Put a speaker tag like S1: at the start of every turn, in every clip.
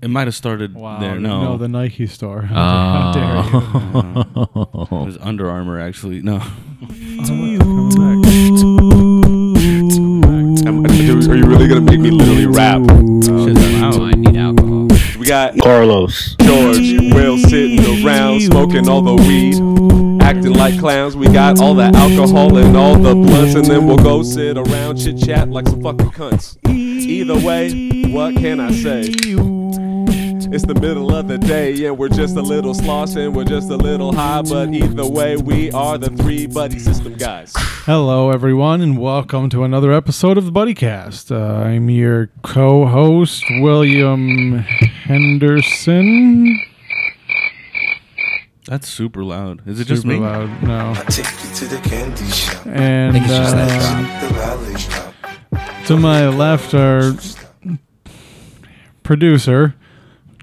S1: It might have started
S2: Wow.
S1: there. No,
S2: No, the Nike store. How dare you?
S1: it
S3: Oh.
S1: was Under Armour actually. No,
S4: Am- Are you are you really gonna make me literally rap?
S1: Shit, wow.
S5: I need alcohol.
S4: We got
S3: Carlos.
S4: George, Will sitting around smoking all the weed, acting like clowns. We got all the alcohol and all the blunts, and then we'll go sit around chit chat like some fucking cunts. Either way, what can I say? It's the middle of the day, and we're just a little slosh and we're just a little high, but either way, we are the three buddy system guys.
S2: Hello, everyone, and welcome to another episode of the BuddyCast. Uh, I'm your co-host, William Henderson.
S1: that's super loud. Is it just
S2: Super
S1: me?
S2: loud, no.
S6: Take you to the candy shop.
S2: And
S5: it's just that
S2: uh,
S6: The valley shop.
S2: to my left, our producer,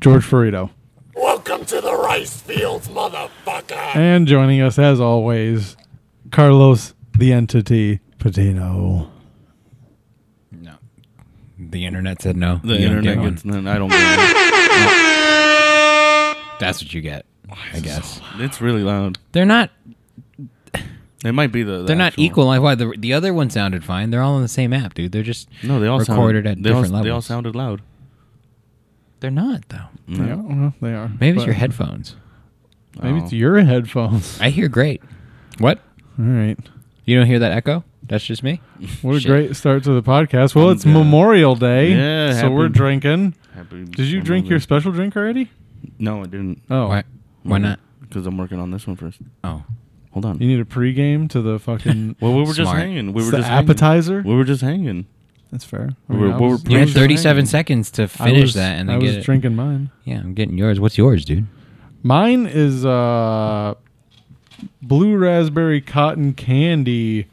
S2: George Ferrito.
S7: Welcome to the rice fields, motherfucker!
S2: And joining us, as always, Carlos, the entity, Patino.
S5: No. The internet said no.
S1: The
S5: You don't
S1: internet
S5: get one.
S1: gets. Then I don't. Believe
S5: That's what you get, I guess.
S1: it. It's really loud.
S5: They're not.
S1: It might be the. the
S5: They're not
S1: actual-
S5: equal. Like why the the other one sounded fine. They're all on the same app, dude. They're just
S1: No, they all
S5: recorded
S1: sounded,
S5: at
S1: they all,
S5: different levels.
S1: They all sounded loud.
S5: They're not though.
S2: Yeah, well, they are.
S5: Maybe it's
S2: But
S5: your headphones.
S2: Maybe it's
S1: Oh.
S2: your headphones.
S5: I hear great. What?
S2: All right.
S5: You don't hear that echo? That's just me.
S2: What a
S5: Shit.
S2: great start to the podcast. Well, it's
S1: Yeah.
S2: Memorial Day.
S1: Yeah,
S2: So
S1: happy-
S2: we're drinking.
S1: Happy
S2: Did you drink your special drink already?
S1: No, I didn't.
S2: Oh.
S5: Why? Why not?
S1: Because I'm working on this one first.
S5: Oh,
S1: Hold on.
S2: You need a pregame to the fucking.
S1: Well, we were just
S5: Smart.
S1: hanging. We
S2: It's
S1: were
S2: the
S1: just hanging.
S2: appetizer?
S1: We were just hanging.
S2: That's fair.
S1: We were- we were
S5: you had
S1: Pretty sure
S5: 37
S1: I-
S5: seconds to
S2: I
S5: finish
S2: was-
S5: that, and
S2: I
S5: then
S2: was
S5: get it.
S2: drinking mine.
S5: Yeah, I'm getting yours. What's yours, dude?
S2: Mine is uh, blue raspberry cotton candy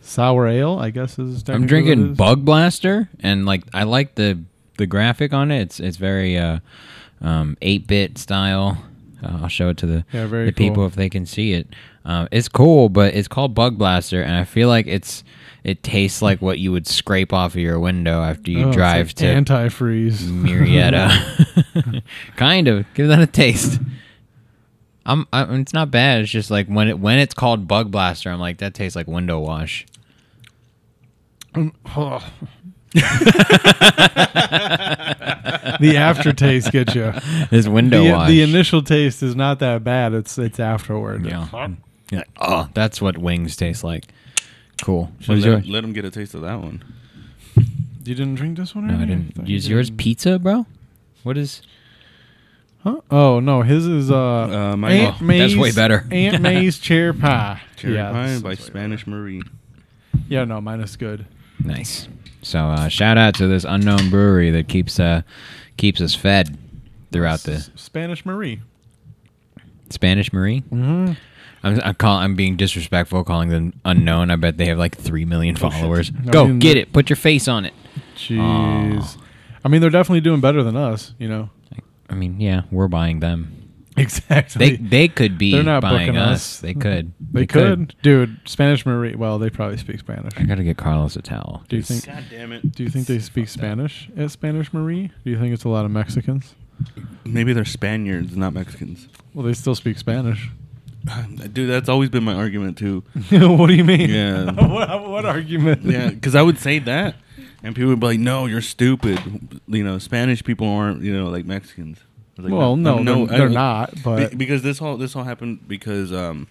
S2: sour ale. I guess is. technically
S5: I'm
S2: what it
S5: drinking
S2: is.
S5: Bug Blaster, and like I like the the graphic on it. It's it's very uh, um, 8-bit style. Uh, I'll show it to the
S2: Yeah, very
S5: the people
S2: cool.
S5: if they can see it. Um, it's cool, but it's called Bug Blaster, and I feel like it's it tastes like what you would scrape off of your window after you
S2: Oh, it's
S5: drive
S2: like
S5: to
S2: antifreeze.
S5: Murrieta. kind of. Give that a taste. I'm, I'm. It's not bad. It's just like when it when it's called Bug Blaster, I'm like that tastes like window wash.
S2: Oh, the aftertaste gets you.
S5: It's window
S2: the,
S5: wash.
S2: the initial taste is not that bad. It's it's afterward.
S5: Yeah. You're like, oh, that's what wings taste like. Cool.
S1: Should
S5: What is
S1: let,
S5: yours?
S1: let him get a taste of that one.
S2: You didn't drink this one?
S5: No, I
S2: already?
S5: didn't.
S2: thought
S5: Is
S2: you
S5: yours
S2: did.
S5: pizza, bro? What is?
S2: Huh? Oh no, his is uh,
S1: Uh, mine-
S2: Aunt
S5: Oh,
S2: May's.
S5: that's way better.
S2: Aunt May's cherry pie.
S1: Cherry
S2: yeah,
S1: pie
S2: this
S1: by
S2: is way
S1: Spanish Marie.
S2: better. Yeah, no, mine is good.
S5: Nice. So uh, shout out to this unknown brewery that keeps uh, keeps us fed throughout the
S2: S- Spanish Marie.
S5: Spanish Marie.
S2: Mm-hmm.
S5: I'm I'm, call, I'm being disrespectful calling them unknown. I bet they have like three million followers.
S2: Oh, I
S5: Go
S2: mean,
S5: get
S2: the-
S5: it. Put your face on it.
S2: Jeez. I mean, they're definitely doing better than us. You know.
S5: I mean, yeah, we're buying them. They
S2: Exactly.
S5: they could be
S2: They're not
S5: buying
S2: booking
S5: us.
S2: us.
S5: They could.
S2: They could. dude. Spanish Marie. Well, they probably speak Spanish.
S5: I gotta get Carlos a towel.
S2: Do you think?
S1: God damn it.
S2: Do you think they speak Spanish at Spanish Marie? Do you think it's a lot of Mexicans?
S1: Maybe they're Spaniards, not Mexicans.
S2: Well, they still speak Spanish.
S1: Dude, that's always been my argument too.
S2: what do you mean?
S1: Yeah.
S2: what, what argument?
S1: Yeah, because I would say that, and people would be like, "No, you're stupid." You know, Spanish people aren't you know like Mexicans. I was like,
S2: Well, no, they're,
S1: I-
S2: they're not. But
S1: Be- because this all this all happened because um,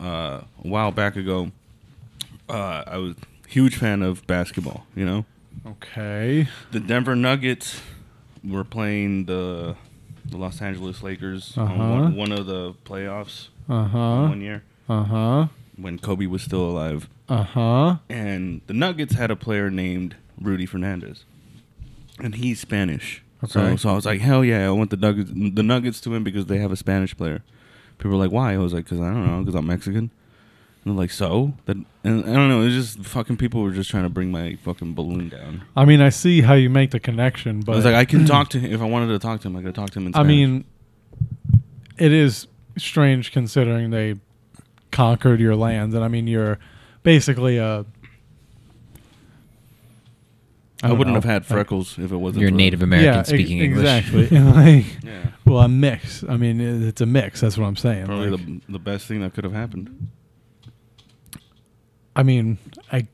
S1: uh, a while back ago, uh, I was huge fan of basketball. You know,
S2: okay.
S1: the Denver Nuggets were playing the the Los Angeles Lakers on
S2: Uh-huh.
S1: one, one of the playoffs
S2: Uh huh.
S1: one year
S2: Uh huh.
S1: when Kobe was still alive,
S2: Uh huh.
S1: and the Nuggets had a player named Rudy Fernandez, and he's Spanish. So,
S2: Okay.
S1: so I was like, hell yeah, I want the Nuggets the Nuggets to win because they have a Spanish player. People were like, why? I was like, because I don't know, because I'm Mexican. And they're like, so that, and I don't know. It's just fucking people were just trying to bring my fucking balloon down.
S2: I mean, I see how you make the connection, but
S1: I was like, I can talk to him if I wanted to talk to him. I could talk to him in
S2: I
S1: Spanish.
S2: mean, it is strange considering they conquered your lands, and I mean, you're basically a
S1: I,
S2: don't
S1: wouldn't
S2: know.
S1: have had freckles if it wasn't.
S5: You're
S1: for-
S5: Native
S2: Like,
S5: American
S2: yeah, ex-
S5: speaking English.
S2: Exactly. And, like,
S1: Yeah,
S2: well, a mix. I mean, it- it's a mix. That's what I'm saying.
S1: probably
S2: Like,
S1: the the best thing that could have happened.
S2: I mean, I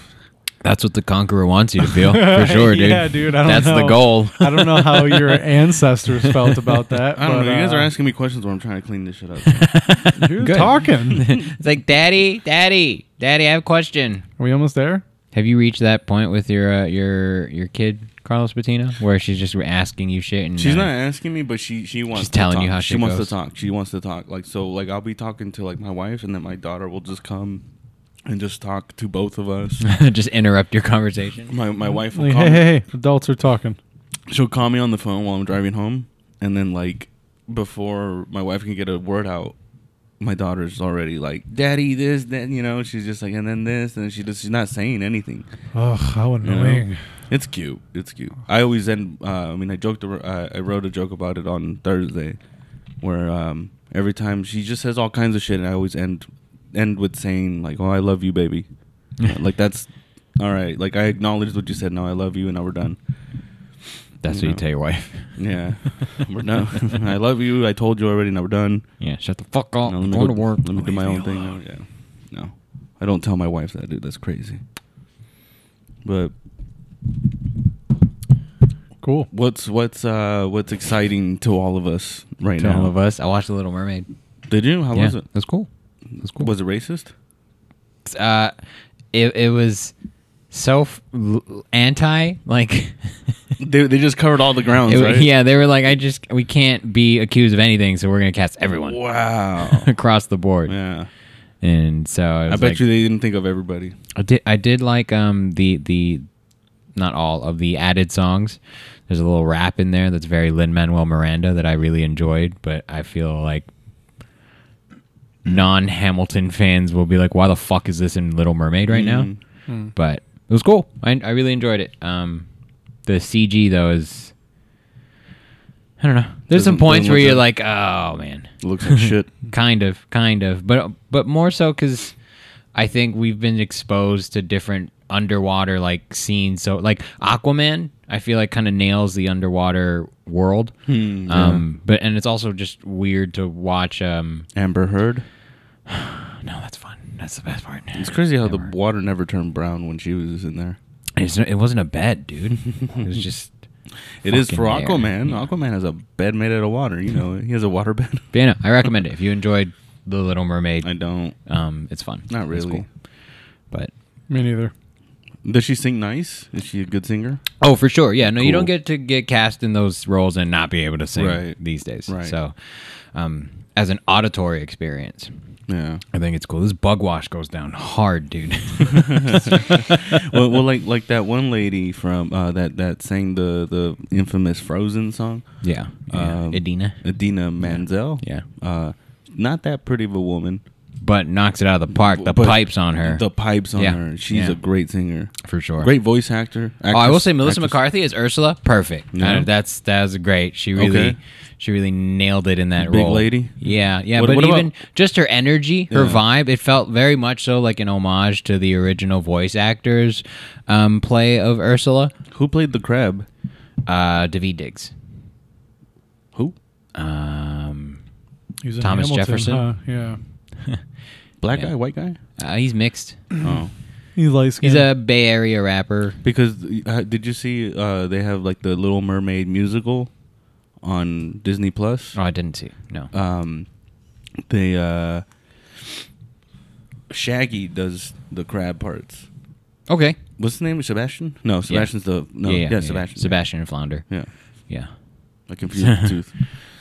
S5: That's what the conqueror wants you to feel, for sure, dude.
S2: Yeah, dude, I don't
S5: That's the
S2: know.
S5: goal.
S2: I don't know how your ancestors felt about that.
S1: I don't
S2: but,
S1: know. You guys
S2: uh,
S1: are asking me questions where I'm trying to clean this shit up.
S2: You're
S5: Good.
S2: talking. Are
S5: It's like, Daddy, Daddy, Daddy, I have a question.
S2: we almost there?
S5: Have you reached that point with your uh, your your kid, Carlos Bettina, where she's just asking you shit and
S1: She's
S5: uh,
S1: not asking me, but she she wants.
S5: She's
S1: to
S5: telling you
S1: talk.
S5: how
S1: she
S5: shit
S1: wants
S5: goes.
S1: to talk. She wants to talk. Like so, like I'll be talking to like my wife, and then my daughter will just come and just talk to both of us.
S5: just interrupt your conversation?
S1: my my wife will
S2: Like,
S1: call
S2: hey,
S1: me-
S2: hey, hey, adults are talking.
S1: she'll call me on the phone while I'm driving home, and then like before my wife can get a word out, my daughter's already like, "Daddy, this, that," you know. She's just like, and then this, and she just she's not saying anything.
S2: Oh, how
S1: you know?
S2: annoying.
S1: It's cute. It's cute. I always end. Uh, I mean, I joked. ar- Uh, I wrote a joke about it on Thursday, where um, every time she just says all kinds of shit, and I always end end with saying like, "Oh, I love you, baby." like that's all right. Like I acknowledged what you said. Now I love you, and now we're done.
S5: That's what
S1: No.
S5: you tell your wife.
S1: Yeah, we're done. I love you. I told you already. Now we're done.
S5: Yeah, shut the fuck up.
S1: Now
S5: I'm Oh, going to work.
S1: Let me do
S5: Leave
S1: my
S5: me
S1: own thing.
S5: alone.
S1: now. Yeah, no, I don't tell my wife that, dude. That's crazy. But
S2: Cool.
S1: what's what's uh what's exciting to all of us right
S5: To
S1: now?
S5: all of us. I watched The Little Mermaid.
S1: Did you? How
S5: yeah,
S1: was it?
S5: That's cool. That's cool.
S1: Was it racist?
S5: uh, it, it was so f- l- anti like
S1: They, they just covered all the grounds,
S5: it,
S1: right?
S5: yeah they were like i just we can't be accused of anything so we're gonna cast everyone
S1: Wow.
S5: across the board
S1: yeah.
S5: and so I,
S1: I
S5: was
S1: bet
S5: like-
S1: you they didn't think of everybody.
S5: I did I did like um the the not all of the added songs. There's a little rap in there that's very Lin Manuel Miranda that I really enjoyed, but I feel like non Hamilton fans will be like, "Why the fuck is this in Little Mermaid right
S1: Mm-hmm.
S5: now?" But it was cool. I I really enjoyed it. Um, the CG though is I don't know. There's
S1: Doesn't-
S5: some points
S1: doesn't
S5: where
S1: look
S5: you're
S1: good.
S5: like, "Oh man."
S1: It looks like shit.
S5: kind of kind of but but more so because i think we've been exposed to different underwater like scenes so like aquaman i feel like kind of nails the underwater world um but and it's also just weird to watch um
S1: Amber Heard.
S5: Oh, no that's fun that's the best part
S1: It's crazy how the water never turned brown when she was in there.
S5: it's, it wasn't a bed dude it was just
S1: It is for
S5: Fucking air.
S1: Aquaman.
S5: Yeah.
S1: Aquaman has a bed made out of water. You know, he has a water bed.
S5: but yeah, no, i recommend it if you enjoyed the little mermaid
S1: I don't.
S5: um it's fun
S1: Not
S5: It's
S1: really.
S5: cool. but
S2: Me neither.
S1: Does she sing nice? Is she a good singer?
S5: Oh, for sure. Yeah. No, you don't
S1: Cool.
S5: get to get cast in those roles and not be able to sing
S1: Right.
S5: these days.
S1: Right.
S5: So, um, as an auditory experience,
S1: Yeah.
S5: I think it's cool. This bug wash goes down hard, dude.
S1: well, well, like like that one lady from uh, that that sang the the infamous Frozen song.
S5: yeah. yeah.
S1: Um,
S5: Edina.
S1: Adina Manzel.
S5: Yeah.
S1: Uh, not that pretty of a woman.
S5: But knocks it out of the park. The
S1: But
S5: pipes on her.
S1: The pipes on
S5: Yeah.
S1: her. She's
S5: Yeah.
S1: a great singer.
S5: for sure.
S1: Great voice actor.
S5: Oh, I will
S1: actress-
S5: say Melissa
S1: actress.
S5: McCarthy as Ursula, perfect.
S1: Yeah.
S5: Uh, that's that was great. She really,
S1: Okay.
S5: she really nailed it in that
S1: Big
S5: role.
S1: lady?
S5: Yeah, yeah.
S1: What-
S5: but
S1: what about-
S5: even just her energy, her
S1: Yeah.
S5: vibe, it felt very much so like an homage to the original voice actors' um, play of Ursula,
S1: Who played the crab?
S5: uh, David Diggs,
S1: Who?
S5: um,
S2: He was in
S5: Thomas
S2: Hamilton,
S5: Jefferson?
S2: huh? Yeah.
S1: Black
S5: Yeah.
S1: guy, white guy?
S5: uh, he's mixed.
S1: oh.
S2: He's light
S5: He's a Bay Area rapper.
S1: Because uh, did you see uh, they have like the Little Mermaid musical on Disney Plus?
S5: Oh, I didn't see. No.
S1: Um, they uh, Shaggy does the crab parts.
S5: Okay.
S1: What's his name? Sebastian? No, Sebastian's the no. Yeah, Sebastian.
S5: Sebastian and Flounder.
S1: Yeah,
S5: Yeah.
S1: I confused the tooth.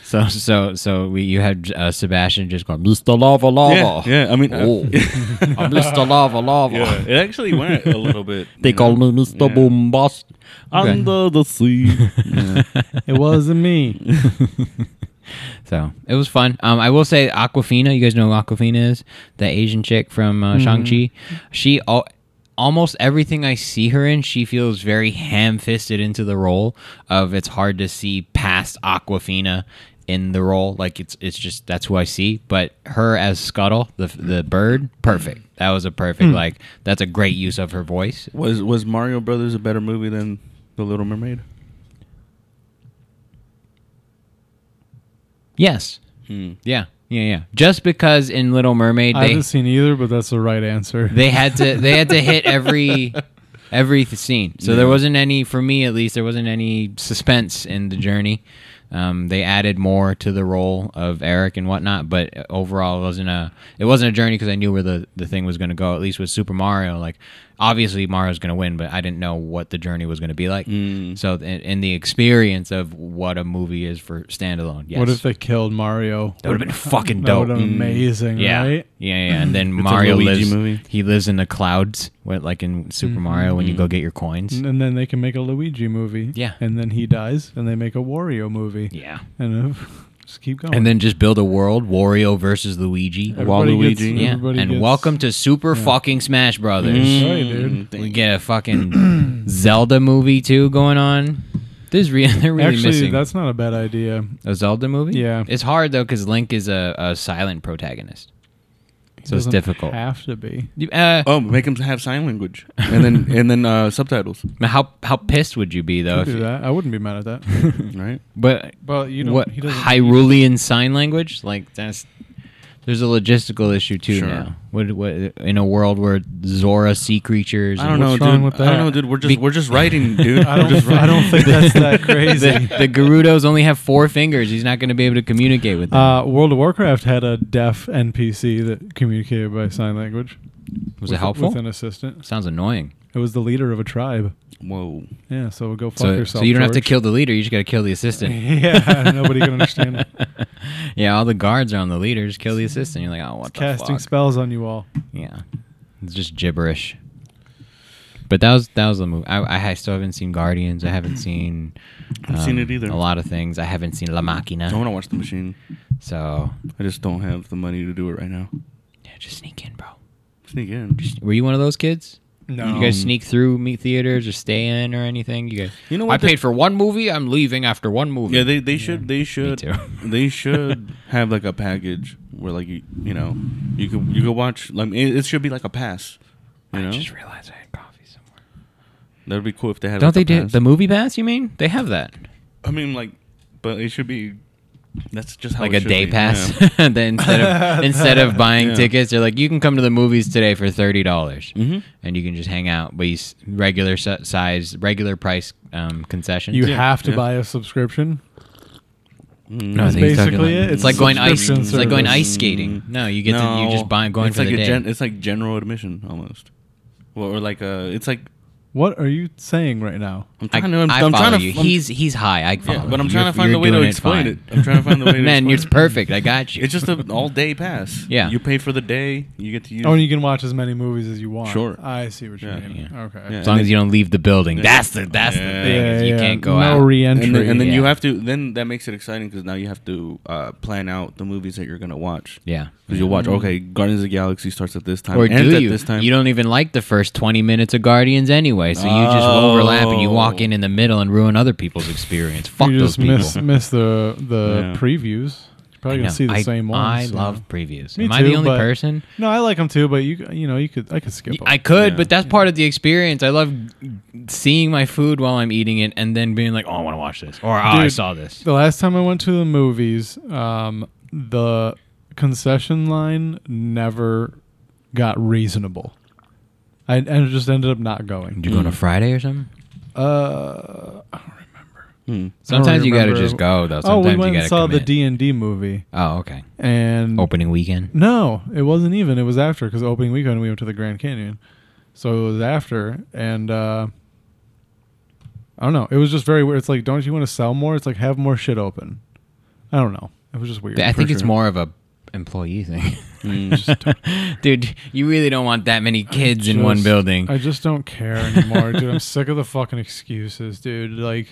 S5: So so so we you had uh, Sebastian just going Mr. Lava Lava.
S1: Yeah, yeah, I mean, uh,
S5: oh, I'm Mr. Lava Lava.
S1: Yeah, it actually went a little bit.
S5: They
S1: you
S5: call
S1: know.
S5: me Mr.
S1: Yeah.
S5: Boombast. Okay.
S1: Under the sea. Yeah.
S2: it wasn't me.
S5: So it was fun. Um, I will say Aquafina. You guys know who Aquafina is the Asian chick from uh, Shang Chi. She al- almost everything I see her in, she feels very ham-fisted into the role of. It's hard to see past Aquafina in the role. Like it's it's just that's who I see. But her as Scuttle, the the bird, perfect. That was a perfect like. That's a great use of her voice.
S1: Was was Mario Brothers a better movie than The Little Mermaid?
S5: Yes. Yeah. Yeah. Yeah. Just because in Little Mermaid
S2: I
S5: they
S2: haven't seen either, but that's the right answer.
S5: they had to they had to hit every every th- scene so there wasn't any for me at least there wasn't any suspense in the journey um, they added more to the role of Eric and whatnot, but overall it wasn't a it wasn't a journey because I knew where the, the thing was going to go. At least with Super Mario, like obviously Mario's going to win, but I didn't know what the journey was going to be like.
S1: Hmm.
S5: So in, in the experience of what a movie is for standalone, yes,
S2: What if they killed Mario?
S5: that would have been fucking
S2: That
S5: dope. Mm.
S2: would have been amazing,
S5: Yeah.
S2: right?
S5: yeah, yeah, and then Mario
S1: Luigi
S5: lives.
S1: movie.
S5: He lives in the clouds, where, like in Super
S2: Mm-hmm.
S5: Mario, when you go get your coins.
S2: And then they can make a Luigi movie.
S5: Yeah.
S2: And then he dies, and they make a Wario movie.
S5: Yeah,
S2: And uh, just keep going.
S5: and then just build a world: Wario versus Luigi.
S2: Everybody
S1: Waluigi.
S2: gets-
S5: yeah,
S2: everybody
S5: and
S2: gets- Mm-hmm.
S5: welcome to Super Fucking Smash Brothers.
S2: Sorry, dude.
S5: We get a fucking Zelda movie too going on. There's re- they're really
S2: Actually,
S5: missing
S2: that's not a bad idea.
S5: a Zelda movie.
S2: Yeah.
S5: it's hard though because Link is a, a silent protagonist,
S2: It
S5: so it's
S2: doesn't
S5: difficult.
S2: Have to be.
S5: You- uh,
S1: Oh, make them have sign language, and then and then uh, subtitles,
S5: How how pissed would you be though?
S2: I'll
S5: If
S2: do
S5: you,
S2: that. I wouldn't be mad at that.
S1: right?
S5: but
S2: well, you know,
S5: what
S2: he doesn't.
S5: Hyrulean sign language? Like that's there's a logistical issue too
S1: Sure.
S5: now. What, what in a world where Zora sea creatures?
S1: I
S5: and
S1: don't know,
S2: what's
S1: dude.
S2: wrong with
S1: I
S2: that?
S1: don't know, dude. We're just
S5: Be-
S1: we're just writing, dude.
S2: I don't.
S1: We're just
S2: I don't think that's that crazy.
S5: The Gerudos only have four fingers. He's not going to be able to communicate with them.
S2: Uh, World of Warcraft had a deaf NPC that communicated by sign language.
S5: Was it
S2: with,
S5: helpful?
S2: With an assistant.
S5: Sounds annoying.
S2: It was the leader of a tribe.
S1: Whoa.
S2: Yeah, so go fuck
S5: So,
S2: yourself.
S5: so you don't have to
S2: George.
S5: kill the leader. You just got to kill the assistant.
S2: yeah, nobody can understand it.
S5: yeah, all the guards are on the leader. Just kill the assistant. You're like, oh, what the
S2: Casting
S5: fuck?
S2: spells on you all.
S5: Yeah, it's just gibberish. But that was that was the movie. I, I ha- still haven't seen Guardians. I haven't seen. um,
S1: I've seen it either.
S5: A lot of things. I haven't seen La
S1: I want
S5: Machina.
S1: to watch the machine.
S5: So
S1: I just don't have the money to do it right now.
S5: yeah, just sneak in, bro.
S1: Sneak in.
S5: Were you one of those kids?
S2: No.
S5: You guys sneak through meat theaters or stay in or anything? You guys.
S1: You know
S5: I
S1: what the-
S5: paid for one movie. I'm leaving after one movie.
S1: Yeah, they they should they should
S5: too.
S1: they should have like a package where like you you know you could you could watch like it, it should be like a pass. You
S5: I
S1: know
S5: just realized I had coffee somewhere.
S1: that'd be cool if they had.
S5: Don't
S1: like,
S5: they
S1: a
S5: do
S1: pass.
S5: the movie pass? You mean they have that
S1: I mean, like, but it should be. That's just how
S5: like
S1: it
S5: a
S1: should
S5: day
S1: be,
S5: pass?
S1: yeah.
S5: then instead of instead of buying
S1: Yeah.
S5: tickets, they're like you can come to the movies today for thirty dollars,
S1: Mhm.
S5: and you can just hang out. But you s- regular si- size, regular price um, concessions.
S2: You
S1: Yeah,
S2: have to
S1: yeah.
S2: buy a subscription.
S5: No, I
S2: That's
S5: think he's talking
S2: basically
S5: about-
S2: it.
S5: It's,
S2: It's
S5: like going ice.
S2: subscription
S5: It's like going
S2: service.
S5: ice skating. No, you get to you just buy
S1: Mm-hmm.
S5: going
S1: it's
S5: for
S1: like
S5: the
S1: a
S5: day.
S1: gen- it's like general admission almost, well, or like a. It's like
S2: What are you saying right now?
S1: I'm
S5: I,
S1: trying to. I'm,
S5: I
S1: I'm
S5: follow
S1: trying to.
S5: you.
S1: I'm-
S5: he's he's high. I follow.
S1: yeah, but I'm
S5: you.
S1: trying
S5: You're-
S1: to find
S5: you're
S1: a way to
S5: doing
S1: explain it.
S5: fine.
S1: I'm trying to find a way. to
S5: Man,
S1: explain
S5: you're perfect. I got you.
S1: It's just an all day pass.
S5: Yeah.
S1: you pay for the day. You get to use.
S2: Oh, and you can watch as many movies as you want.
S1: Sure.
S2: I see what you
S1: Yeah.
S2: mean.
S5: Yeah.
S2: Okay.
S1: Yeah.
S5: as long as you don't leave the building.
S1: Yeah.
S5: That's the that's
S1: Yeah.
S5: the thing. is you
S2: yeah.
S5: can't go
S2: no
S5: out.
S2: re-entry.
S1: and then, and then you
S5: yeah.
S1: have to. Then that makes it exciting because now you have to uh, plan out the movies that you're gonna watch.
S5: yeah.
S1: Because you'll watch. Okay, Guardians of the Galaxy starts at this time.
S5: Or
S1: ends
S5: do
S1: at
S5: you?
S1: This time.
S5: You don't even like the first 20 minutes of Guardians anyway, so you just
S1: Oh.
S5: overlap and you walk in in the middle and ruin other people's experience. Fuck
S2: you
S5: those
S2: just
S5: people.
S2: miss miss the the
S1: Yeah.
S2: previews. You're probably
S5: No,
S2: gonna see the
S5: I-
S2: same ones.
S5: I
S2: you know.
S5: love previews.
S2: Me
S5: Am I the
S2: too,
S5: only
S2: but-
S5: person?
S2: No, I like them too, but you you know you could I could skip.
S5: I
S2: 'em.
S5: could,
S1: Yeah.
S5: but that's part of the experience. I love seeing my food while I'm eating it and then being like, oh, I want to watch this. Or oh, I
S2: Dude.
S5: saw this.
S2: The last time I went to the movies, um, the concession line never got reasonable. I, and I just ended up not going.
S5: Did you go on a Friday or something?
S2: Uh,
S5: Sometimes you got to
S2: remember.
S5: just go, though.
S2: oh,
S5: Sometimes
S2: we went
S5: you
S2: and
S5: got to
S2: saw
S5: commit.
S2: the D and D movie,
S5: Oh, okay.
S2: and
S5: Opening weekend.
S2: no, it wasn't even. It was after because opening weekend we went to the Grand Canyon, so it was after, and uh, I don't know. It was just very weird. It's like, don't you want to sell more? It's like have more shit open. I don't know. It was just weird.
S5: I think it's
S2: more.
S5: more of a employee thing. Dude, you really don't want that many kids in one
S2: Just-
S5: building.
S2: I just don't care anymore, dude. I'm sick of the fucking excuses, dude. Like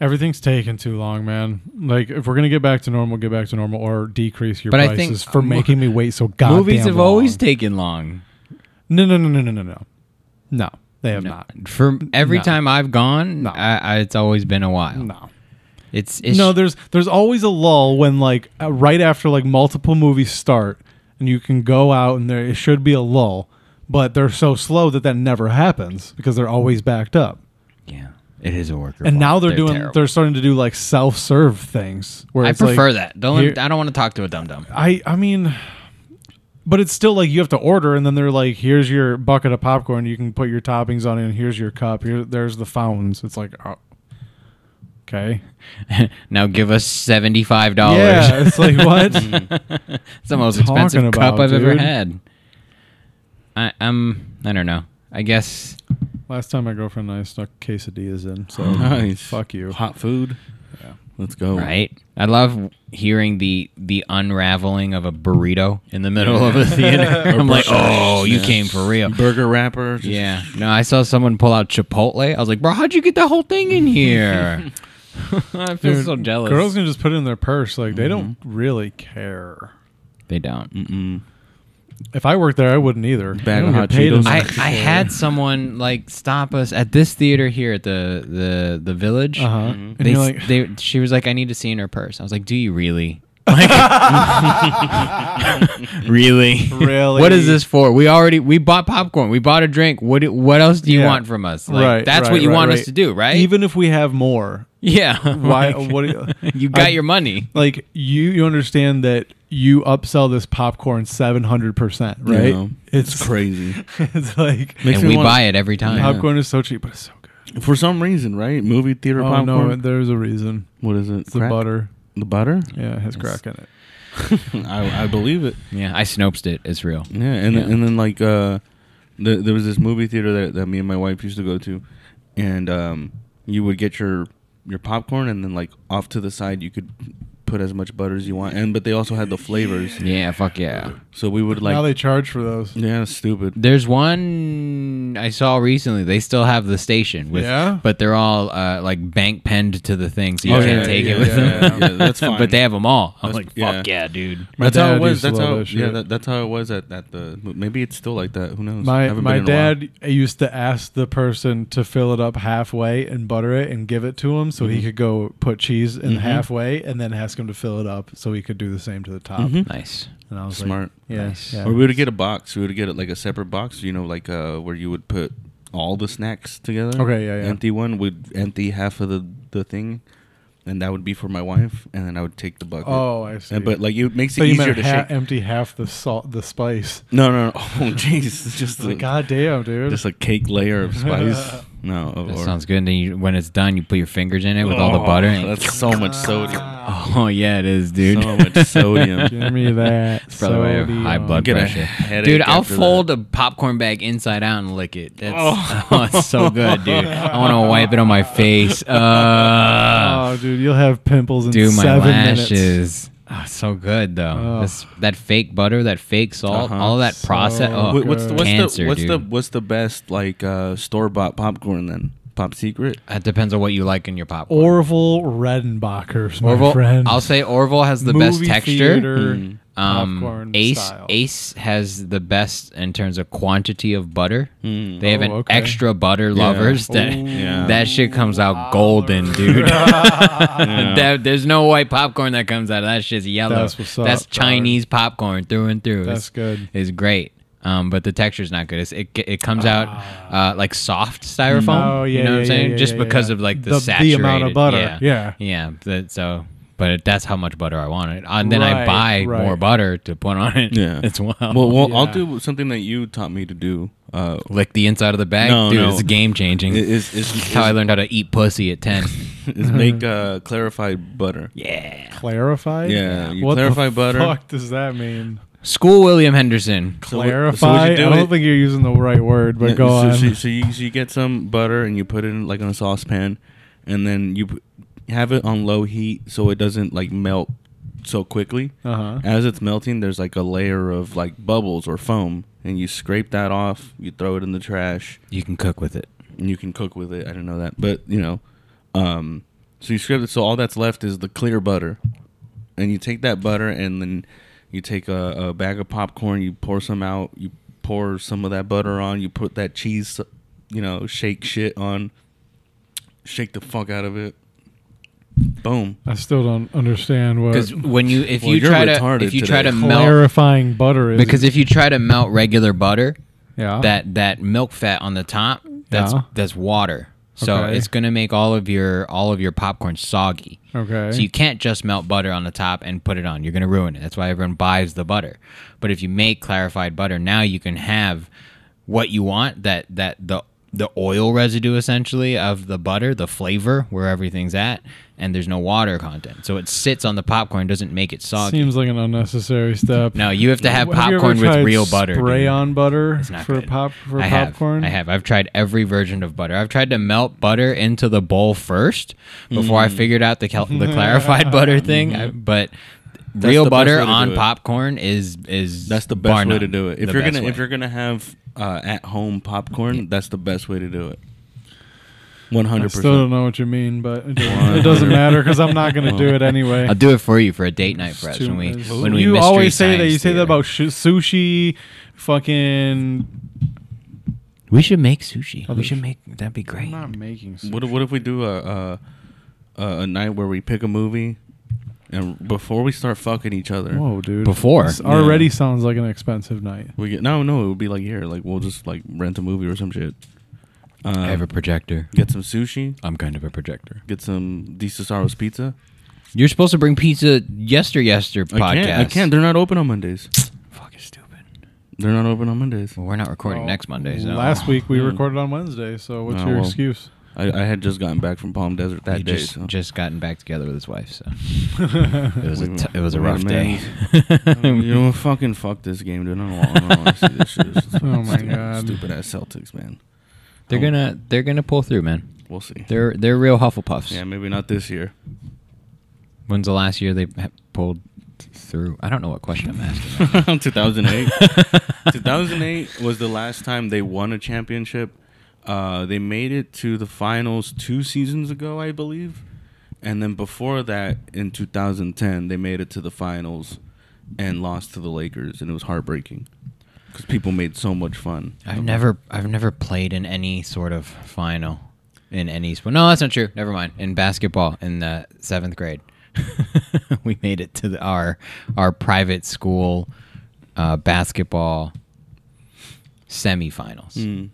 S2: everything's taking too long, man. Like if we're gonna get back to normal, get back to normal, or decrease your
S5: But I think-
S2: prices for making me wait so goddamn
S5: Movies have
S2: long.
S5: always taken long.
S2: no, no, no, no, no, no, no, no. They have not.
S5: For every
S2: No.
S5: time I've gone,
S2: No.
S5: I, I, it's always been a while.
S2: No.
S5: It's, it's
S2: no, there's there's always a lull when like uh, right after like multiple movies start, and you can go out and there it should be a lull, but they're so slow that that never happens because they're always backed up.
S5: yeah, it is a worker.
S2: And
S5: fault.
S2: now they're, doing
S5: terrible.
S2: they're starting to do like self serve things where
S5: I
S2: it's like-
S5: prefer that. Don't.
S2: here-
S5: I don't want to talk to a dum dum.
S2: I I mean, but it's still like you have to order, and then they're like, "Here's your bucket of popcorn. You can put your toppings on it. And here's your cup. Here, there's the fountains." It's like, oh, okay,
S5: Now give us seventy five dollars. Mm.
S2: yeah. It's like what?
S5: It's the most
S2: talking
S5: expensive cup
S2: about,
S5: I've ever
S2: dude?
S5: had. I, I'm. I don't know. I guess
S2: Last time my girlfriend and I stuck quesadillas in, so
S1: Oh, Nice.
S2: fuck you.
S1: Hot food. Let's go.
S5: right. I love hearing the the unraveling of a burrito in the middle of the theater. I'm like, oh, you came for real.
S1: Burger wrapper. just-
S5: Yeah. No, I saw someone pull out Chipotle. I was like, bro, how'd you get that whole thing in here? I feel
S2: Dude,
S5: so jealous.
S2: Girls can just put it in their purse. Like they don't really care.
S5: they don't.
S2: If I worked there, I wouldn't either.
S1: Bag
S2: I
S1: of
S2: don't
S1: hot
S2: get paid
S1: Cheetos.
S2: enough.
S5: I, I had someone like stop us at this theater here at the the the village. Mm-hmm.
S2: Uh-huh. And
S5: They,
S2: you're like,
S5: they she was like, I need to see in her purse. I was like, Do you really? Like, really?
S2: Really?
S5: What is this for? We already we bought popcorn. We bought a drink. What do- what else do you
S2: Yeah.
S5: want from us? Like,
S2: right.
S5: That's
S2: right,
S5: what you
S2: right,
S5: want
S2: right.
S5: us to do, right?
S2: Even if we have more,
S5: yeah.
S2: why?
S5: Like,
S2: what? do you-
S5: you got
S2: I-
S5: your money.
S2: like you you understand that you upsell this popcorn 700% right
S1: Yeah.
S2: it's
S1: It's
S2: crazy
S1: crazy.
S2: it's like
S1: Makes
S5: and
S1: me
S5: we
S1: wanna-
S5: buy it every time.
S2: popcorn is so cheap but it's so good
S1: for some reason, right? Movie theater
S2: oh
S1: popcorn.
S2: no there's a reason
S1: what is it?
S2: it's the
S1: Crack?
S2: butter
S1: The butter?
S2: yeah it has crack in it
S1: I, I believe it.
S5: Yeah, I snopes it. It's real.
S1: Yeah, and
S5: Yeah.
S1: and then like uh, the, there was this movie theater that, that me and my wife used to go to, and um, you would get your your popcorn, and then like off to the side you could put as much butter as you want, and but they also had the flavors,
S5: Yeah, fuck yeah.
S1: so we would
S2: now
S1: like.
S2: they charge for those
S1: yeah, it's stupid.
S5: There's one I saw recently. They still have the station with,
S2: Yeah?
S5: but they're all uh, like bank penned to the thing, so you
S1: Oh,
S5: can't
S1: yeah,
S5: take
S1: yeah,
S5: it with
S1: yeah,
S5: them.
S1: yeah, yeah, that's fine.
S5: but they have them all. I was
S1: That's-
S5: like, fuck yeah, dude.
S2: My
S1: that's how
S2: dad
S1: it was.
S2: used to
S1: That's
S2: love
S1: how
S2: that
S1: yeah.
S2: shit.
S1: That, that's how it was at, at the. Maybe it's still like that. Who knows?
S2: my
S1: Haven't been
S2: my
S1: in a while.
S2: dad used to ask the person to fill it up halfway and butter it and give it to him so
S1: Mm-hmm.
S2: he could go put cheese in halfway and then ask him to fill it up so he could do the same to the top
S5: Nice.
S2: and i was
S1: Mm-hmm.
S2: like,
S1: Smart.
S2: yeah,
S5: Nice.
S2: yeah.
S1: Or we would get a box. We would get it like a separate box, you know, like uh, where you would put all the snacks together.
S2: Okay, yeah, yeah.
S1: Empty one would empty half of the the thing, and that would be for my wife, and then I would take the bucket.
S2: oh i see
S1: And, but like it makes it
S2: So you
S1: easier
S2: meant
S1: to
S2: ha-
S1: shake.
S2: empty half the salt, the spice.
S1: No, no, no. Oh, jeez, it's just
S2: It's like,
S1: a,
S2: God damn, dude.
S1: just a cake layer of spice. no, of,
S5: That
S1: or-
S5: sounds good. And then you, when it's done, you put your fingers in it with all the
S1: Oh,
S5: butter. and-
S1: That's so much sodium.
S5: oh yeah, it is, dude.
S1: So much sodium.
S2: Give me that.
S5: Probably why I have
S2: sodium.
S5: high blood
S1: Get a
S5: pressure.
S1: headache
S5: Dude, I'll
S1: after
S5: fold a popcorn bag inside out and lick it. That's oh, it's so good, dude. I want to wipe it on my face. Uh,
S2: Oh, dude, you'll have pimples in
S5: do my
S2: seven minutes.
S5: lashes. Oh, so good though.
S2: Oh.
S5: This, that fake butter, that fake salt,
S1: Uh-huh.
S5: all that
S2: So
S5: process. Oh,
S1: Wait, what's the what's
S5: cancer,
S1: the what's
S5: dude.
S1: the what's the best like uh, store bought popcorn then? Pop secret.
S5: It depends on what you like in your popcorn.
S2: Orville Redenbacher's, my
S5: Orville,
S2: friend.
S5: I'll say Orville has the best
S2: Movie
S5: texture.
S2: theater
S5: Um,
S2: popcorn
S5: Ace
S2: style.
S5: Ace has the best in terms of quantity of butter. They have
S2: Oh,
S5: an
S2: okay.
S5: extra butter lovers that
S1: Yeah.
S5: that shit comes out golden, dude. That- there's no white popcorn that comes out of that shit's yellow.
S2: That's what's up,
S5: That's
S2: dog.
S5: Chinese popcorn through and through. It's-
S2: That's good.
S5: It's great. Um, but the texture's not good. It's, it it comes out uh, like soft styrofoam.
S2: Ah. Oh,
S5: you
S2: yeah,
S5: know what
S2: yeah,
S5: I'm
S2: yeah,
S5: saying?
S2: yeah,
S5: Just
S2: yeah,
S5: because
S2: yeah.
S5: of like the,
S2: The- the
S5: saturated
S2: amount of butter,
S5: Yeah,
S2: yeah.
S5: yeah. that- so, but it, that's how much butter I wanted. And then I
S2: Right,
S5: buy
S2: right.
S5: more butter to put on it.
S1: Yeah.
S5: as well.
S1: Well, well I'll
S2: Yeah.
S1: do something that you taught me to do. Uh,
S5: Lick the inside of the bag,
S1: No,
S5: dude.
S1: no.
S5: It's game changing.
S1: is is,
S5: That's
S1: is,
S5: how I learned how to eat pussy at ten.
S1: is make uh, clarified butter.
S5: yeah.
S2: clarify.
S1: Yeah, you
S2: what
S1: clarify
S2: the
S1: butter.
S2: Fuck does that mean?
S5: School William Henderson.
S1: So what-
S2: Clarify.
S1: So what you do
S2: I don't
S1: it-
S2: think you're using the right word, but go
S1: so,
S2: on.
S1: So, so you so you get some butter and you put it in like on a saucepan, and then you p- have it on low heat so it doesn't like melt so quickly.
S2: Uh-huh.
S1: As it's melting, there's like a layer of like bubbles or foam, and you scrape that off. You throw it in the trash.
S5: You can cook with it.
S1: and you can cook with it. I didn't know that, but you know, um, so you scrape it. So all that's left is the clear butter, and you take that butter and then you take a, a bag of popcorn. You pour some out. You pour some of that butter on. You put that cheese, you know, shake shit on. Shake the fuck out of it. Boom.
S2: I still don't understand what
S5: Because when you if
S1: Well,
S5: you
S1: you're
S5: try to
S1: retarded
S5: if you
S1: today.
S5: try to melt
S2: clarifying butter is.
S5: because if you try to melt regular butter,
S2: yeah,
S5: that that milk fat on the top that's
S2: Oh. Yeah.
S5: that's water. So
S2: Okay.
S5: it's gonna make all of your all of your popcorn soggy.
S2: okay,
S5: So you can't just melt butter on the top and put it on. You're gonna ruin it. That's why everyone buys the butter. But if you make clarified butter, now you can have what you want. That that the the oil residue essentially of the butter, the flavor where everything's at, and there's no water content. So it sits on the popcorn, doesn't make it soggy.
S2: seems like an unnecessary step.
S5: no, you have to have
S2: Have you ever
S5: popcorn
S2: tried
S5: with real butter.
S2: Spray
S5: dude.
S2: on butter
S5: It's not
S2: for
S5: good.
S2: pop for
S5: I have.
S2: popcorn.
S5: I have. I've tried every version of butter. I've tried to melt butter into the bowl first before
S1: Mm.
S5: I figured out the cal- the clarified butter thing. I, but real
S1: Mm-hmm. the best
S5: butter
S1: way to do
S5: on
S1: it.
S5: popcorn is is
S1: That's the
S5: bar
S1: best way
S5: none
S1: to do it. If
S5: the
S1: you're
S5: best
S1: gonna if
S5: way.
S1: you're gonna have uh, at home popcorn, that's the best way to do it. One
S2: I
S1: hundred
S2: still don't
S1: percent.
S2: know what you mean, but it doesn't, it doesn't matter because I'm not going to do it anyway.
S5: I'll do it for you for a date night for
S2: It's
S5: us
S2: too-
S5: when we
S2: it's-
S5: when we
S2: you
S5: mystery
S2: always say that. You
S5: science
S2: say that
S5: theater.
S2: about sh- sushi, fucking.
S5: we should make sushi.
S2: Oh,
S5: we
S2: there's-
S5: should make that'd be great.
S2: making sushi.
S1: What if- what if we do a, a a a night where we pick a movie and before we start fucking each other,
S2: Whoa, dude!
S5: Before.
S2: this already
S1: Yeah.
S2: sounds like an expensive night.
S1: we get no no it would be like here like we'll just like rent a movie or some shit.
S5: I have
S1: Uh,
S5: a projector.
S1: get some sushi.
S5: I'm kind of a projector.
S1: Get some Di Cesaro's pizza.
S5: You're supposed to bring pizza yester yester podcast.
S1: I can't. I can't. They're not open on Mondays.
S5: Fucking stupid.
S1: They're not open on Mondays.
S5: Well, we're not recording
S2: Well,
S5: next Monday. So
S2: Last week we
S1: Hmm.
S2: recorded on Wednesday, so what's
S1: Oh,
S2: your
S1: well.
S2: excuse?
S1: I, I had just gotten back from Palm Desert that
S5: he
S1: day.
S5: just,
S1: so.
S5: just gotten back together with his wife, so it
S2: All
S5: was a
S1: We-
S5: t- it was a
S1: we
S5: rough
S1: had
S5: day.
S1: you know, fucking fuck this game, dude. I don't want, I don't want to see this shit. It's fucking
S2: Oh my
S1: stupid,
S2: God.
S1: stupid ass Celtics, man.
S5: they're gonna they're gonna pull through, man.
S1: We'll see.
S5: They're they're real Hufflepuffs.
S1: Yeah, maybe not this year.
S5: When's the last year they ha- pulled through? I don't know what question I'm asking.
S1: 2008. 2008 was the last time they won a championship. Uh, they made it to the finals two seasons ago, I believe. And then before that, in 2010, they made it to the finals and lost to the Lakers, and it was heartbreaking because people made so much fun.
S5: I've never I've never played in any sort of final in any sport. No, that's not true. Never mind. In basketball in the seventh grade, we made it to the, our our private school uh, basketball semifinals.
S1: Mm.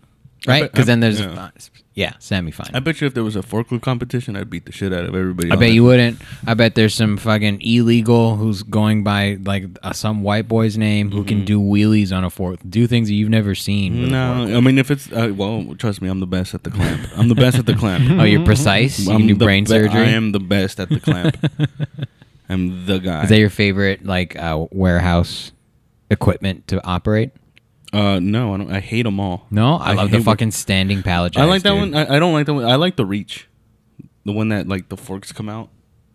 S5: right?
S1: bet-
S5: Because
S1: I-
S5: then there's
S1: yeah.
S5: Hmm. yeah, yeah semifinal.
S1: I bet you if there was a forklift competition, I'd beat the shit out of everybody.
S5: I
S1: on
S5: bet
S1: it.
S5: you wouldn't. I bet there's some fucking illegal who's going by like uh, some white boy's name who can do wheelies on a fork, do things that you've never seen. with a fork.
S1: No, I mean if it's uh, well, trust me, I'm the best at the clamp. I'm the best at the clamp.
S5: Oh, you're precise. You
S1: I'm
S5: can do
S1: the
S5: brain
S1: be-
S5: surgery.
S1: I am the best at the clamp. I'm the guy.
S5: Is that your favorite like uh, warehouse equipment to operate?
S1: uh, no, I don't. I hate them all.
S5: No, I, love the
S1: hate-
S5: fucking standing pallet.
S1: I like that
S5: jacks,
S1: one. uh,
S5: dude.
S1: I, I don't like that one. I like the reach, the one that like the forks come out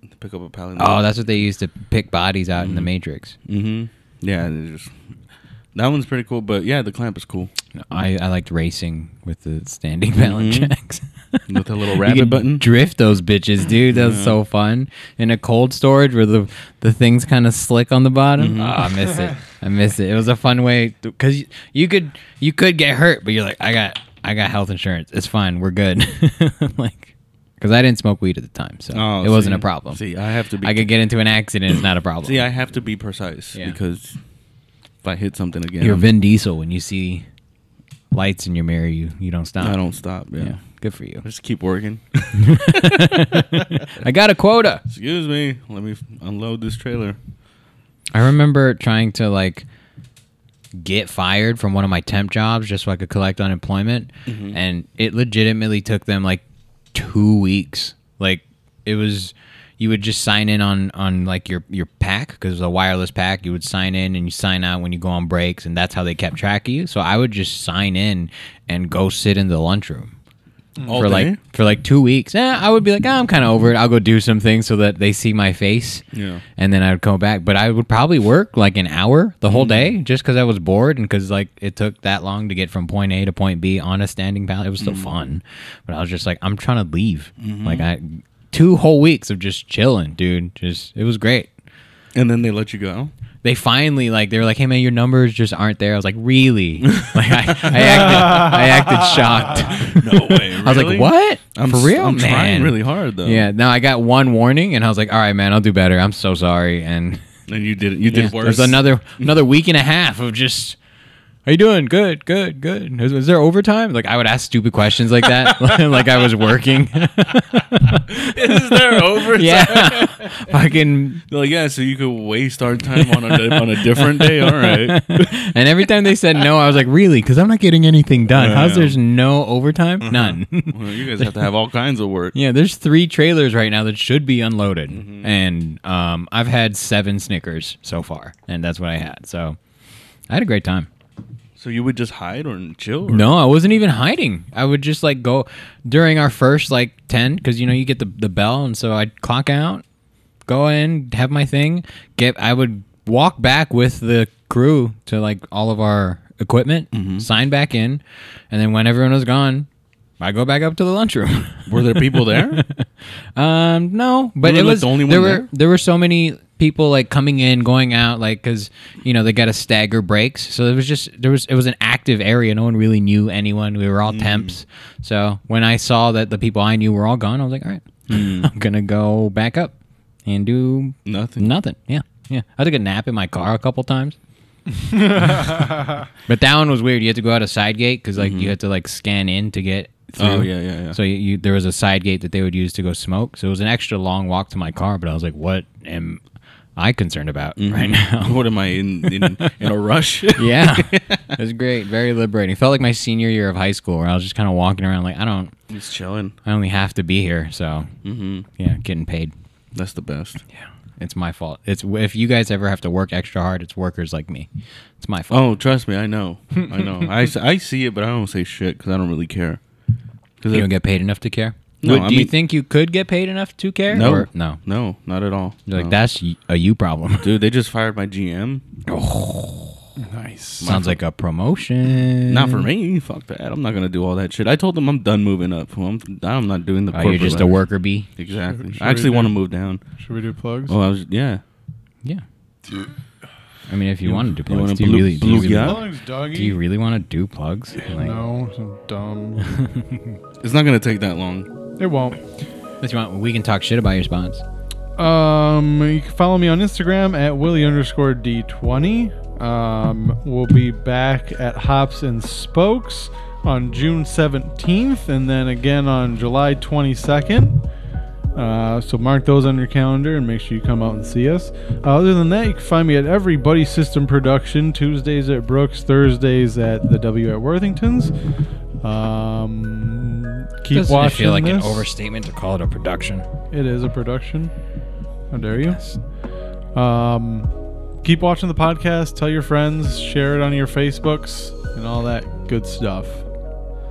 S1: to pick up a pallet.
S5: Oh, that's what they used to pick bodies out in the Matrix.
S1: hmm Yeah, they just that one's pretty cool. But yeah, the clamp is cool
S5: No, I, I liked racing with the standing pallet
S1: Mhm.
S5: jacks.
S1: with the little
S5: You
S1: rabbit
S5: could
S1: button.
S5: Drift those bitches, dude. That was so fun. In a cold storage where the the thing's kind of slick on the bottom. Oh, I miss it. I miss it. It was a fun way because you, you could you could get hurt, but you're like, I got I got health insurance. It's fine. We're good. like, because I didn't smoke weed at the time, so
S1: Oh,
S5: it wasn't
S1: see.
S5: a problem.
S1: See, I have to be.
S5: I could get into an accident. It's not a problem.
S1: see, I have to be precise
S5: Yeah.
S1: because if I hit something again,
S5: you're
S1: I'm-
S5: Vin Diesel when you see lights in your mirror. You you don't stop.
S1: I don't stop. Yeah.
S5: Yeah, good for you.
S1: I just keep working.
S5: I got a quota.
S1: Excuse me. Let me f- unload this trailer.
S5: I remember trying to like get fired from one of my temp jobs just so I could collect unemployment, and it legitimately took them like two weeks. Like it was, you would just sign in on on like your your pack because it was a wireless pack. You would sign in and you sign out when you go on breaks, and that's how they kept track of you. So I would just sign in and go sit in the lunchroom
S1: All
S5: Mm. for
S1: day?
S5: like for like two weeks. Eh, I would be like, "Ah, I'm kind of over it. I'll go do some things so that they see my face.
S1: Yeah.
S5: And then I would come back, but I would probably work like an hour the
S1: Mm.
S5: whole day just because I was bored and because like it took that long to get from point A to point B on a standing pallet. It was still
S1: Mm.
S5: fun, but I was just like, I'm trying to leave.
S1: Mm-hmm.
S5: Like I, two whole weeks of just chilling, dude. Just it was great.
S1: and then they let you go.
S5: they finally like they were like, "Hey man, your numbers just aren't there." I was like, "Really?" Like I, I, acted, I acted shocked.
S1: No way,
S5: I was
S1: really?
S5: like, "What?
S1: I'm
S5: For
S1: s-
S5: real,
S1: I'm
S5: man?"
S1: trying really hard though.
S5: Yeah. No, I got one warning, and I was like, "All right, man, I'll do better. I'm so sorry." And
S1: and you did you
S5: yeah,
S1: did worse.
S5: there's another another week and a half of just. How you doing? Good, good, good. Is, is there overtime? Like I would ask stupid questions like that, like I was working.
S1: Is there over?
S5: yeah, fucking
S1: Like yeah, so you could waste our time on a on a different day. All right.
S5: And every time they said no, I was like, really? Because I'm not getting anything done. How's
S1: yeah.
S5: there's no overtime? None.
S1: Well, you guys have to have all kinds of work.
S5: yeah, there's three trailers right now that should be unloaded, and um, I've had seven Snickers so far, and that's what I had. So I had a great time.
S1: So you would just hide or chill? Or?
S5: No, I wasn't even hiding. I would just like go during our first like 10 cuz you know you get the the bell and so I'd clock out, go in, have my thing, get I would walk back with the crew to like all of our equipment, sign back in, and then when everyone was gone, I go back up to the lunchroom.
S1: Were there people there?
S5: Um, no, but
S1: were,
S5: it
S1: like,
S5: was
S1: the only one
S5: there
S1: there?
S5: were there were so many people like coming in, going out, like because you know they got to stagger breaks. So it was just there was it was an active area. No one really knew anyone. We were
S1: Mm.
S5: all temps. So when I saw that the people I knew were all gone, I was like, all right,
S1: Mm.
S5: I'm gonna go back up and do
S1: Nothing.
S5: nothing. Yeah, yeah. I took a nap in my car a couple times. but that one was weird. You had to go out a side gate because like you had to like scan in to get. Through.
S1: Mm-hmm. Oh yeah, yeah, yeah.
S5: So you, you, there was a side gate that they would use to go smoke. So it was an extra long walk to my car, but I was like, what am I concerned about
S1: Mm-hmm.
S5: right now?
S1: what am I in in, in a rush?
S5: yeah. It was great. Very liberating. Felt like my senior year of high school where I was just kind of walking around like, I don't,
S1: Just chilling.
S5: I only have to be here. So
S1: Mm-hmm.
S5: yeah, getting paid.
S1: That's the best.
S5: Yeah. It's my fault. It's if you guys ever have to work extra hard, it's workers like me. It's my fault.
S1: Oh, trust me, I know. I know. I, s- I see it, but I don't say shit because I don't really care. Cause
S5: you
S1: it-
S5: don't get paid enough to care.
S1: No,
S5: Would- do
S1: I
S5: you
S1: mean-
S5: think you could get paid enough to care?
S1: no,
S5: Or- no.
S1: no, not at all.
S5: You're like
S1: No.
S5: that's y- a you problem.
S1: Dude, they just fired my GM.
S2: Nice.
S5: Sounds like a promotion.
S1: Not for me. Fuck that. I'm not gonna do all that shit. I told them I'm done moving up. I'm, I'm not doing the.
S5: Oh, you're
S1: corporate
S5: just a
S1: ladder.
S5: worker bee.
S1: Exactly.
S2: Sure
S1: I actually
S2: you
S1: want to
S2: do.
S1: move down.
S2: Should we do plugs?
S1: Oh, I was yeah.
S5: Yeah. I mean, if you, want to do
S1: you
S5: plugs,
S1: wanna
S5: do you
S1: blue-
S5: really? Do
S1: blue
S5: you really,
S1: guy?
S2: Plugs, doggy.
S5: do you really want to do plugs? Like,
S2: no, so dumb.
S1: It's not gonna take that long.
S2: it won't.
S5: unless you want, we can talk shit about your sponsors.
S2: Um, you can follow me on Instagram at Willie underscore D20. Um, we'll be back at Hops and Spokes on June 17th and then again on July 22nd. Uh, so mark those on your calendar and make sure you come out and see us. Uh, other than that, you can find me at Everybody System Production Tuesdays at Brooks, Thursdays at the W at Worthington's. Um, keep
S5: Doesn't it
S2: watching.
S5: feel like an
S2: this.
S5: overstatement to call it a production?
S2: It is a production. How dare you? Um, keep watching the podcast. Tell your friends. Share it on your Facebooks and all that good stuff.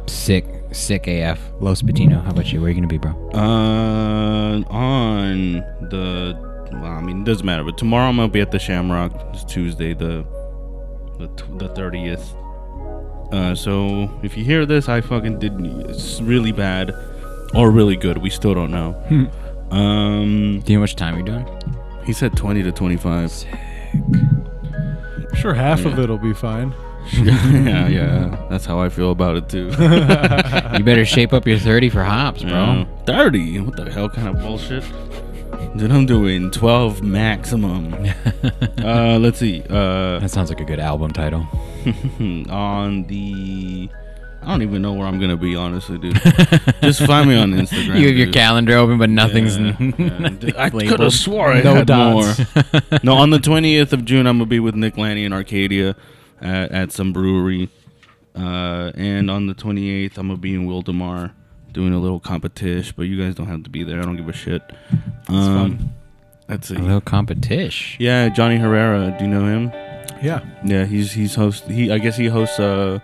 S5: Sick, sick AF. Los Patino. How about you? Where you gonna be, bro?
S1: Uh, on the. Well, I mean, it doesn't matter. But tomorrow I'm gonna be at the Shamrock. It's Tuesday, the the tw- the thirtieth. Uh, so if you hear this, I fucking did. It's really bad, or really good. We still don't know.
S5: Hmm.
S1: Um,
S5: Do you know how much time you're doing?
S1: he said twenty to twenty-five.
S2: I'm sure half of it'll be fine.
S1: yeah, yeah. That's how I feel about it too.
S5: You better shape up your thirty for hops, bro.
S1: Yeah. 30? What the hell kind of bullshit? Dude, I'm doing 12 maximum. uh, let's see. Uh,
S5: That sounds like a good album title.
S1: on the. I don't even know where I'm going to be, honestly, dude. Just find me on Instagram.
S5: you have your
S1: dude.
S5: calendar open, but nothing's.
S1: Yeah, yeah.
S5: nothing's
S1: I could
S5: labeled.
S1: have swore I
S2: No
S1: had
S2: dots.
S1: more. no, on the 20th of June, I'm gonna be with Nick Lanny in Arcadia at, at some brewery, uh, and on the 28th, I'm gonna be in Wildemar doing a little competition. But you guys don't have to be there. I don't give a shit. Um, Let's
S5: A
S1: see.
S5: little competition.
S1: Yeah, Johnny Herrera. Do you know him?
S2: Yeah.
S1: Yeah, he's he's host. He I guess he hosts a,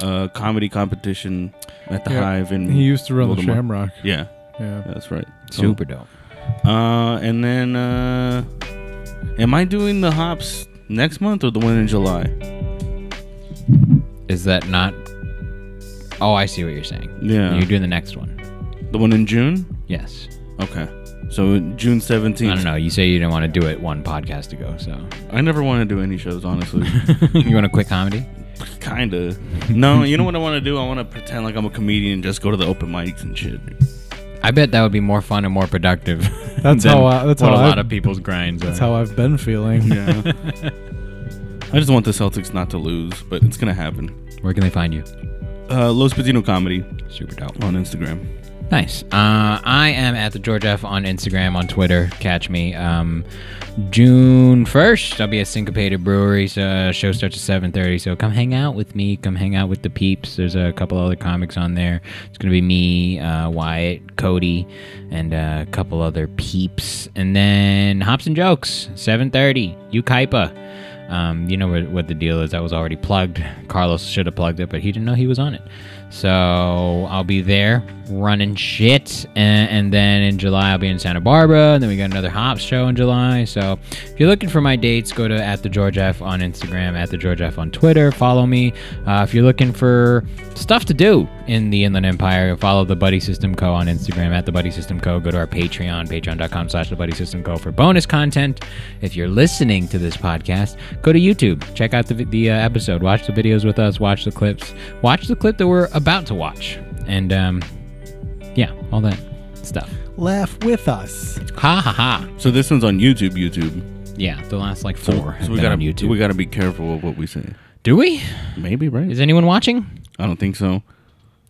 S1: a comedy competition at the
S2: Yeah.
S1: Hive in.
S2: He used to run the
S1: Wildemar.
S2: Shamrock.
S1: Yeah,
S2: Yeah.
S1: that's right. So-
S5: Super dope.
S1: uh, and then, uh, am I doing the hops next month or the one in July?
S5: Is that not? Oh, I see what you're saying.
S1: Yeah.
S5: You're doing the next one.
S1: The one in June?
S5: Yes.
S1: Okay. So June
S5: I
S1: seventeenth.
S5: don't know. You say you didn't want to do it one podcast ago, so
S1: I never want to do any shows, honestly.
S5: you want to quit comedy?
S1: Kinda. No, you know what I want to do? I want to pretend like I'm a comedian and just go to the open mics and shit.
S5: I bet that would be more fun and more productive.
S2: That's
S5: than
S2: how I- that's
S5: what
S2: how
S5: a
S2: I-
S5: lot of people's grinds.
S2: That's
S5: are.
S2: how I've been feeling.
S1: Yeah. I just want the Celtics not to lose, but it's gonna happen.
S5: Where can they find you?
S1: Uh, Los Pitino comedy
S5: Super dope.
S1: on Instagram.
S5: Nice. Uh, I am at the George F on Instagram, on Twitter. Catch me. Um, June first, I'll be at Syncopated Brewery. So uh, show starts at seven thirty. So come hang out with me. Come hang out with the peeps. There's a couple other comics on there. It's gonna be me, uh, Wyatt, Cody, and uh, a couple other peeps. And then Hops and Jokes, seven thirty. Ukaipa. Um, you know what, what the deal is. That was already plugged. Carlos should have plugged it, but he didn't know he was on it. So I'll be there running shit. And, and then in July, I'll be in Santa Barbara. And then we got another Hops show in July. So if you're looking for my dates, go to at the George F on Instagram, at the George F on Twitter. Follow me. Uh, if you're looking for stuff to do in the Inland Empire, follow the Buddy System Co. on Instagram, at the Buddy System Co. Go to our Patreon, patreon.com slash the Buddy System Co. for bonus content. If you're listening to this podcast, go to YouTube. Check out the, vi- the uh, episode. Watch the videos with us. Watch the clips. Watch the clip that we're about to watch. And um, yeah, all that stuff.
S3: Laugh with us.
S5: Ha ha ha.
S1: So this one's on YouTube. YouTube.
S5: Yeah, the last like
S1: So,
S5: four have
S1: so we
S5: been
S1: gotta
S5: on YouTube.
S1: we gotta be careful of what we say.
S5: Do we?
S1: Maybe right?
S5: Is anyone watching?
S1: I don't think so.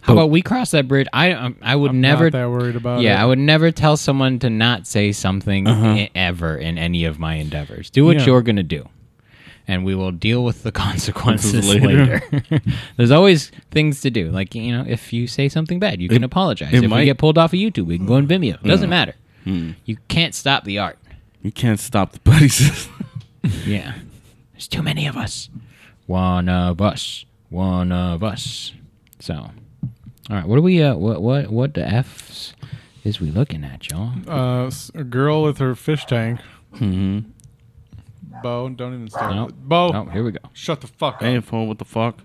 S5: How
S1: Oh.
S5: about we cross that bridge? I um, I would
S2: I'm
S5: never
S2: not that worried about
S5: yeah, I
S2: it. Uh-huh.
S5: would never tell someone to not say something e- ever in any of my endeavors. Do what
S2: Yeah.
S5: you're going to do, and we will deal with the consequences
S1: Later.
S5: later. There's always things to do. Like, you know, if you say something bad, you can apologize.
S1: it
S5: If
S1: might-
S5: we get pulled off of YouTube, we can go on Vimeo.
S2: Mm.
S5: doesn't matter. You can't stop the art.
S1: You can't stop the buddy system.
S5: Yeah. There's too many of us. One of us. One of us. So, all right. What are we? Uh, what what what the f's is we looking at, y'all?
S2: Uh, s- a girl with her fish tank. Mm-hmm. Bo, don't even start.
S5: Nope.
S2: Bo,
S5: Oh, here we go.
S2: shut the fuck up.
S1: hey, phone, what the fuck?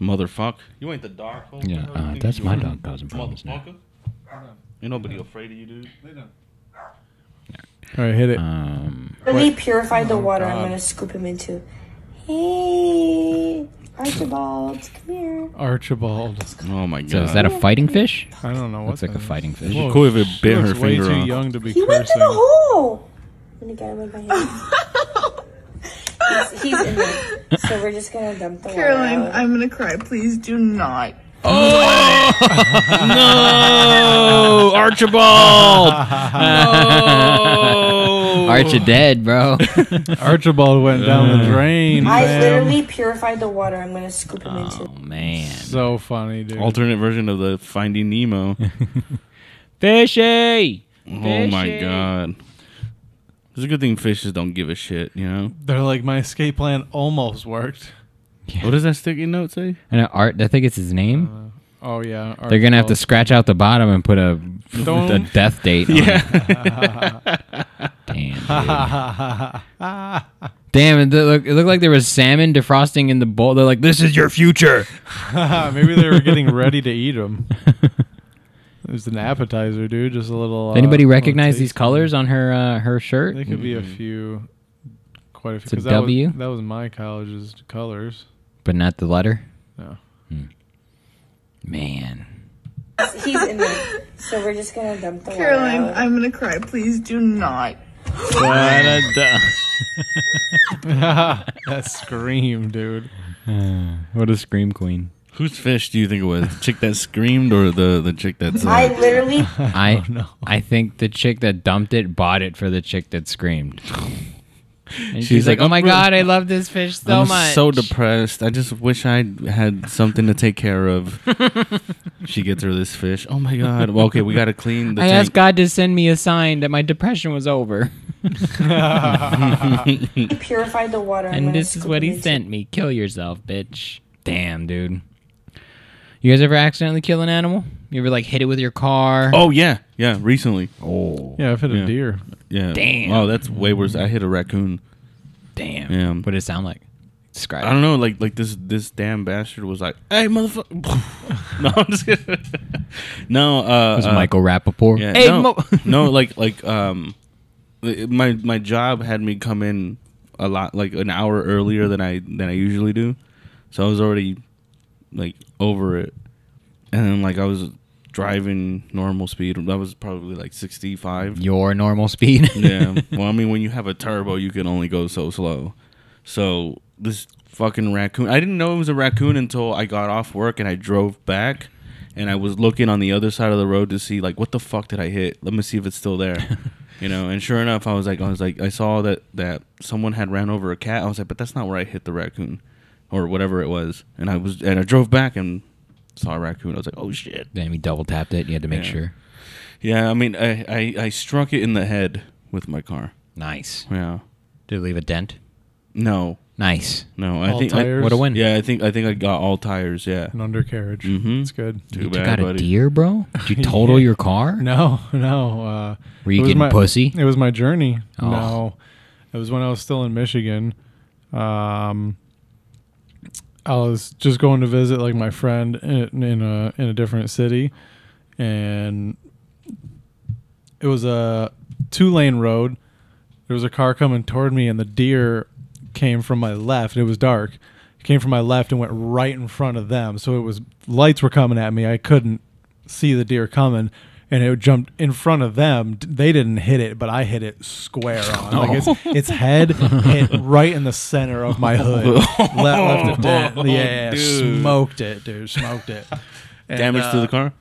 S1: Motherfuck. You ain't the dog. fool. You
S5: Yeah, uh,
S1: think
S5: that's
S1: you
S5: my
S1: are?
S5: dog causing problems now.
S1: Motherfucker. Ain't nobody afraid of you, dude.
S2: All right, hit it.
S5: Um,
S8: Really purified the water.
S2: God.
S8: I'm gonna scoop him into. Hey, Archibald, come here.
S2: Archibald.
S1: Oh my god.
S5: so is that a fighting fish?
S2: I don't know what.
S5: Looks like
S2: that
S5: a
S2: is.
S5: fighting fish.
S2: Whoa,
S1: Cool if it
S2: she
S1: bit
S2: looks
S1: her
S2: way
S1: finger
S2: too
S1: off.
S2: young to be
S8: He went to
S2: cursing.
S8: the hole. I'm gonna get him with my hand. he's, he's in there, so we're just gonna dump the
S9: Caroline,
S8: water. out.
S9: I'm gonna cry. Please do not.
S5: Oh, Archibald! Oh. no! Archie dead, bro.
S2: Archibald went down the drain.
S8: I
S2: man.
S8: literally purified the water. I'm gonna scoop him into.
S5: oh man,
S2: So funny, dude.
S1: alternate version of the Finding Nemo?
S5: fishy!
S1: oh my
S5: Fishy.
S1: god. It's a good thing fishes don't give a shit, you know?
S2: They're like, my escape plan almost worked.
S1: What does that sticky note say?
S5: And uh, Art, I think it's his name.
S2: Oh yeah. Archibald.
S5: They're gonna have to scratch out the bottom and put a,
S2: Don't-
S5: a death date. On yeah. Damn. Dude. Damn. It looked, it looked like there was salmon defrosting in the bowl. They're like, "This is your future."
S2: Maybe they were getting ready to eat them. It was an appetizer, dude. Just a little. Uh,
S5: Does anybody
S2: little
S5: recognize
S2: taste.
S5: these colors on her uh, her shirt?
S2: There could be a few, quite a few.
S5: a
S2: 'cause that was-
S5: W?
S2: that was my college's colors.
S5: but not the letter.
S2: No.
S5: Hmm. Man. Oh.
S8: He's in there, so we're just gonna dump the
S9: Caroline,
S8: water. out.
S9: I'm gonna cry. Please do not.
S2: That scream, dude.
S5: What a scream queen.
S1: Whose fish do you think it was? The chick that screamed or the, the chick that's.
S8: I
S1: Uh,
S8: literally
S5: I I think the chick that dumped it bought it for the chick that screamed. And she's,
S1: She's
S5: like,
S1: like,
S5: "Oh my
S1: "I'm
S5: god, I love this fish so
S1: I'm
S5: much."
S1: so depressed. I just wish I had something to take care of. she gets her this fish. Oh my god. Well, okay, we gotta clean the
S5: I
S1: tank.
S5: asked God to send me a sign that my depression was over,
S8: purified the water. I'm
S5: and
S8: gonna
S5: this is
S8: scoop
S5: what
S8: him
S5: he
S8: into.
S5: sent me. Kill yourself, bitch. Damn, dude. You guys ever accidentally kill an animal? You ever like hit it with your car?
S1: Oh yeah, yeah. Recently,
S5: Oh,
S2: Yeah, I've hit
S1: Yeah.
S2: a deer.
S1: yeah.
S5: Damn.
S1: Oh, that's way worse. I hit a raccoon.
S5: damn.
S1: Yeah.
S5: What did it sound like? describe
S1: I
S5: it.
S1: don't know, like like this this damn bastard was like, "Hey, motherfucker!" no, I'm just kidding. no, uh,
S5: It was
S1: uh,
S5: Michael Rappaport.
S1: Yeah,
S5: Hey,
S1: no,
S5: Mo-
S1: no, like like um, li- my my job had me come in a lot, like an hour earlier than I than I usually do, so I was already like over it, and then like I was driving normal speed. That was probably like sixty five.
S5: your normal speed.
S1: yeah. Well, I mean, when you have a turbo, you can only go so slow. So this fucking raccoon. I didn't know it was a raccoon until I got off work and I drove back, and I was looking on the other side of the road to see like what the fuck did I hit? Let me see if it's still there. You know, and sure enough, I was like, I was like, I saw that that someone had ran over a cat. I was like, but that's not where I hit the raccoon, or whatever it was. And I was, and I drove back and saw a raccoon. I was like, oh shit.
S5: then we double tapped it. You had to make
S1: Yeah.
S5: sure.
S1: Yeah, I mean, I, I I struck it in the head with my car.
S5: Nice.
S1: Yeah.
S5: Did it leave a dent?
S1: No,
S5: Nice.
S1: No, I
S2: All
S1: think I-
S2: tires?
S5: What a win.
S1: yeah, I think I think I got all tires. Yeah,
S2: An undercarriage.
S5: Mm-hmm.
S1: Mhm.
S2: It's good.
S1: too
S5: You
S1: bad,
S5: got a
S1: buddy.
S5: deer, bro? Did you total your car?
S2: No, no. Uh,
S5: Were you
S2: it was
S5: getting
S2: my-
S5: pussy?
S2: It was my journey.
S5: Oh.
S2: No, it was when I was still in Michigan. Um, I was just going to visit like my friend in, in a in a different city, and it was a two lane road. There was a car coming toward me, and the deer came from my left. It was dark. It came from my left and went right in front of them. So it was lights were coming at me. I couldn't see the deer coming, and it jumped in front of them. D- They didn't hit it, but I hit it square on. Like its, its head hit right in the center of my hood. left, left it dead. Yeah, yeah,
S1: Oh, Dude.
S2: smoked it, dude. Smoked it. And,
S1: Damage to
S2: uh,
S1: the car?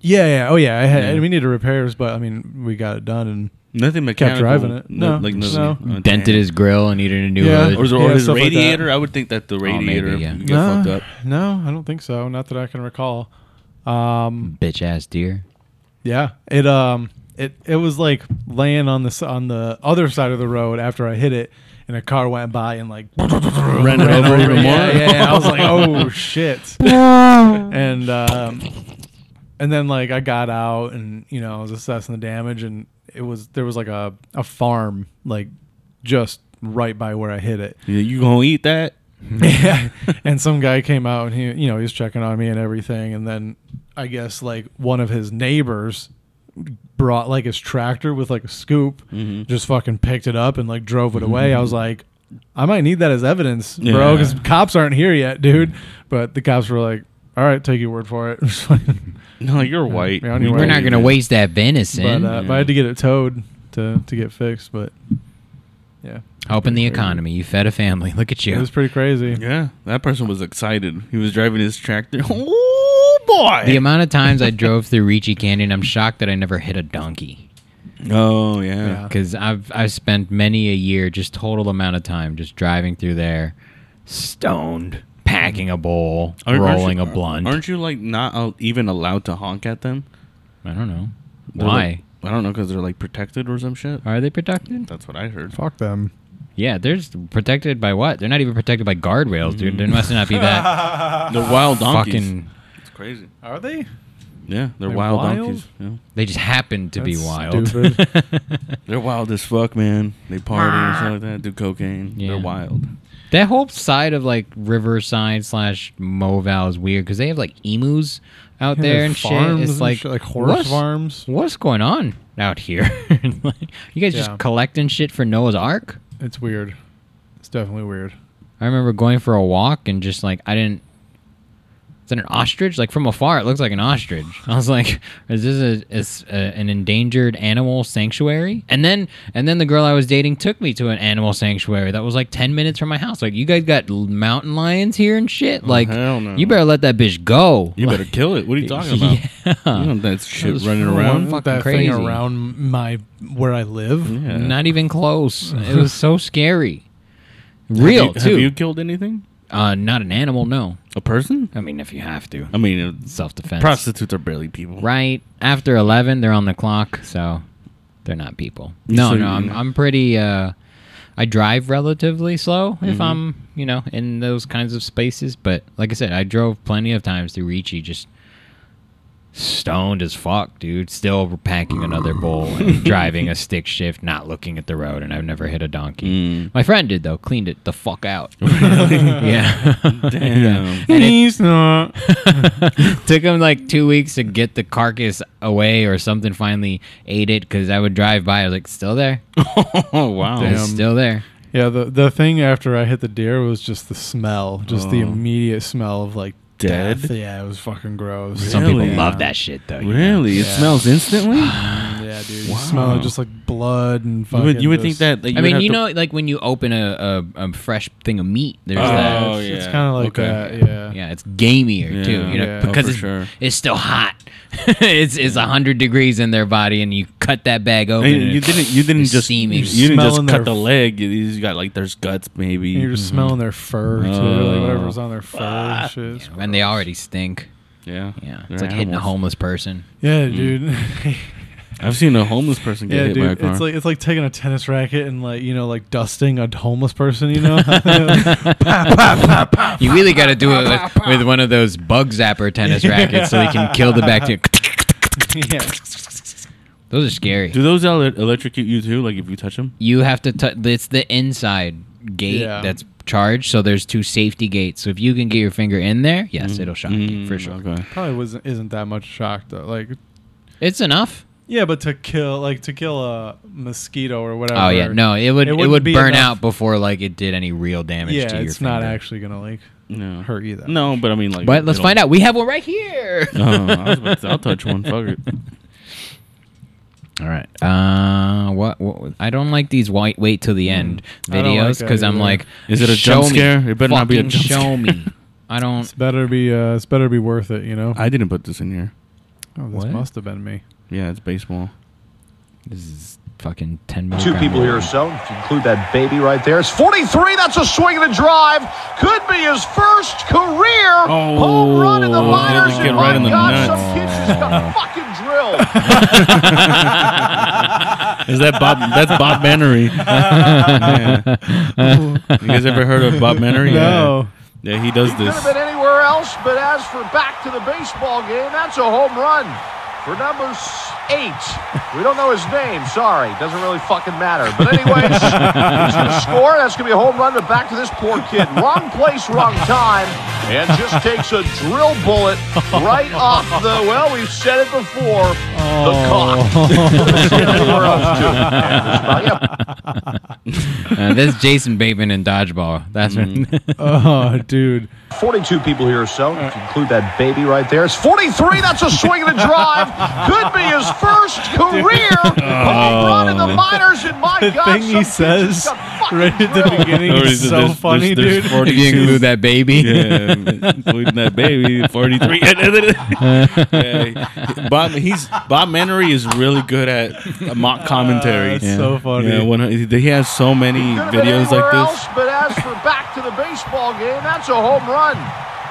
S2: Yeah, yeah. Oh, yeah. I had. We needed repairs, but I mean, we got it done and.
S1: Nothing
S2: kept
S1: mechanical.
S2: driving it. No, no.
S1: oh,
S5: Dented
S1: damn.
S5: his grill and needed a new
S2: Yeah.
S5: hood.
S1: or, is it-
S2: Yeah,
S1: or his
S2: stuff like that.
S1: radiator. I would think that the radiator
S5: Oh, yeah.
S1: would get
S2: No,
S1: fucked up.
S2: No, I don't think so. Not that I can recall. Um,
S5: Bitch ass deer.
S1: Hmm.
S2: yeah, it um, it it was like laying on the s- on the other side of the road after I hit it, and a car went by and like
S1: Ran it over even more.
S2: Yeah, yeah, yeah. I was like, oh shit, and um, and then like I got out and you know I was assessing the damage and it was there was like a a farm like just right by where I hit it,
S1: Yeah, you gonna eat that?
S2: Yeah. and some guy came out and he, you know, he was checking on me and everything. And then I guess like one of his neighbors brought like his tractor with like a scoop,
S5: Mm-hmm.
S2: just fucking picked it up and like drove it away. I was like, I might need that as evidence, bro,
S1: Yeah.
S2: because cops aren't here yet, dude.
S5: Mm-hmm.
S2: But the cops were like, all right, take your word for it. uh,
S1: No, you're white.
S2: Yeah, anyway.
S5: We're not gonna waste that venison.
S2: but, uh, but I had to get it towed to, to get fixed. But yeah,
S5: Helping the economy. You fed a family. Look at
S2: it
S5: you.
S2: was pretty crazy.
S1: Yeah, that person was excited. He was driving his tractor. Oh boy!
S5: The amount of times I drove through Ricci Canyon, I'm shocked that I never hit a donkey.
S1: oh yeah.
S2: Yeah.
S5: Because I've I've spent many a year, just total amount of time, just driving through there, stoned, packing a bowl,
S1: Aren't- aren't
S5: rolling
S1: you-
S5: a blunt.
S1: Aren't you like not al- even allowed to honk at them?
S5: I don't know
S1: They're,
S5: why.
S1: like- I don't know because they're like protected or some shit.
S5: Are they protected?
S1: That's what I heard.
S2: Fuck them.
S5: Yeah, they're s- protected by what? They're not even protected by guardrails, dude. There must not be that
S1: They're wild donkeys.
S5: fucking.
S1: It's crazy.
S2: Are they?
S1: Yeah, they're
S2: They're
S1: wild,
S2: wild?
S1: donkeys. Yeah.
S5: They just happen to be
S2: That's
S5: wild.
S2: stupid.
S1: They're wild as fuck, man. They party and stuff like that. Do cocaine.
S5: Yeah.
S1: They're wild.
S5: That whole side of like Riverside slash Moval is weird because they have like emus out
S2: Yeah,
S5: there and
S2: farms
S5: shit.
S2: and
S5: It's like
S2: shit, like horse
S5: what's-
S2: farms.
S5: What's going on out here? Like, you guys
S2: Yeah.
S5: just collecting shit for Noah's Ark?
S2: It's weird. It's definitely weird.
S5: I remember going for a walk and just like I didn't. Is that an ostrich? Like from afar, it looks like an ostrich. I was like, "Is this a, is a an endangered animal sanctuary?" And then and then the girl I was dating took me to an animal sanctuary that was like ten minutes from my house. Like, you guys got l- mountain lions here and shit. Like,
S1: Oh, hell no.
S5: you better let that bitch go.
S1: You
S5: Like,
S1: better kill it. What are you talking about? You
S5: Yeah.
S1: know that shit
S5: was
S1: running
S5: full
S1: around.
S5: on- fucking
S2: that
S5: crazy.
S2: thing around my where I live.
S1: Yeah.
S5: Not even close. it was so scary.
S1: Have you-
S5: Real
S1: have
S5: too.
S1: you killed anything?
S5: uh, not an animal. No.
S1: A person?
S5: I mean, if you have to,
S1: I mean, uh,
S5: self defense.
S1: prostitutes are barely people.
S5: right after 11 they're on the clock so they're not people no
S1: So
S5: no
S1: you-
S5: I'm, I'm pretty uh i drive relatively slow
S1: Mm-hmm.
S5: if i'm you know in those kinds of spaces but like i said i drove plenty of times through ricci just stoned as fuck, dude. Still packing another bowl and driving a stick shift, not looking at the road, and I've never hit a
S1: Mm.
S5: donkey. My friend did though, cleaned it the fuck out. yeah.
S1: Damn.
S5: And it
S2: He's not.
S5: took him like two weeks to get the carcass away or something. Finally ate it because I would drive by. I was like, still there,
S1: oh wow.
S5: it's
S2: Damn.
S5: still there.
S2: Yeah, the the thing after I hit the deer was just the smell, just the immediate smell of like
S1: Oh. Dead?
S2: death. Yeah, it was fucking gross.
S5: Some people
S1: Really?
S5: love that shit though. you know?
S1: Really? It
S2: Yeah.
S1: smells instantly.
S2: Yeah, dude, you
S1: Wow.
S2: smell it just like blood and
S1: You
S2: fucking.
S1: would, you would think
S2: just-
S1: that. that
S5: I
S1: would
S5: mean,
S1: have
S5: you
S1: to-
S5: know, like when you open a, a, a fresh thing of meat, there's that.
S1: Oh,
S2: it's, it's
S1: yeah.
S2: kind of like
S1: Okay.
S2: that. Yeah.
S5: Yeah, it's gamier too.
S1: Yeah.
S5: You know,
S2: Yeah.
S5: because
S1: Oh, for
S5: it's,
S1: sure.
S5: it's still hot. it's it's hundred degrees in their body, and you cut that bag open.
S1: And
S5: and
S1: you
S5: it's
S1: didn't. You didn't just.
S5: steaming.
S1: You didn't
S2: Smelling
S1: just
S2: their-
S1: cut the leg. You just got like there's guts maybe.
S2: And you're just smelling their fur too, like whatever
S1: Oh.
S2: was on their fur and shit. It's
S5: and they already stink.
S1: yeah.
S5: Yeah,
S1: They're
S5: it's like hitting a
S1: animals.
S5: homeless person.
S2: Yeah, dude.
S1: Mm. I've seen a homeless person get
S2: yeah,
S1: hit by a
S2: dude.
S1: car.
S2: It's like it's like taking a tennis racket and like you know like dusting a homeless person. You know, Pa, pa, pa, pa.
S5: You really got to do it with, with one of those bug zapper tennis rackets so you can kill the bacteria.
S2: yeah.
S5: Those are scary.
S1: Do those ele- electrocute you too? Like if you touch them?
S5: You have to touch. It's the inside gate
S2: Yeah.
S5: that's charged. So there's two safety gates. So if you can get your finger in there, yes,
S2: Mm-hmm.
S5: it'll shock you for sure.
S1: Mm, Okay.
S2: Probably wasn't isn't that much shock though. Like
S5: It's enough.
S2: yeah, but to kill like to kill a mosquito or whatever.
S5: Oh yeah, no, it would
S2: It
S5: it,
S2: wouldn't
S5: would
S2: be
S5: burn
S2: enough.
S5: out before like it did any real damage
S2: Yeah,
S5: to your
S2: it's not
S5: finger.
S2: actually gonna like
S1: No.
S2: hurt either.
S1: No, but I mean like.
S5: But let's find out. We have one right here.
S1: Oh, I'll touch one. Fuck it.
S5: All right. Uh, what, what? I don't like these white wait till the end
S2: Hmm. I don't like
S5: videos
S2: that
S5: because I'm
S2: either.
S5: like,
S1: Is it a
S5: show
S1: jump
S5: me.
S1: scare? It better not be a
S5: Fucking
S1: jump
S5: Show
S1: scare.
S5: me. I don't.
S2: It's better be uh, it's better be worth it. You know.
S1: I didn't put this in here.
S2: oh, this
S5: What?
S2: must have been me.
S1: Yeah, it's baseball.
S5: This is fucking ten minutes.
S10: Two people here or so. If you include that baby right there, it's 43. That's a swing and a drive. Could be his first career home run in the
S1: Oh, he
S10: minors.
S1: didn't get
S10: and
S1: right
S10: my
S1: in the
S10: God,
S1: nuts.
S10: some kid's just got fucking drilled.
S1: Is that Bob? that's Bob Mannery. You guys ever heard of Bob Mannery?
S2: No.
S1: Yeah, yeah he does
S10: Could
S1: this.
S10: have been anywhere else, but as for back to the baseball game, that's a home run for number s- eight. We don't know his name. Sorry, doesn't really fucking matter. But anyways, he's gonna score. That's gonna be a home run to back to this poor kid. Wrong place, wrong time, and just takes a drill bullet right off the. Well, we've said it before. The
S1: Oh.
S10: cock. It's everywhere else too. And just about- yeah,
S5: Uh, this is Jason Bateman in dodgeball. That's
S1: Mm-hmm.
S5: right.
S2: Oh, dude.
S10: 42 people here or so. If you include that baby right there, it's 43. That's a swing and a drive. Could be his first career home run in the minors. And my
S2: Oh. The
S10: God,
S2: thing
S10: some
S2: he
S10: kid's
S2: says
S10: got fucking
S2: right at the
S10: drilled.
S2: beginning
S1: Or
S2: is
S1: it-
S2: so
S1: there's-
S2: funny,
S1: there's- there's
S2: dude.
S5: if you
S1: 42.
S5: include that baby,
S1: Yeah, including that baby, forty-three. yeah. Bob, he's Bob Mannery is really good at mock commentary.
S2: That's so funny.
S1: Yeah, when, he has so many
S10: Could have been
S1: videos
S10: anywhere
S1: like this.
S10: Else, but as for back to the baseball game, that's a home run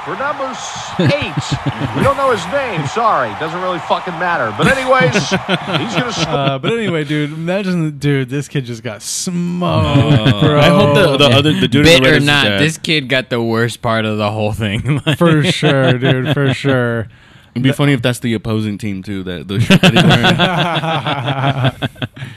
S10: for number s- eight. we don't know his name. Sorry, doesn't really fucking matter. But anyways, he's gonna score.
S2: Uh, but anyway, dude, imagine, dude, this kid just got smoked, bro.
S1: I hope the, the other the dude in the red
S5: bit or
S1: is his
S5: not,
S1: dad.
S5: this kid got the worst part of the whole thing. Like-
S2: for sure, dude, for sure.
S1: It'd be funny if that's the opposing team too. That the shirt that he's wearing.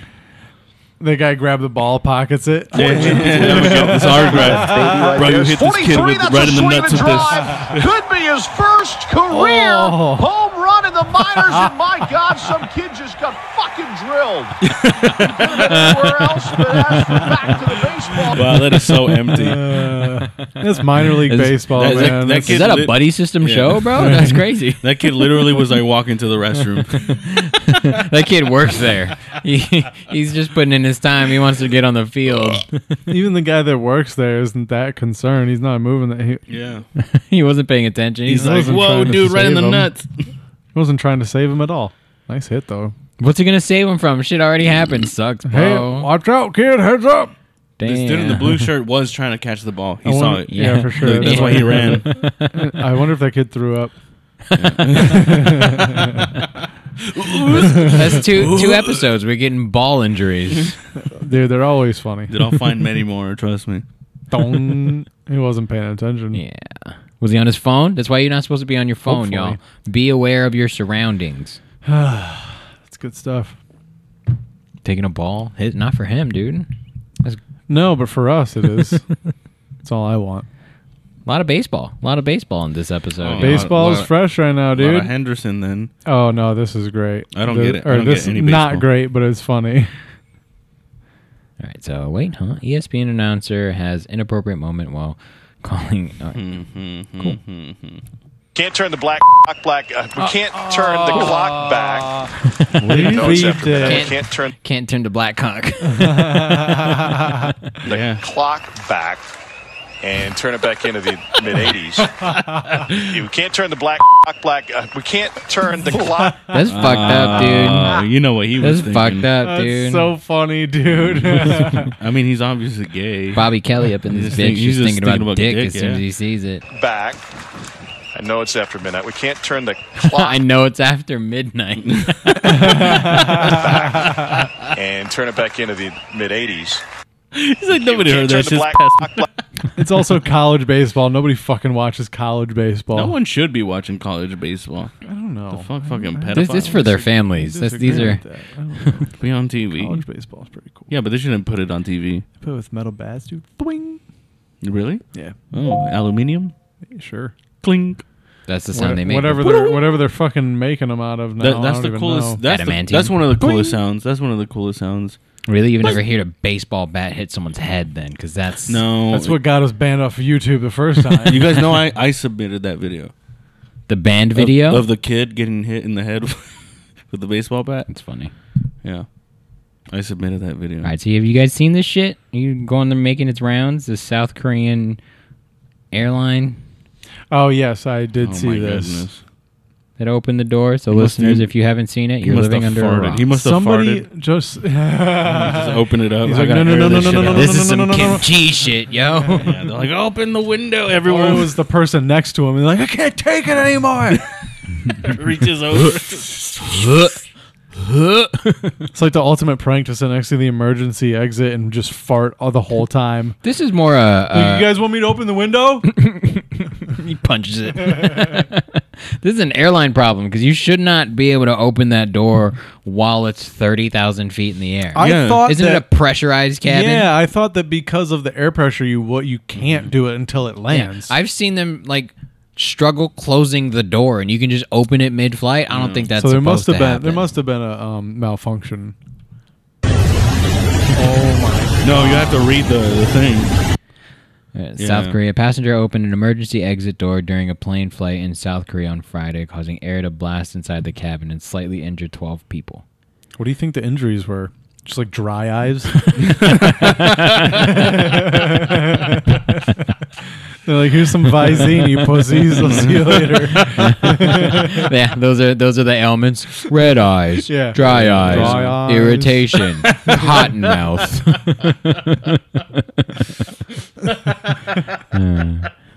S2: The guy grabbed the ball, pockets it.
S1: yeah, we got this autograph.
S10: Baby right
S1: Bro,
S10: there.
S1: you
S10: It's
S1: hit this kid
S10: 43,
S1: with-
S10: that's
S1: right
S10: a
S1: in the
S10: swing
S1: nuts with
S10: and
S1: this.
S10: drive. Could be his first career
S2: Oh.
S10: home run in the minors. And my God, some kid just got fucking drilled. Could have been anywhere else, but as for back to the baseball.
S1: Wow, that is so empty.
S2: Uh, that's minor league
S5: Is-
S2: baseball,
S1: that-
S2: man.
S1: that
S2: That's-
S1: kid-
S5: is that a
S1: lit-
S5: buddy system
S1: Yeah.
S5: show, bro? That's crazy.
S1: That kid literally was like walking to the restroom.
S5: that kid works there. He, he's just putting in his time. He wants to get on the field.
S2: even the guy that works there isn't that concerned. He's not moving. That he, he
S1: Yeah,
S5: he wasn't paying attention. He's,
S1: he's
S5: like,
S1: like,
S2: wasn't
S1: "Whoa,
S2: trying to
S1: dude, right in
S2: save
S1: the
S2: him."
S1: nuts."
S2: wasn't trying to save him at all. Nice hit though.
S5: "What's he gonna save him from? Shit already happened. Sucks, bro."
S2: Hey, watch out, kid! Heads up.
S5: Damn.
S1: This dude in the blue shirt was trying to catch the ball. He
S2: I
S1: saw
S2: wonder-
S1: it.
S2: Yeah, for sure.
S1: That's why he ran.
S2: I wonder if that kid threw up.
S5: That's two two episodes. We're getting ball injuries.
S2: Dude, they're always funny.
S1: Dude, I'll find many more. Trust me.
S2: Dong. he wasn't paying attention.
S5: yeah. Was he on his phone? That's why you're not supposed to be on your phone,
S2: Hopefully.
S5: y'all. Be aware of your surroundings.
S2: It's good stuff.
S5: Taking a ball, hit not for him, dude. That's a
S2: No, but for us it is. It's all I want.
S5: lot of baseball. A lot of baseball in this episode.
S1: Oh,
S5: y'all.
S2: Baseball is
S1: lot-
S2: fresh right
S1: A
S2: now,
S1: lot of
S2: dude.
S1: Henderson then.
S2: Oh no, this is great.
S1: I don't
S2: Th-
S1: get it. I
S2: Or
S1: don't
S2: this
S1: get any
S2: not
S1: baseball.
S2: great, but it's funny.
S5: All right, so wait, huh? E ESPN announcer has inappropriate moment while calling. uh, all right.
S1: Hmm.
S5: Cool.
S11: Can't turn the black black. Uh, we can't turn the clock back.
S2: Leave
S11: No, it's after
S2: it.
S11: midnight. Can't turn
S5: Can't turn to black cock.
S11: the clock back and turn it back into the mid '80s. you can't turn the black black. Uh, we can't turn the clock.
S5: That's fucked up,
S1: Uh,
S5: dude.
S1: you know what he
S5: That's
S1: was
S5: fucked
S1: thinking.
S5: up,
S2: That's
S5: dude.
S2: so funny, dude.
S1: I mean, he's obviously gay.
S5: Bobby Kelly up in
S1: He's
S5: this
S1: just think-
S5: bitch,
S1: he's just
S5: just, thinking, about,
S1: thinking about
S5: dick,
S1: dick,
S5: as soon as
S1: yeah.
S5: he sees it.
S11: back. I know it's after midnight. We can't turn the
S5: I
S11: clock
S5: know it's after midnight.
S11: and turn it back into the mid '80s.
S1: He's like nobody heard
S11: Can't
S1: that.
S11: turn
S1: Shit's
S11: the black
S1: past.
S11: black.
S2: it's also college baseball. Nobody fucking watches college baseball.
S1: No one should be watching college baseball.
S2: I don't know.
S1: The fuck, fucking pedophiles.
S5: this is for their families. That's, these
S2: Disagree
S5: are
S2: with that. I don't know.
S1: be on TV.
S2: college baseball is pretty cool.
S1: Yeah, but they shouldn't put it on TV.
S2: Put it with metal bats, dude. Boing.
S1: Really?
S2: Yeah.
S1: Oh, aluminium.
S2: Sure.
S1: Clink.
S5: that's the sound
S2: What-
S5: they make.
S2: Whatever they're whatever they're fucking making them out of now.
S1: That, that's
S2: I don't
S1: the
S2: even
S1: coolest.
S2: Know.
S1: That's, the,
S5: Adamantium.
S1: that's one of the coolest
S2: Boing.
S1: sounds. That's one of the coolest sounds.
S5: really, you've never heard a baseball bat hit someone's head then, because that's
S1: No,
S2: That's what got us banned off of YouTube the first time.
S1: you guys know. I, I submitted that video Of-
S5: the band video.
S1: of, the kid getting hit in the head with the baseball bat.
S5: that's funny.
S1: Yeah, I submitted that video.
S5: All right, so have you guys seen this shit? You going there making its rounds? The South Korean airline
S2: oh yes, I did
S1: Oh
S2: see
S1: my
S2: this.
S1: goodness!
S5: that opened the door. So
S1: must
S5: listeners,
S1: have-
S5: if you haven't seen it,
S1: He
S5: you're
S1: must
S5: living
S1: have
S5: under a
S1: farted.
S5: rock.
S1: He must have
S2: Somebody
S1: farted.
S2: just
S1: Just open it up.
S2: He's
S1: I
S2: like,
S1: gotta
S2: no, no,
S1: air
S2: no, no,
S1: this
S2: no,
S1: shit
S2: no, no,
S1: out.
S2: no,
S5: this
S2: no,
S5: is some
S2: no, no, no.
S5: Kim Chi shit, yo.
S1: Yeah, they're like, open the window.
S2: or
S1: Everyone
S2: it was the person next to him. He's like, I can't take it anymore.
S1: reaches over.
S2: it's like the ultimate prank to sit next to the emergency exit and just fart all the whole time.
S5: This is more a. Uh,
S2: you guys want me to open the window?
S5: he punches it. this is an airline problem because you should not be able to open that door while it's thirty thousand feet in the air.
S2: I
S1: Yeah.
S2: thought
S5: Isn't it
S2: that,
S5: a pressurized cabin?
S2: Yeah, I thought that because of the air pressure, you what you can't do it until it
S5: Yeah.
S2: lands.
S5: I've seen them like struggle closing the door, and you can just open it mid-flight. I don't think that's
S2: so there
S5: supposed
S2: must have
S5: to
S2: been
S5: happen.
S2: there must have been a um, malfunction.
S1: No, you have to read the, the thing.
S5: Uh,
S1: Yeah.
S5: South Korea passenger opened an emergency exit door during a plane flight in South Korea on Friday, causing air to blast inside the cabin and slightly injure twelve people.
S2: What do you think the injuries were? Just like dry eyes. They're like, here's some Visine, you pussies. I'll see you later.
S5: yeah, those are those are the ailments: red eyes,
S2: Yeah.
S5: dry, eyes,
S2: Dry eyes.
S5: irritation, cotton mouth.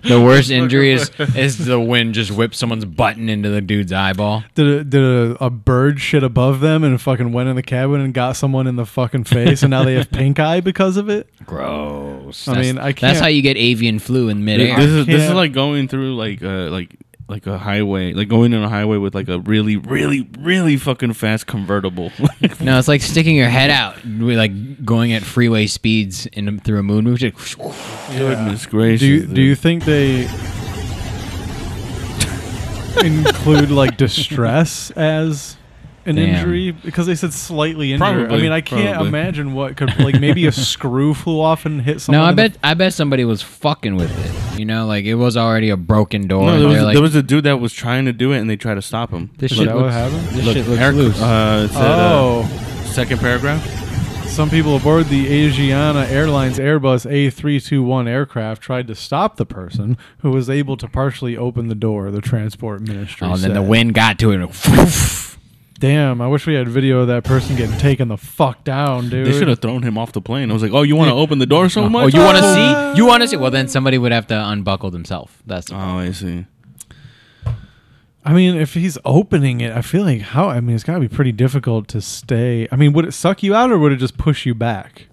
S5: the worst injury is is the wind just whips someone's button into the dude's eyeball.
S2: Did, a, did a, a bird shit above them and fucking went in the cabin and got someone in the fucking face, and now they have pink eye because of it?
S5: Gross.
S2: I
S5: That's-
S2: mean, I
S5: That's
S2: can't-
S5: how you get avian flu in midair.
S1: This is this is
S2: Yeah.
S1: like going through like uh like like a highway, like going in a highway with like a really really really fucking fast convertible.
S5: No, it's like sticking your head out, we like going at freeway speeds in through a moon. We should-
S1: Goodness gracious!
S2: Do you, do you
S1: dude.
S2: think they include like distress as an
S5: Damn.
S2: injury because they said slightly injured? I
S1: Probably,
S2: mean, I can't
S1: probably.
S2: imagine what could like maybe a screw flew off and hit someone.
S5: No, I
S2: in the-
S5: bet I bet somebody was fucking with it. You know, like it was already a broken door.
S1: No,
S5: and
S1: there was,
S5: they're like,
S1: there was a dude that was trying to do it, and they tried to stop him.
S5: this
S2: Is
S5: shit
S2: that what
S5: looks,
S2: happened?
S5: this shit looks
S1: Eric-
S5: loose.
S1: Uh, it said, uh,
S2: oh,
S1: second paragraph.
S2: some people aboard the Asiana Airlines Airbus A321 aircraft tried to stop the person who was able to partially open the door. The transport ministry.
S5: oh, and then the
S2: said.
S5: wind got to it. and-
S2: Damn, I wish we had video of that person getting taken the fuck down, dude.
S1: They should have thrown him off the plane. I was like, oh, you want to open the door so much?
S5: oh, you want to
S1: Oh.
S5: see? You want to see? Well, then somebody would have to unbuckle themselves. That's
S2: Uh,
S5: the
S1: Oh, I see.
S2: I mean, if he's opening it, I feel like how? I mean, it's got to be pretty difficult to stay. I mean, would it suck you out or would it just push you back?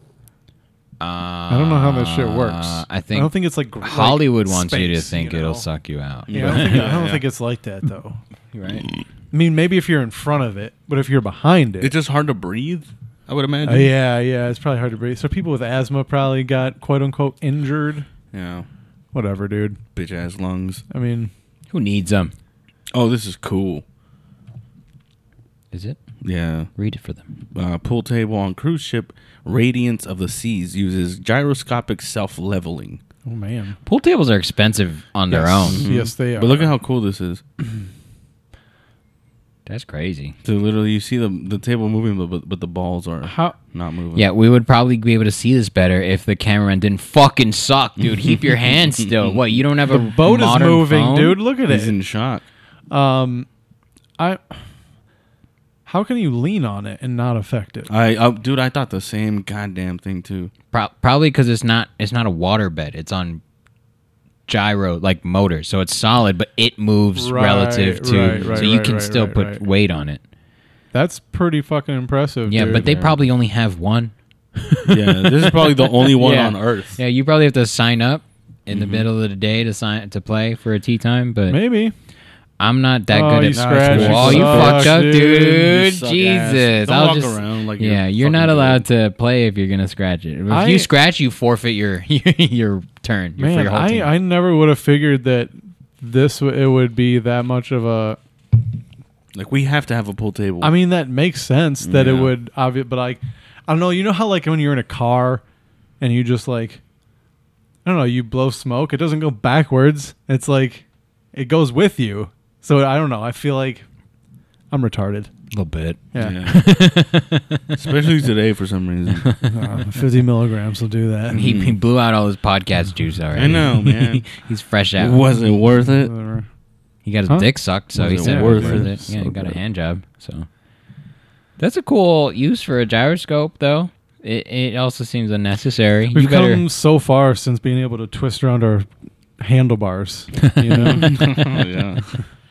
S2: I don't know how that shit works.
S5: Uh, I
S2: I
S5: think
S2: don't think it's like gr- like
S5: Hollywood wants you to
S2: space,
S5: think
S2: you
S5: it'll
S2: know?
S5: suck you out.
S2: Yeah, I don't, think, I don't think it's like that though.
S5: Right.
S2: I mean, maybe if you're in front of it, but if you're behind it,
S1: It's just hard to breathe. I would imagine.
S5: Oh,
S2: Uh, yeah, yeah, it's probably hard to breathe. So people with asthma probably got quote unquote injured.
S1: Yeah.
S2: Whatever, dude.
S1: Bitch ass lungs.
S2: I mean,
S5: who needs them?
S1: Oh, this is cool.
S5: Is it?
S1: Yeah.
S5: Read it for them.
S1: Uh, pool table on cruise ship. Radiance of the Seas uses gyroscopic self leveling.
S2: Oh man.
S5: Pool tables are expensive on their own.
S2: Yes. Yes, they are.
S1: But look at how cool this is.
S5: That's crazy.
S1: So literally, you see the the table moving, but but, but the balls are
S2: How-
S1: not moving.
S5: Yeah, we would probably be able to see this better if the cameraman didn't fucking suck, dude. Keep your hands still. What? You don't have a
S2: boat is
S5: modern
S2: moving,
S5: phone?
S2: dude. Look at
S1: he's
S2: it.
S1: in shock.
S2: Um, I. How can you lean on it and not affect it?
S1: I uh, dude, I thought the same goddamn thing too.
S5: Pro- probably because it's not it's not a waterbed. It's on gyro like motor, so it's solid, but it moves
S2: Right,
S5: relative to,
S2: right, right,
S5: so you
S2: right,
S5: can
S2: right,
S5: still
S2: right,
S5: put
S2: right.
S5: weight on it.
S2: That's pretty fucking impressive.
S5: Yeah,
S2: dude.
S5: but they probably only have one.
S1: Yeah, this is probably the only one
S5: Yeah.
S1: on Earth.
S5: Yeah, you probably have to sign up in the middle of the day to sign to play for a tea time. But
S2: Mm-hmm. maybe.
S5: I'm not that
S2: Oh,
S5: good
S2: you
S5: at
S2: scratch,
S5: school.
S2: you
S5: Oh, you
S2: suck,
S5: fucked up,
S2: dude.
S1: You
S5: dude.
S1: suck ass.
S5: Jesus,
S1: Don't
S5: I'll
S1: walk
S5: just.
S1: around like
S5: yeah,
S1: you're
S5: you're not
S1: fucking
S5: allowed to play if you're gonna scratch it. If
S2: I-
S5: you scratch, you forfeit your your turn. your- for
S2: Man,
S5: your whole
S2: I,
S5: team.
S2: I never would have figured that this w- it would be that much of a.
S1: Like we have to have a pool table.
S2: I mean, that makes sense that it
S1: Yeah.
S2: would obvious, but like, I don't know. You know how like when you're in a car, and you just like, I don't know, you blow smoke. It doesn't go backwards. It's like, it goes with you. So I don't know. I feel like I'm retarded.
S5: little bit.
S2: Yeah,
S1: especially today for some reason.
S2: Uh, 50 milligrams will do that.
S5: He, he blew out all his podcast juice already.
S1: I know, man.
S5: He's fresh out.
S1: Was it worth it?
S2: Whatever.
S5: He got his
S2: Huh?
S5: dick sucked, so
S1: Was
S5: he
S1: it
S5: said it
S1: worth
S5: was worth
S1: it?
S5: it. Yeah, he
S1: So
S5: got a
S1: good.
S5: hand job. So that's a cool use for a gyroscope, though. It, it also seems unnecessary.
S2: We've
S5: you better
S2: come so far since being able to twist around our handlebars. You know?
S1: yeah.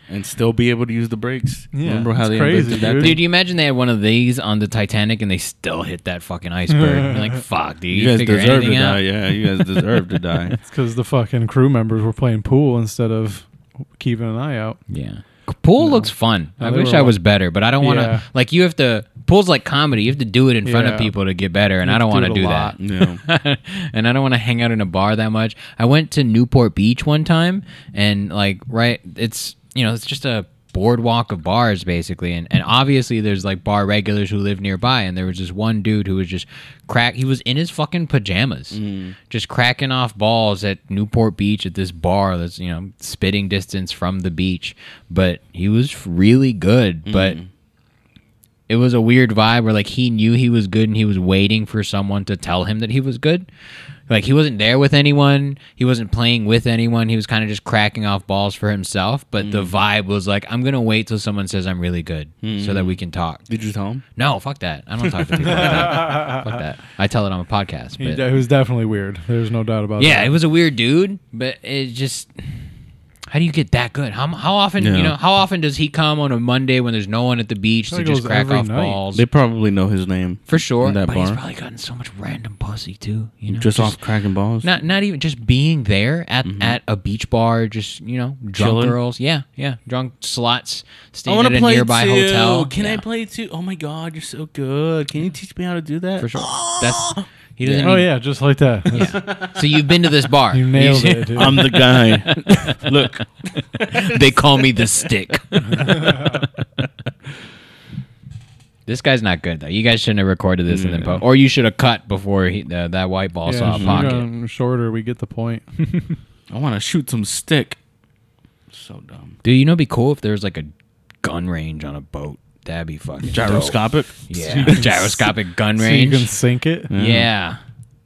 S1: And still be able to use the brakes.
S2: Yeah,
S1: Remember how
S2: it's
S1: they
S2: crazy,
S1: invented that
S2: dude.
S1: thing?
S5: Dude, you imagine they had one of these on the Titanic and they still hit that fucking iceberg. You're like, fuck, dude.
S1: You,
S5: You,
S1: guys
S5: figure
S1: deserve to
S5: anything out?
S1: die. Yeah, you guys deserve to die.
S2: it's because the fucking crew members were playing pool instead of keeping an eye out.
S5: Yeah. Pool looks fun. I
S2: they
S5: wish
S2: were
S5: I
S2: wa-
S5: was better, but I don't want to.
S2: Yeah.
S5: Like, you have to. Pool's like comedy. You have to do it in front of
S2: Yeah.
S5: people to get better, and I
S2: have
S5: don't
S2: to
S5: want to
S2: do it a
S5: do
S2: lot.
S5: that.
S1: No.
S5: and I don't want to hang out in a bar that much. I went to Newport Beach one time, and like right, it's you know it's just a boardwalk of bars basically, and and obviously there's like bar regulars who live nearby, and there was this one dude who was just crack. He was in his fucking pajamas,
S2: Mm.
S5: just cracking off balls at Newport Beach at this bar that's you know spitting distance from the beach, but he was really good,
S2: Mm.
S5: but it was a weird vibe where like he knew he was good and he was waiting for someone to tell him that he was good. Like he wasn't there with anyone, he wasn't playing with anyone. He was kind of just cracking off balls for himself. But the vibe was like, I'm gonna wait till someone says I'm really good so that we can talk.
S1: Did you tell him?
S5: No, fuck that. I don't talk to people. like that. Fuck that. I tell it on a podcast.
S2: He
S5: But
S2: de- who's definitely weird. There's no doubt about
S5: yeah,
S2: that.
S5: it was a weird dude, but it just how do you get that good? How how often
S1: Yeah.
S5: you know how often does he come on a Monday when there's no one at the beach
S2: I
S5: to
S2: think it
S5: just
S2: was
S5: crack
S2: every
S5: off
S2: night.
S5: balls?
S1: They probably know his name.
S5: For sure.
S1: in that
S5: but he's
S1: bar.
S5: probably gotten so much random pussy too. You know,
S1: Just, off cracking balls.
S5: Not not even just being there at at a beach bar, just you know, drunk
S1: Chilling.
S5: girls. Yeah, yeah, drunk sluts
S1: I
S5: staying
S1: want
S5: at
S1: to
S5: a
S1: play
S5: nearby
S1: too.
S5: hotel.
S1: Can I
S5: Yeah,
S1: play too? Oh my god, you're so good. Can you teach me how to do that?
S5: for sure? That's he doesn't.
S2: Oh
S5: even-
S2: yeah, just like that. That's-
S5: So you've been to this bar.
S2: You nailed it. Dude.
S1: I'm the guy. Look,
S5: they call me the stick. this guy's not good though. You guys shouldn't have recorded this and then po- or you should have cut before he, uh, that white ball saw a
S2: if we'd
S5: pocket.
S2: gone shorter. We get the point.
S1: I want to shoot some stick. So dumb.
S5: Dude, you know, it'd be cool if there was like a gun range on a boat. That'd be fucking dope.
S1: Gyroscopic.
S5: Yeah, gyroscopic gun
S2: So you
S5: range.
S2: can sink it.
S5: yeah,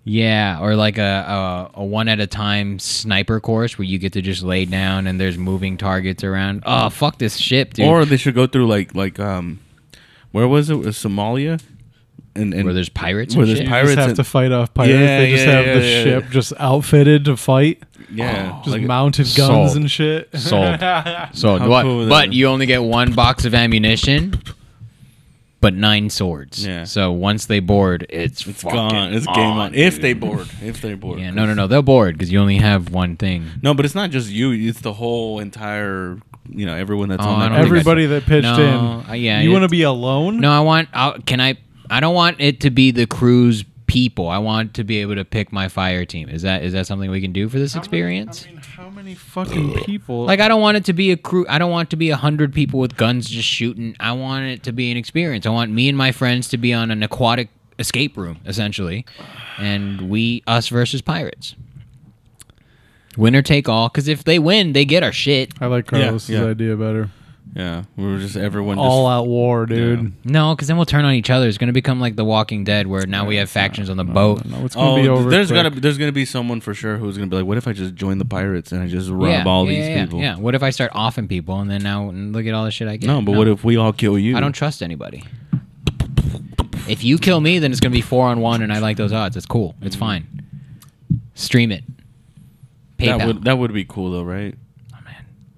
S5: yeah, or like a, a a one at a time sniper course where you get to just lay down and there's moving targets around. Oh fuck this ship, dude.
S1: Or they should go through like like um, where was it? Was Somalia? And, and
S5: where there's pirates.
S1: where
S5: and
S1: there's
S5: shit.
S2: You just
S1: Pirates
S2: have
S1: and-
S2: to fight off pirates.
S1: Yeah,
S2: they just
S1: yeah,
S2: have
S1: yeah,
S2: the
S1: yeah,
S2: ship
S1: yeah.
S2: just outfitted to fight,
S1: yeah,
S2: just
S1: like-
S2: mounted guns
S5: Sold.
S2: and shit.
S5: sold. sold.
S1: How
S5: What?
S1: cool would that
S5: but
S1: be?
S5: you only get one box of ammunition. but nine swords. Yeah. So once they board, it's
S1: It's
S5: fucking
S1: gone. It's game on. If they
S5: dude.
S1: board. If they board.
S5: Yeah, no, no, no. They'll board because you only have one thing.
S1: No, but it's not just you. It's the whole entire, you know, everyone that's
S5: Oh, I
S1: on
S5: don't
S1: that.
S5: think I-
S2: Everybody that pitched
S5: No,
S2: in.
S5: uh, yeah,
S2: You want to
S5: it's-
S2: be alone?
S5: No, I want. i can I? I don't want it to be the cruise people. I want to be able to pick my fire team. Is that is that something we can do for this experience?
S2: How many fucking people?
S5: Like I don't want it to be a crew. I don't want it to be a hundred people with guns just shooting. I want it to be an experience. I want me and my friends to be on an aquatic escape room, essentially, and we us versus pirates. Winner take all. Because if they win, they get our shit.
S2: I like
S1: Yeah,
S2: Carlos's
S1: yeah.
S2: idea better.
S1: Yeah, we were just everyone.
S2: All
S1: just,
S2: out war, dude.
S5: No, because then we'll turn on each other. It's gonna become like The Walking Dead, where now we have factions on the boat.
S2: No, it's gonna
S1: Oh,
S2: be over.
S1: there's
S2: quick.
S1: gonna be, there's gonna be someone for sure who's gonna be like, "What if I just join the pirates and I just rob all these
S5: yeah,
S1: people?"
S5: Yeah. What if I start offing people and then now look at all the shit I get?
S1: No, but what if we all kill you?
S5: I don't trust anybody? If you kill me, then it's gonna be four on one, and I like those odds. It's cool.
S1: Mm.
S5: It's fine. Stream it. PayPal.
S1: That would that would be cool though, right?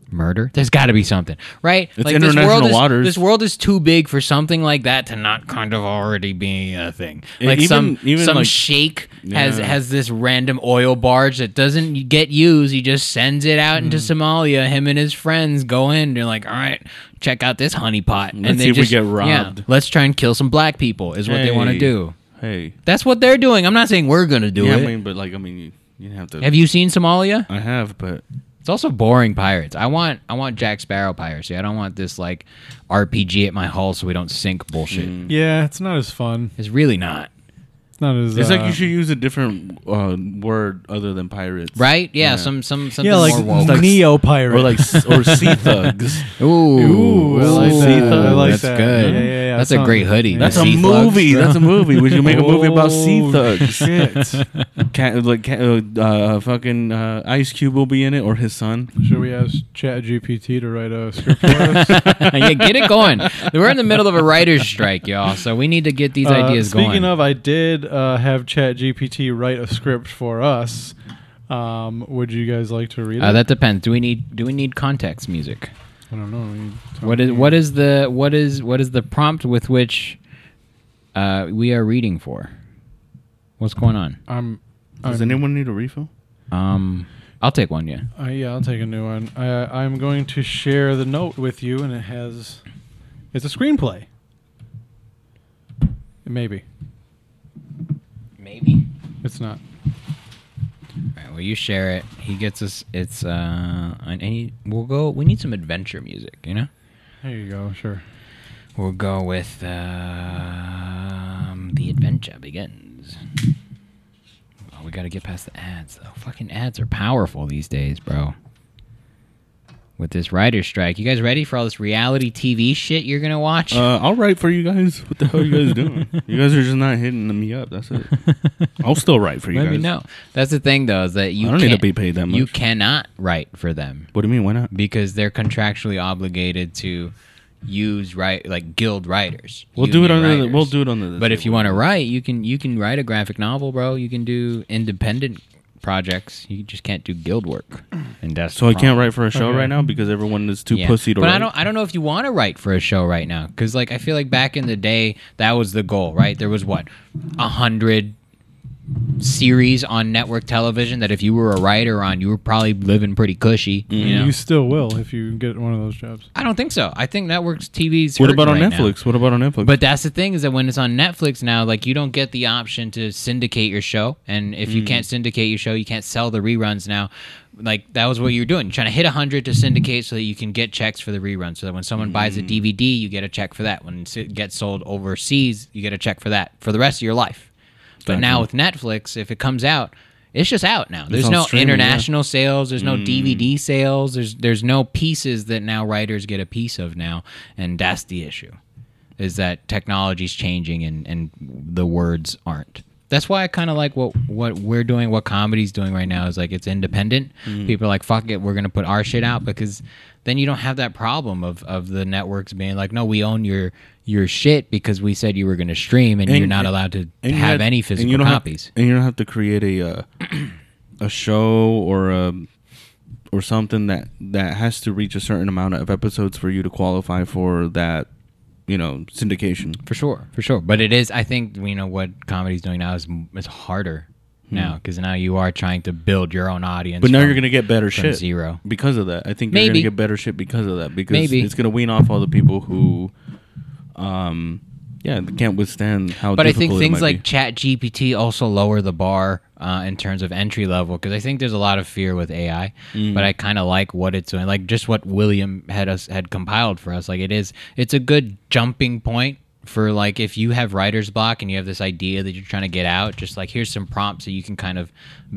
S5: Murder. There's got to be something, right?
S1: It's international
S5: this world
S1: waters.
S5: Is, this world is too big for something like that to not kind of already be a thing.
S1: E-
S5: Like
S1: even-
S5: some
S1: even
S5: some
S1: like-
S5: sheik has
S1: Yeah.
S5: has this random oil barge that doesn't get used. He just sends it out into
S1: Hmm.
S5: Somalia. Him and his friends go in. They're like, all right, check out this honeypot,
S1: Let's
S5: and they
S1: see if we
S5: just-
S1: get
S5: yeah,
S1: robbed.
S5: let's try and kill some black people. Is what they want to
S1: Hey.
S5: do.
S1: Hey,
S5: That's what they're doing. I'm not saying we're gonna do
S1: yeah,
S5: it.
S1: I mean, but like, I mean, you, you have to.
S5: have you seen Somalia?
S1: I have, but
S5: It's also boring pirates. I want I want Jack Sparrow piracy. I don't want this like RPG at my hull so we don't sink bullshit.
S1: Mm.
S2: Yeah, it's not as fun.
S5: It's really not.
S2: It's not as.
S1: it's like
S2: uh,
S1: you should use a different uh, word other than pirates,
S5: Right? Yeah, some some something
S2: Yeah, like
S5: more woke.
S2: neo pirate.
S1: Or like, s- or sea thugs.
S5: Ooh,
S2: Ooh, I like that.
S5: Ooh,
S2: I like
S5: that's
S2: that.
S5: good.
S2: Yeah, yeah, yeah,
S5: That's
S2: that
S5: a great
S2: sounds-
S5: hoodie.
S1: That's
S5: The
S1: a
S5: Sea Thugs.
S1: movie. That's a movie. We should make a movie about sea
S2: Oh,
S1: thugs.
S2: Shit.
S1: Cat, like cat, uh, uh, fucking uh, Ice Cube will be in it, or his son.
S2: Should we ask Chat GPT to write a script for us?
S5: yeah, get it going. We're in the middle of a writer's strike, y'all. So we need to get these
S2: Uh,
S5: ideas
S2: speaking
S5: going.
S2: of, I did uh, have Chat GPT write a script for us. Um, would you guys like to read
S5: uh,
S2: it?
S5: that depends. Do we need do we need context music?
S2: I don't know. You tell
S5: What is
S2: me.
S5: what is the what is what is the prompt with which uh, we are reading for? What's going on?
S2: I'm.
S1: Does
S2: I'm-
S1: anyone need a refill?
S5: Um, I'll take one. Yeah.
S2: Uh, yeah, I'll take a new one. Uh, I'm going to share the note with you, and it has. It's a screenplay. Maybe
S5: Maybe.
S2: it's not.
S5: All right, well, you share it. He gets us. It's uh, and any we'll go. We need some adventure music. You know,
S2: There you go. Sure.
S5: we'll go with um, the adventure begins. Oh, we got to get past the ads though. Fucking ads are powerful these days, bro. With this writer strike, you guys ready for all this reality TV shit you're gonna watch?
S1: Uh, I'll write for you guys. What the hell are you guys doing? you guys are just not hitting me up. That's it. I'll still write for you
S5: Let
S1: guys.
S5: me know. That's the thing though, is that you
S1: I don't need to
S5: can't-
S1: be paid that
S5: You
S1: much.
S5: cannot write for them.
S1: What do you mean? Why not?
S5: because they're contractually obligated to use right like guild writers.
S1: We'll do it
S5: union
S1: under. The,
S5: writers.
S1: we'll do it under the.
S5: But if you want to write, you can you can write a graphic novel, bro. You can do independent projects. You just can't do guild work. And that's
S1: so
S5: the
S1: I can't
S5: problem.
S1: write for a show
S2: Okay.
S1: right now because everyone is too
S5: Yeah.
S1: pussy to
S5: but
S1: write.
S5: I don't I don't know if you want to write for a show right now cuz like I feel like back in the day that was the goal, right? There was what? A 100 series on network television that if you were a writer on, you were probably living pretty cushy, you know?
S2: You still will if you get one of those jobs.
S5: I don't think so. I think networks TV's.
S1: what about on
S5: hurting right now.
S1: Netflix? What about on Netflix?
S5: But that's the thing is that when it's on Netflix now, like you don't get the option to syndicate your show, and if you
S1: Mm.
S5: can't syndicate your show, you can't sell the reruns now. Like that was what you're doing, you're trying to hit hundred to syndicate so that you can get checks for the reruns. So that when someone buys a
S1: Mm.
S5: DVD, you get a check for that. When it gets sold overseas, you get a check for that for the rest of your life. But now with Netflix, if it comes out, it's just out now. There's
S1: on
S5: no
S1: streaming, yeah. Mm.
S5: international sales. There's no DVD sales. There's there's no pieces that now writers get a piece of now, and that's the issue, is that technology's changing and and the words aren't. That's why I kind of like what what we're doing, what comedy's doing right now is like it's independent.
S1: Mm-hmm.
S5: People are like, fuck it, we're gonna put our shit out because then you don't have that problem of of the networks being like, no, we own your your shit because we said you were gonna stream and,
S1: And-
S5: you're not allowed to
S1: And you had-
S5: have
S1: and
S5: any
S1: you
S5: physical
S1: don't have-
S5: copies.
S1: and you don't have to create a uh, a show or a or something that that has to reach a certain amount of episodes for you to qualify for that you know syndication.
S5: For sure, for sure. But it is. I think you know what comedy's doing now is is harder
S1: Hmm.
S5: now because now you are trying to build your own audience.
S1: But now
S5: from-
S1: you're gonna get better
S5: from
S1: shit
S5: zero.
S1: because of that. I think you're
S5: Maybe.
S1: gonna get better shit because of that because
S5: Maybe.
S1: it's gonna wean off all the people who, um, yeah, they can't withstand how.
S5: But I
S1: difficult
S5: think
S1: it
S5: things
S1: might
S5: like Chat GPT also lower the bar uh, in terms of entry level because I think there's a lot of fear with AI.
S1: Mm.
S5: But I kind of like what it's doing, like just what William had us had compiled for us. Like it is, it's a good jumping point for like if you have writer's block and you have this idea that you're trying to get out just like here's some prompts that you can kind of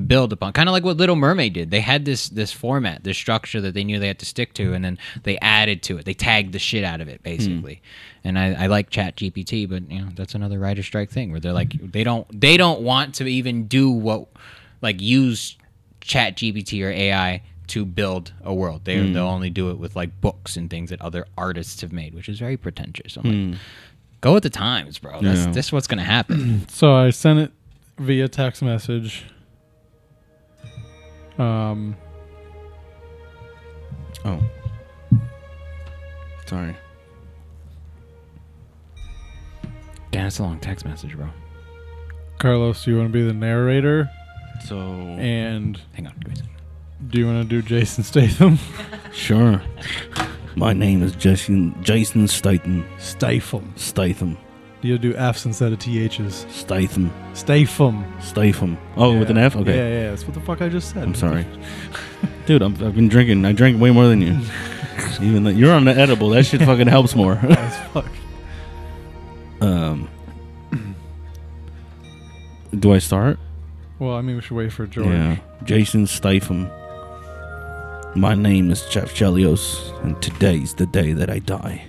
S5: build upon kind of like what little mermaid did they had this this format this structure that they knew they had to stick to and then they added to it they tagged the shit out of it basically and I, I like chat gpt but you know that's another writer strike thing where they're like they don't they don't want to even do what like use chat gpt or ai to build a world they,
S1: Mm.
S5: they'll only do it with like books and things that other artists have made which is very pretentious i'm
S1: Mm.
S5: like go with the times bro that's,
S1: Yeah.
S5: this is what's gonna happen
S2: So I sent it via text message. Um,
S1: be. Oh, sorry.
S5: damn it's a long text message bro
S2: Carlos, do you want to be the narrator?
S1: So
S2: And
S5: hang on give me a second.
S2: do you want to do Jason Statham?
S1: sure. My name is Jason Jason Statham
S2: Statham.
S1: Statham
S2: You do F's instead of TH's.
S1: Statham
S2: Statham.
S1: Statham. Oh, with an
S2: Yeah.
S1: F. Okay.
S2: Yeah, yeah. That's what the fuck I just said.
S1: I'm sorry. Dude, I'm, I've been drinking. I drank way more than you. Even though you're on the edible, that shit fucking helps more.
S2: As fuck.
S1: Um, do I start?
S2: Well, I mean, we should wait for George.
S1: Jason Statham. My name is Jeff Chelios, and today's the day that I die.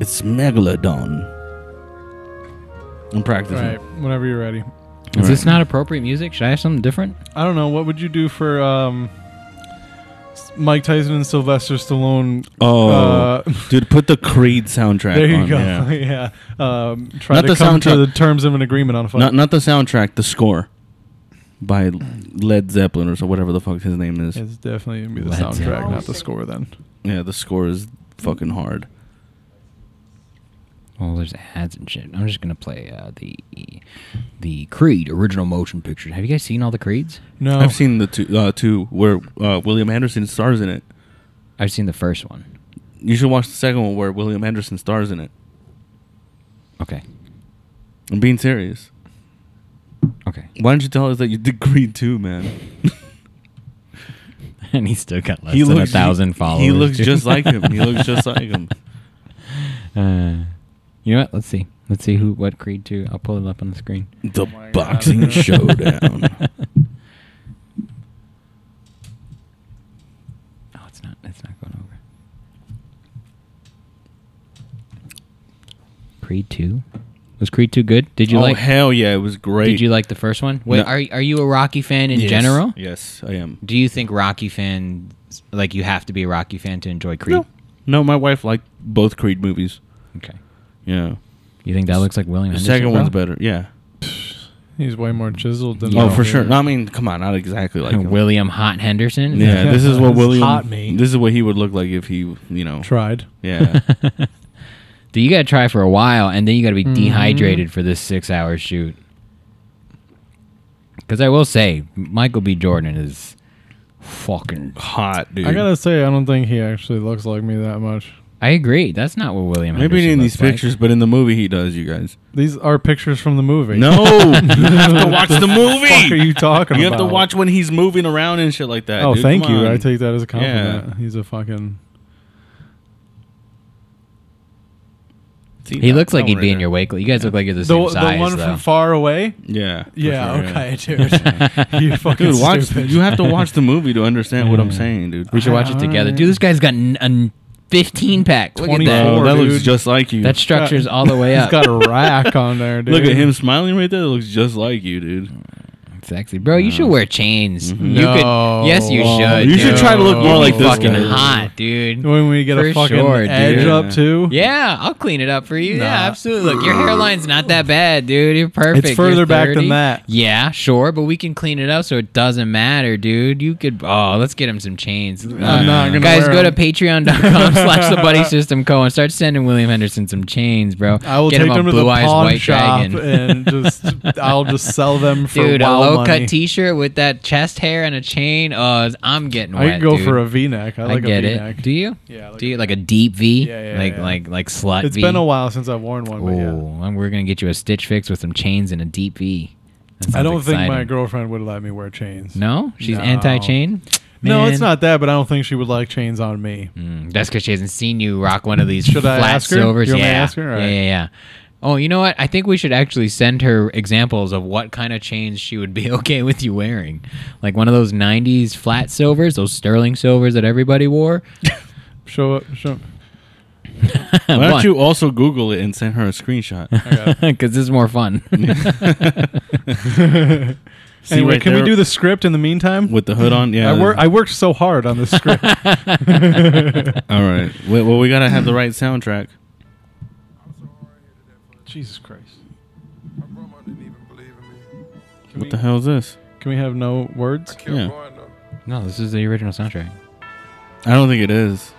S1: It's Megalodon. I'm
S2: All
S1: practicing.
S2: right. Whenever you're ready.
S5: is this not appropriate music should i have something different
S2: I don't know. What would you do for um, S- Mike Tyson and Sylvester Stallone?
S1: Oh,
S2: Uh,
S1: dude, put the Creed soundtrack.
S2: there you
S1: on,
S2: go.
S1: yeah.
S2: Yeah. Um, try
S1: Not
S2: to
S1: the
S2: come to
S1: soundtrack.
S2: the terms of an agreement on a fight.
S1: Not not the soundtrack, the score by Led Zeppelin or so whatever the fuck his name is.
S2: it's definitely gonna be the
S5: Led
S2: soundtrack,
S5: Zeppelin.
S2: not the score. Then.
S1: Yeah, the score is fucking hard.
S5: well there's ads and shit i'm just gonna play uh, the the creed original motion picture have you guys seen all the creeds
S2: No.
S1: I've seen the two uh, two where uh, William Anderson stars in it.
S5: i've seen the first one
S1: You should watch the second one where William Anderson stars in it.
S5: okay
S1: I'm being serious.
S5: okay
S1: Why don't you tell us that you did Creed too, man?
S5: and he's still got less than a thousand
S1: he,
S5: followers
S1: He looks
S5: dude.
S1: just like him. He looks just like him.
S5: Uh, you know what? Let's see. Let's see who what Creed two. I'll pull it up on the screen.
S1: The
S2: my God.
S5: Um,
S1: boxing showdown.
S5: No, Oh, it's not. It's not going over. Creed two. Was Creed two good? Did you
S1: oh
S5: like?
S1: hell yeah, it was great.
S5: Did you like the first one? Wait,
S1: No.
S5: are are you a Rocky fan in
S1: Yes.
S5: general?
S1: Yes, I am.
S5: Do you think Rocky fans like you have to be a Rocky fan to enjoy Creed?
S1: No. No, my wife liked both Creed movies.
S5: Okay.
S1: Yeah.
S5: You think that looks like William?
S1: The
S5: Henderson,
S1: second
S5: bro?
S1: one's better. Yeah.
S2: He's way more chiseled than.
S5: Yeah.
S1: Oh,
S5: know.
S1: for sure. No, I mean, come on, not exactly like him.
S5: William Hot Henderson.
S1: Yeah, this is what
S2: This
S1: William.
S2: hot me.
S1: This is what he would look like if he, you know.
S2: Tried.
S1: Yeah.
S5: Do you gotta try for a while, and then you gotta be
S2: Mm-hmm.
S5: dehydrated for this six-hour shoot. Because I will say, Michael B. Jordan is fucking.
S1: hot dude.
S2: I gotta say, I don't think he actually looks like me that much.
S5: I agree. That's not what William.
S1: Maybe
S5: Henderson
S1: in these
S5: looks like.
S1: pictures, but in the movie he does. You guys.
S2: These are pictures from the movie.
S1: No, you have to watch the
S2: What the fuck are
S1: movie.
S2: you talking
S1: You
S2: about?
S1: have to watch when he's moving around and shit like that.
S2: Oh,
S1: dude.
S2: thank
S1: Come
S2: you.
S1: on.
S2: I take that as a compliment.
S1: Yeah.
S2: He's a fucking.
S1: See,
S5: he
S1: that-
S5: looks like
S1: that
S5: he'd
S1: one
S5: be
S1: right
S5: in your wake. You guys look like you're the
S2: The,
S5: same
S2: the
S5: size,
S2: one
S5: though.
S2: from far away.
S1: there. Yeah. for
S2: Yeah,
S1: sure,
S2: okay, dude. you fucking
S1: Dude, watch.
S2: stupid.
S1: You have to watch the movie to understand what I'm saying, dude.
S5: we should watch it together, dude. This guy's got n- a 15 pack. Look at that.
S2: 24.
S1: Oh, that
S2: dude.
S1: looks just like you.
S5: That structure's all the way
S2: He's
S5: up.
S2: got a rack on there, dude.
S1: Look at him smiling right there. That looks just like you, dude.
S5: Sexy, bro. You should wear chains. You
S2: No.
S5: could. Yes, you should.
S1: You should
S5: dude.
S1: try to look more
S5: You'd
S1: like
S5: be
S1: this
S5: fucking
S1: guy.
S5: hot, dude.
S2: When we get a
S5: For
S2: fucking
S5: sure,
S2: edge
S5: dude.
S2: up too.
S5: Yeah, I'll clean it up for you.
S2: Nah.
S5: Yeah, absolutely. Look, your hairline's not that bad, dude. You're perfect. You're
S2: further back than
S5: 30.
S2: that.
S5: Yeah, sure, but we can clean it up so it doesn't matter, dude. You could. Oh, let's get him some chains. Uh,
S2: I'm not gonna
S5: guys,
S2: wear
S5: go
S2: them.
S5: to patreon.com slash the buddy system co and start sending William Henderson some chains, bro.
S2: I will
S5: get
S2: take
S5: him a
S2: them to the
S5: blue eyes
S2: pawn
S5: white
S2: shop
S5: dragon.
S2: and just I'll just sell them for
S5: Dude,
S2: wow
S5: a low
S2: money.
S5: cut T-shirt with that chest hair and a chain. Oh, I'm getting wet.
S2: I could go
S5: dude.
S2: for a V-neck. I
S5: I,
S2: like
S5: get
S2: a V-neck.
S5: it. Do you?
S2: Yeah, I like
S5: Do you like a deep V?
S2: Yeah, yeah,
S5: Like
S2: yeah.
S5: like like slut
S2: It's
S5: V.
S2: been a while since I've worn one, but yeah.
S5: Oh, and we're gonna get you a Stitch Fix with some chains and a deep V. That
S2: I
S5: sounds
S2: don't think my
S5: exciting.
S2: girlfriend would let me wear chains.
S5: No, she's
S2: No.
S5: anti-chain.
S2: No, it's
S5: Man.
S2: not that, but I don't think she would like chains on me.
S5: Mm, that's because she hasn't seen you rock one of these
S2: Should I
S5: flat
S2: ask her?
S5: silvers.
S2: You want me
S5: yeah.
S2: to ask her? All
S5: yeah,
S2: right.
S5: yeah, yeah. Oh, you know what? I think we should actually send her examples of what kind of chains she would be okay with you wearing, like one of those '90s flat silvers, those sterling silvers that everybody wore.
S2: Show up. Show.
S1: Why don't you also Google it and send her a screenshot?
S5: Because this is more fun.
S1: See
S2: Anyway,
S1: right
S2: can we
S1: there
S2: do the script in the meantime?
S1: with the hood on? Yeah.
S2: I work. I worked so hard on this script.
S1: All right. Well, well, we gotta have the right soundtrack.
S2: Jesus Christ!
S1: What the hell is this?
S2: Can we have no words?
S1: Yeah.
S5: no, this is the original soundtrack.
S1: I don't think it is.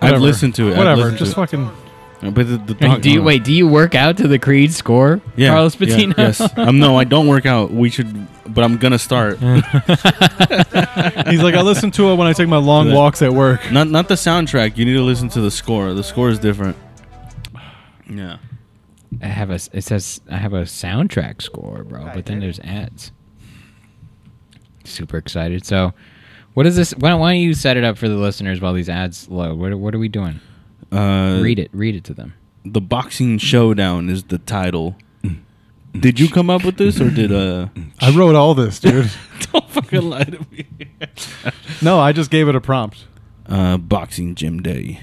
S1: I've
S2: Whatever.
S1: listened to it. I've
S2: Whatever.
S1: listened
S2: Just
S1: to it.
S2: fucking.
S1: But the, the
S5: Wait,
S1: dog-
S5: do you wait? Do you work out to the Creed score,
S1: Yeah,
S5: Carlos
S1: yeah,
S5: Patino?
S1: yes. Um, no, I don't work out. We should, but I'm gonna start.
S2: He's like, I listen to it when I take my long
S1: Yeah.
S2: walks at work.
S1: not not the soundtrack. You need to listen to the score. The score is different. Yeah.
S5: I have a. s- It says I have a soundtrack score, bro. But then there's ads. Super excited. So, what is this? Why don't, why don't you set it up for the listeners while these ads load? What, are- what are we doing?
S1: Uh,
S5: read it. Read it to them.
S1: The boxing showdown is the title.
S2: Mm.
S1: Did you come up with this, or did uh?
S2: I wrote all this, dude.
S1: don't fucking lie to me.
S2: no, I just gave it a prompt.
S1: uh, boxing gym day.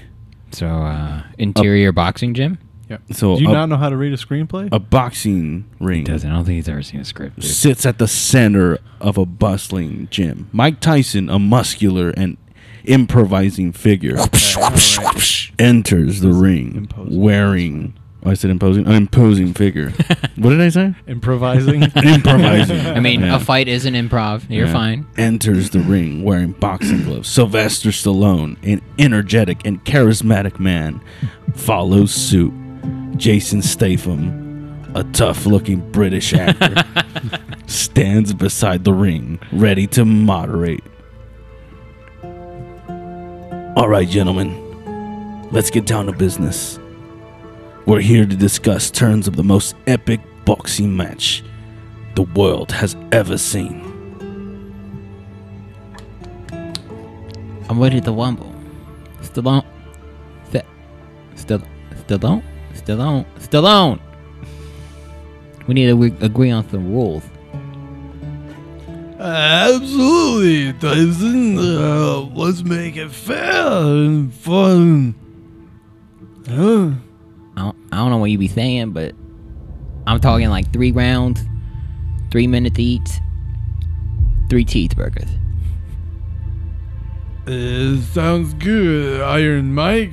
S5: So, uh, interior boxing gym.
S2: Yeah.
S1: So
S2: Do
S5: Oh,
S2: you
S1: a,
S2: not know how to read a screenplay?
S1: a boxing ring
S5: Doesn't. I don't think he's ever seen a script. dude.
S1: sits at the center of a bustling gym. Mike Tyson, a muscular and improvising figure, enters the ring
S2: Imposing.
S1: wearing. Oh, I said imposing. An imposing figure. what did I say?
S2: Improvising.
S1: Improvising.
S5: I mean,
S1: Yeah.
S5: a fight isn't improv. You're
S1: Yeah.
S5: fine.
S1: Enters the ring wearing boxing gloves. Sylvester Stallone, an energetic and charismatic man, follows suit. Jason Statham, a tough looking British actor, stands beside the ring, ready to moderate. All right, gentlemen, let's get down to business. We're here to discuss terms of the most epic boxing match the world has ever seen.
S5: I'm ready to rumble. Stallone. St- Stallone. Stallone. Stallone. Stallone. We need to re- agree on some rules.
S2: Absolutely, Tyson. Uh, let's make it fair and fun. Huh?
S5: I don't, I don't know what you be saying, but I'm talking like three rounds, three minutes each, three cheeseburgers.
S2: Uh, sounds good, Iron Mike.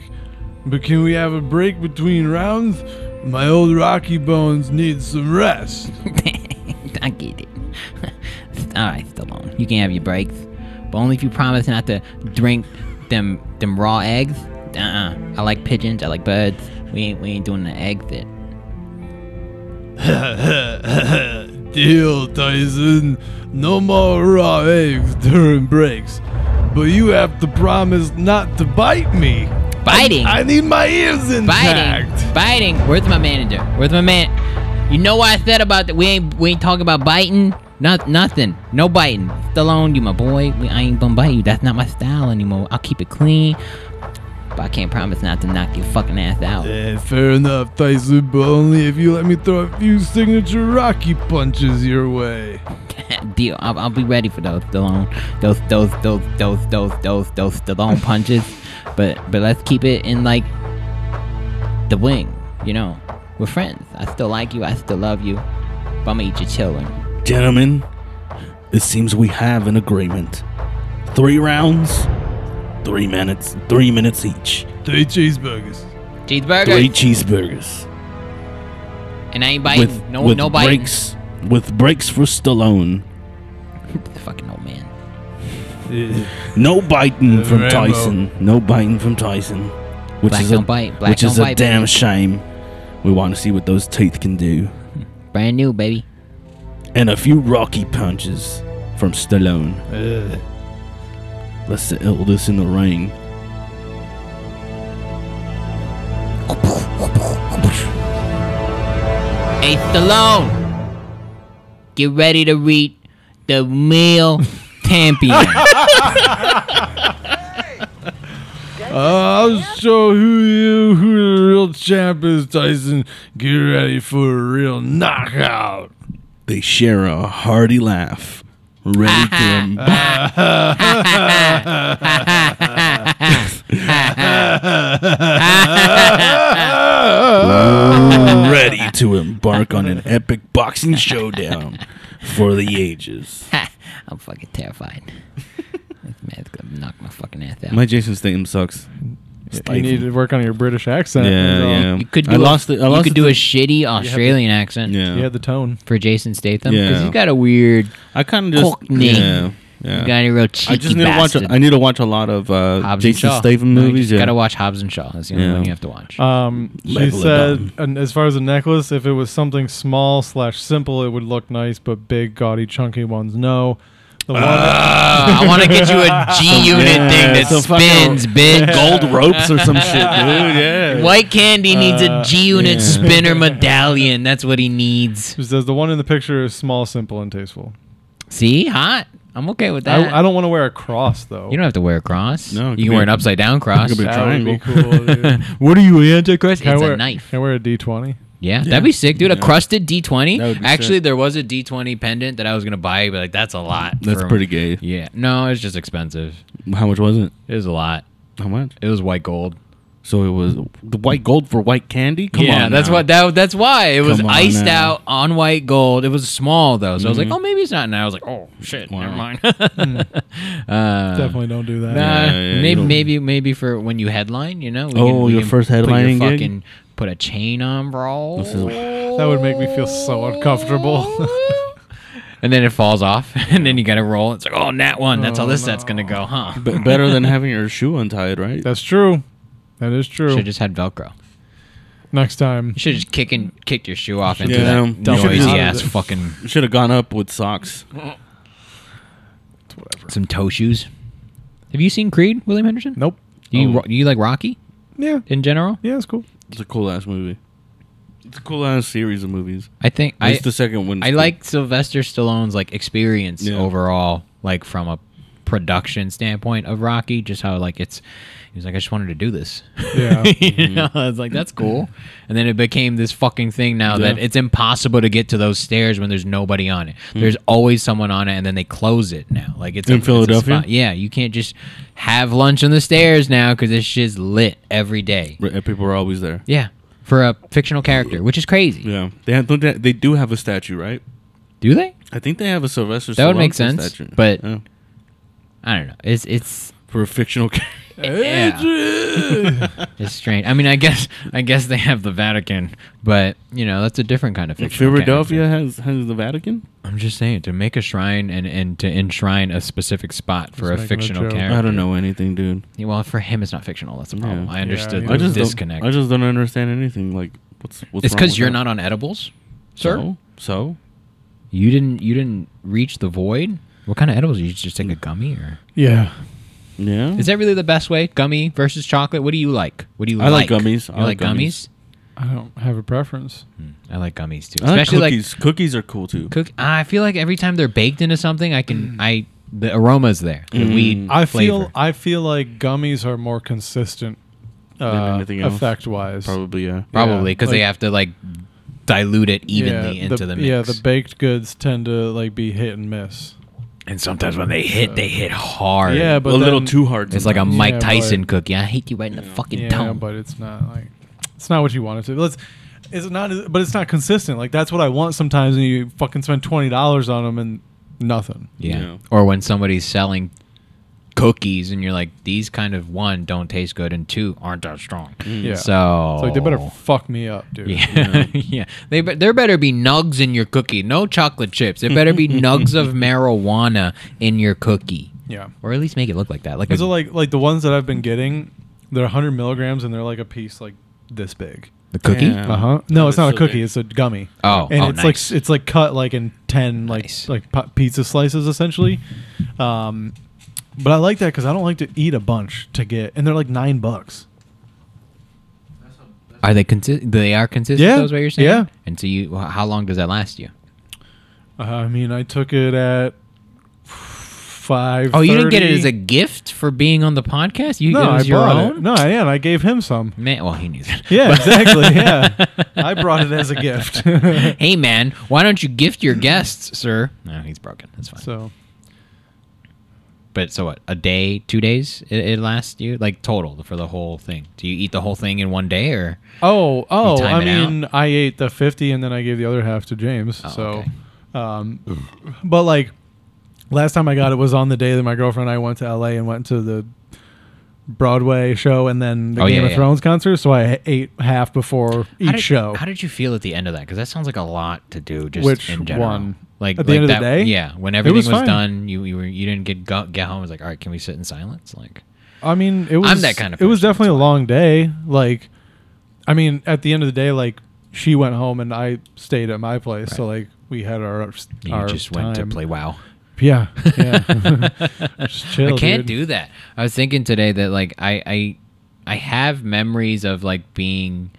S2: But can we have a break between rounds? My old Rocky Bones needs some rest.
S5: I get it. All right, Stallone, you can have your breaks, but only if you promise not to drink them them raw eggs. Uh, uh I like pigeons. I like birds. We ain't we ain't doing the egg thing.
S2: Deal, Tyson. No more raw eggs during breaks. But you have to promise not to bite me.
S5: Biting.
S2: I need my ears
S5: biting.
S2: intact.
S5: Biting. Where's my manager? Where's my man? You know what I said about that? We ain't we ain't talking about biting. Not nothing. No biting. Stallone, you my boy. We, I ain't gonna bite you. That's not my style anymore. I'll keep it clean. But I can't promise not to knock your fucking ass out.
S2: Eh, fair enough, Tyson, but only if you let me throw a few signature Rocky punches your way.
S5: Deal. I'll, I'll be ready for those Stallone, those those those those those those those Stallone punches. But but let's keep it in like the wing. You know, we're friends. I still like you. I still love you. But I'm gonna eat your children.
S1: Gentlemen, It seems we have an agreement. Three rounds, three minutes, three minutes each.
S2: Three cheeseburgers.
S5: Cheeseburger.
S1: Three cheeseburgers
S5: and I ain't biting.
S1: with
S5: no,
S1: with
S5: no biting.
S1: breaks with breaks for Stallone.
S5: The fucking old man.
S1: No biting
S5: Uh,
S1: from
S5: Rambo.
S1: Tyson. No biting from Tyson, which
S5: Black
S1: is a
S5: don't bite. Black
S1: which is
S5: don't
S1: a
S5: bite,
S1: damn
S5: baby.
S1: shame. We want to see what those teeth can do,
S5: Brand new, baby.
S1: and a few rocky punches from Stallone. Let's settle this in the ring.
S5: Hey, Stallone. Get ready to read the meal champion.
S2: I'll show who you who the real champ is, Tyson. Get ready for a real knockout.
S1: They share a hearty laugh, ready to em- ready to embark on an epic boxing showdown for the ages.
S5: I'm fucking terrified. This man's gonna knock my fucking ass out.
S1: My Jason Statham sucks.
S2: You need to work on your British accent.
S1: Yeah,
S2: is all.
S1: yeah.
S5: You could do
S1: I
S5: a-
S1: lost it. I
S5: you
S1: lost
S5: could
S1: the-
S5: do a shitty Australian accent
S1: Yeah.
S2: You had the tone.
S5: for Jason Statham because
S1: Yeah.
S5: he's got a weird
S1: I kind of just
S5: cock name.
S1: yeah, yeah.
S5: You got a real cheeky
S1: I just need
S5: bastard.
S1: to watch. A, I need to watch a lot of uh,
S5: Hobbs and
S1: Jason
S5: Shaw.
S1: Statham
S5: No, you
S1: movies.
S5: just
S1: yeah.
S5: gotta watch Hobbs and Shaw. That's the only
S1: Yeah.
S5: one you have to watch.
S2: Um, she
S1: Level it
S2: said, and as far as the necklace, if it was something small slash simple, it would look nice, but big, gaudy, chunky ones, no. The one,
S5: Uh, I want to get you a G Unit
S1: Yeah,
S5: thing that
S1: some fucking
S5: spins, bitch.
S1: gold ropes or some shit, dude. Yeah.
S5: White Candy needs a
S2: Uh,
S5: G Unit
S1: yeah.
S5: spinner medallion. That's what he needs.
S2: she says the one in the picture is small, simple, and tasteful.
S5: See, hot. I'm okay with that.
S2: I, I don't want to wear a cross though.
S5: you don't have to wear a cross.
S1: No, it could be
S5: you can wear
S1: a-
S5: an upside down cross.
S1: it could be
S2: that would be
S1: triangle.
S2: cool. Dude. Can
S5: What are you anti cross? It's
S2: I wear,
S5: a knife.
S2: Can I wear a D twenty?
S5: Yeah, that'd be sick, dude. A
S1: Yeah.
S5: crusted D
S1: That would
S5: twenty.
S1: be
S5: Actually,
S1: sick.
S5: there was a D twenty pendant that I was gonna buy, but like that's a lot.
S1: That's
S5: for-
S1: pretty gay.
S5: Yeah, no, it's just expensive.
S1: How much was it?
S5: It was a lot.
S1: How much?
S5: It was white gold.
S1: So it was the white gold for white candy. Come
S5: yeah,
S1: on,
S5: that's
S1: now.
S5: what that, that's why it was
S1: Come on
S5: iced
S1: now. Mm-hmm.
S5: out on white gold. It was small though, so I was like, oh, maybe it's not. And I was like, oh shit,
S1: Wow.
S5: never mind.
S2: Definitely don't do that.
S5: Nah,
S1: yeah, you
S5: maybe
S1: don't-
S5: maybe maybe for when you headline, you know. we
S1: Oh,
S5: we
S1: your first headlining
S5: put your
S1: gig?
S5: fucking put a chain on, bro.
S1: This is-
S2: That would make me feel so uncomfortable.
S5: and then it falls off, and then you gotta roll. It's like, oh, nat one. That's how this set's gonna go, huh?
S1: be- better than having your shoe untied, right?
S2: That's true. That is true.
S5: Should just had Velcro.
S2: Next time.
S5: You should just kick and kicked your shoe off into
S1: Yeah,
S5: that
S1: you should've
S5: noisy
S1: just-
S5: ass fucking
S1: Should have gone up with socks.
S5: some toe shoes. Have you seen Creed, William Henderson?
S2: Nope.
S5: Do you
S1: Oh.
S5: ro- do you like Rocky
S2: Yeah.
S5: in general?
S2: Yeah, it's cool.
S1: It's a cool ass movie. It's a cool ass series of movies.
S5: I think
S1: At
S5: I
S1: least the second one.
S5: I like Sylvester Stallone's like experience
S1: Yeah.
S5: overall, like from a production standpoint of Rocky, just how like it's he was like, I just wanted to do this.
S2: Yeah.
S5: you
S1: Mm-hmm.
S5: know, I was like, that's cool. And then it became this fucking thing now that
S1: Yeah. Mm.
S5: it's impossible to get to those stairs when there's nobody on it. There's always someone on it and then they close it now. Like it's
S1: In
S5: a- it's a
S1: Philadelphia?
S5: spot. yeah, you can't just have lunch on the stairs now cuz this shit's lit every day.
S1: Re- People are always there.
S5: Yeah. For a fictional character, which is crazy.
S1: Yeah, they have, don't they, they do have a statue, right?
S5: Do they?
S1: I think they have a Sylvester.
S5: That would make
S1: Stallone
S5: sense,
S1: statue.
S5: but-
S1: Yeah.
S5: I don't know. It's it's
S1: for a fictional. character.
S5: Yeah. it's strange. I mean, I guess I guess they have the Vatican, but you know that's a different kind of fictional
S1: Philadelphia
S5: character.
S1: has has the Vatican.
S5: I'm just saying to make a shrine and and to enshrine a specific spot for
S2: Just
S5: a
S2: making a
S5: fictional
S2: joke.
S5: character.
S1: I don't know anything, dude.
S5: Yeah, Well, for him, it's not fictional. That's a problem.
S1: Yeah.
S5: I understood
S2: Yeah,
S5: the
S1: I just
S5: disconnect.
S1: Don't, I just don't understand anything. Like, what's what's?
S5: it's
S1: wrong
S5: because
S1: with
S5: you're
S1: that?
S5: not on edibles, sir.
S1: So so
S5: You didn't you didn't reach the void. What kind of edibles? You just
S1: Mm.
S5: take a gummy, or
S2: Yeah.
S1: yeah.
S5: is that really the best way? Gummy versus chocolate. What do you like? What do you
S1: I
S5: like?
S1: like gummies.
S5: You
S1: I like
S5: like
S1: gummies.
S5: gummies?
S2: I don't have a preference.
S5: I like gummies too,
S1: I like
S5: especially like
S1: cookies. cookies are cool too.
S5: Cook. I feel like every time they're baked into something, I can I the aroma's there. The weed.
S2: Mm. I
S5: flavor.
S2: feel I feel like gummies are more consistent
S1: Than
S2: uh,
S1: anything else.
S2: effect wise.
S1: Probably yeah.
S5: probably because they
S2: like-
S5: have to like dilute it evenly into the, mix.
S2: Yeah, the baked goods tend to like be hit and miss.
S5: and sometimes when they hit, they hit hard.
S2: Yeah, but
S1: a little
S2: then-
S1: too hard.
S5: it's like a
S1: sometimes.
S5: Mike
S2: Yeah,
S5: Tyson
S2: but-
S5: cookie. I hate you right in the fucking
S2: Yeah,
S5: tongue.
S2: but it's not like it's not what you want it to. be. Let's. It's not, but it's not consistent. Like that's what I want sometimes, and you fucking spend twenty dollars on them, and Nothing.
S5: Yeah. Or when somebody's selling cookies and you're like, these kind of one don't taste good and two aren't that strong.
S2: Yeah.
S5: So
S2: It's like they better fuck me up, dude.
S5: Oh. Yeah. yeah. They be- there better be nugs in your cookie. No chocolate chips. There better be nugs of marijuana in your cookie.
S2: Yeah.
S5: Or at least make it look like that. Like a,
S2: Is it like like the ones that I've been getting? They're 100 milligrams and they're like a piece like this big.
S5: the cookie?
S1: Yeah.
S2: Uh huh. No,
S1: Oh,
S2: it's not
S1: so
S2: a cookie.
S1: they-
S2: It's a gummy.
S5: Oh,
S2: and
S5: oh,
S2: it's
S5: nice.
S2: like it's like cut like in ten like
S5: Nice.
S2: like pu- pizza slices essentially. Um, but I like that because I don't like to eat a bunch to get, and they're like nine bucks.
S5: Are they consistent? They are consistent.
S2: Yeah,
S5: Those what you're saying.
S2: yeah.
S5: And so you, wh- how long does that last you?
S2: Uh, I mean, I took it at five.
S5: Oh, you didn't get it as a gift for being on the podcast. You
S2: no.
S5: it was
S2: I
S5: your
S2: bought
S5: own.
S2: it. No, yeah, and I gave him some.
S5: Man, well, he knew that.
S2: Yeah, exactly. Yeah, I brought it as a gift.
S5: hey, man, why don't you gift your guests, sir? No, he's broken. That's fine.
S2: so
S5: but so what? A day, two days? It, it lasts you like total for the whole thing. Do you eat the whole thing in one day or?
S2: Oh, oh,
S5: time
S2: I
S5: it out?
S2: mean, I ate the 50 and then I gave the other half to James.
S5: Oh,
S2: so,
S5: okay.
S2: um, but like last time I got it was on the day that my girlfriend and I went to LA and went to the Broadway show and then the
S5: Oh,
S2: Game
S5: yeah,
S2: of
S5: yeah.
S2: Thrones concert. So I ate half before each
S5: How did-
S2: show.
S5: How did you feel at the end of that? Because that sounds like a lot to do. Just
S2: Which
S5: in general.
S2: one?
S5: Like
S2: At the
S5: like
S2: end of the
S5: that,
S2: day?
S5: Yeah, when
S2: It
S5: everything
S2: was
S5: was,
S2: fine.
S5: done, you you, were, you didn't get go, get home. It was like, all right, can we sit in silence? Like,
S2: I mean, it was.
S5: that kind of
S2: It was
S5: person,
S2: definitely
S5: that's why.
S2: a long day. Like, I mean, at the end of the day, like she went home and I stayed at my place. So like we had our
S5: you
S2: our
S5: just went
S2: time.
S5: to play WoW.
S2: Yeah, yeah. Just chill,
S5: I can't do
S2: dude.
S5: that. I was thinking today that like I I I have memories of like being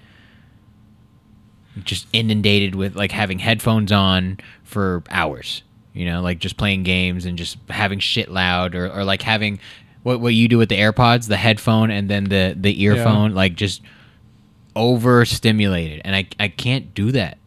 S5: just inundated with like having headphones on for hours. You know, like just playing games and just having shit loud or, or like having what what you do with the AirPods, the headphone and then the the earphone, like just overstimulated. And I I can't do that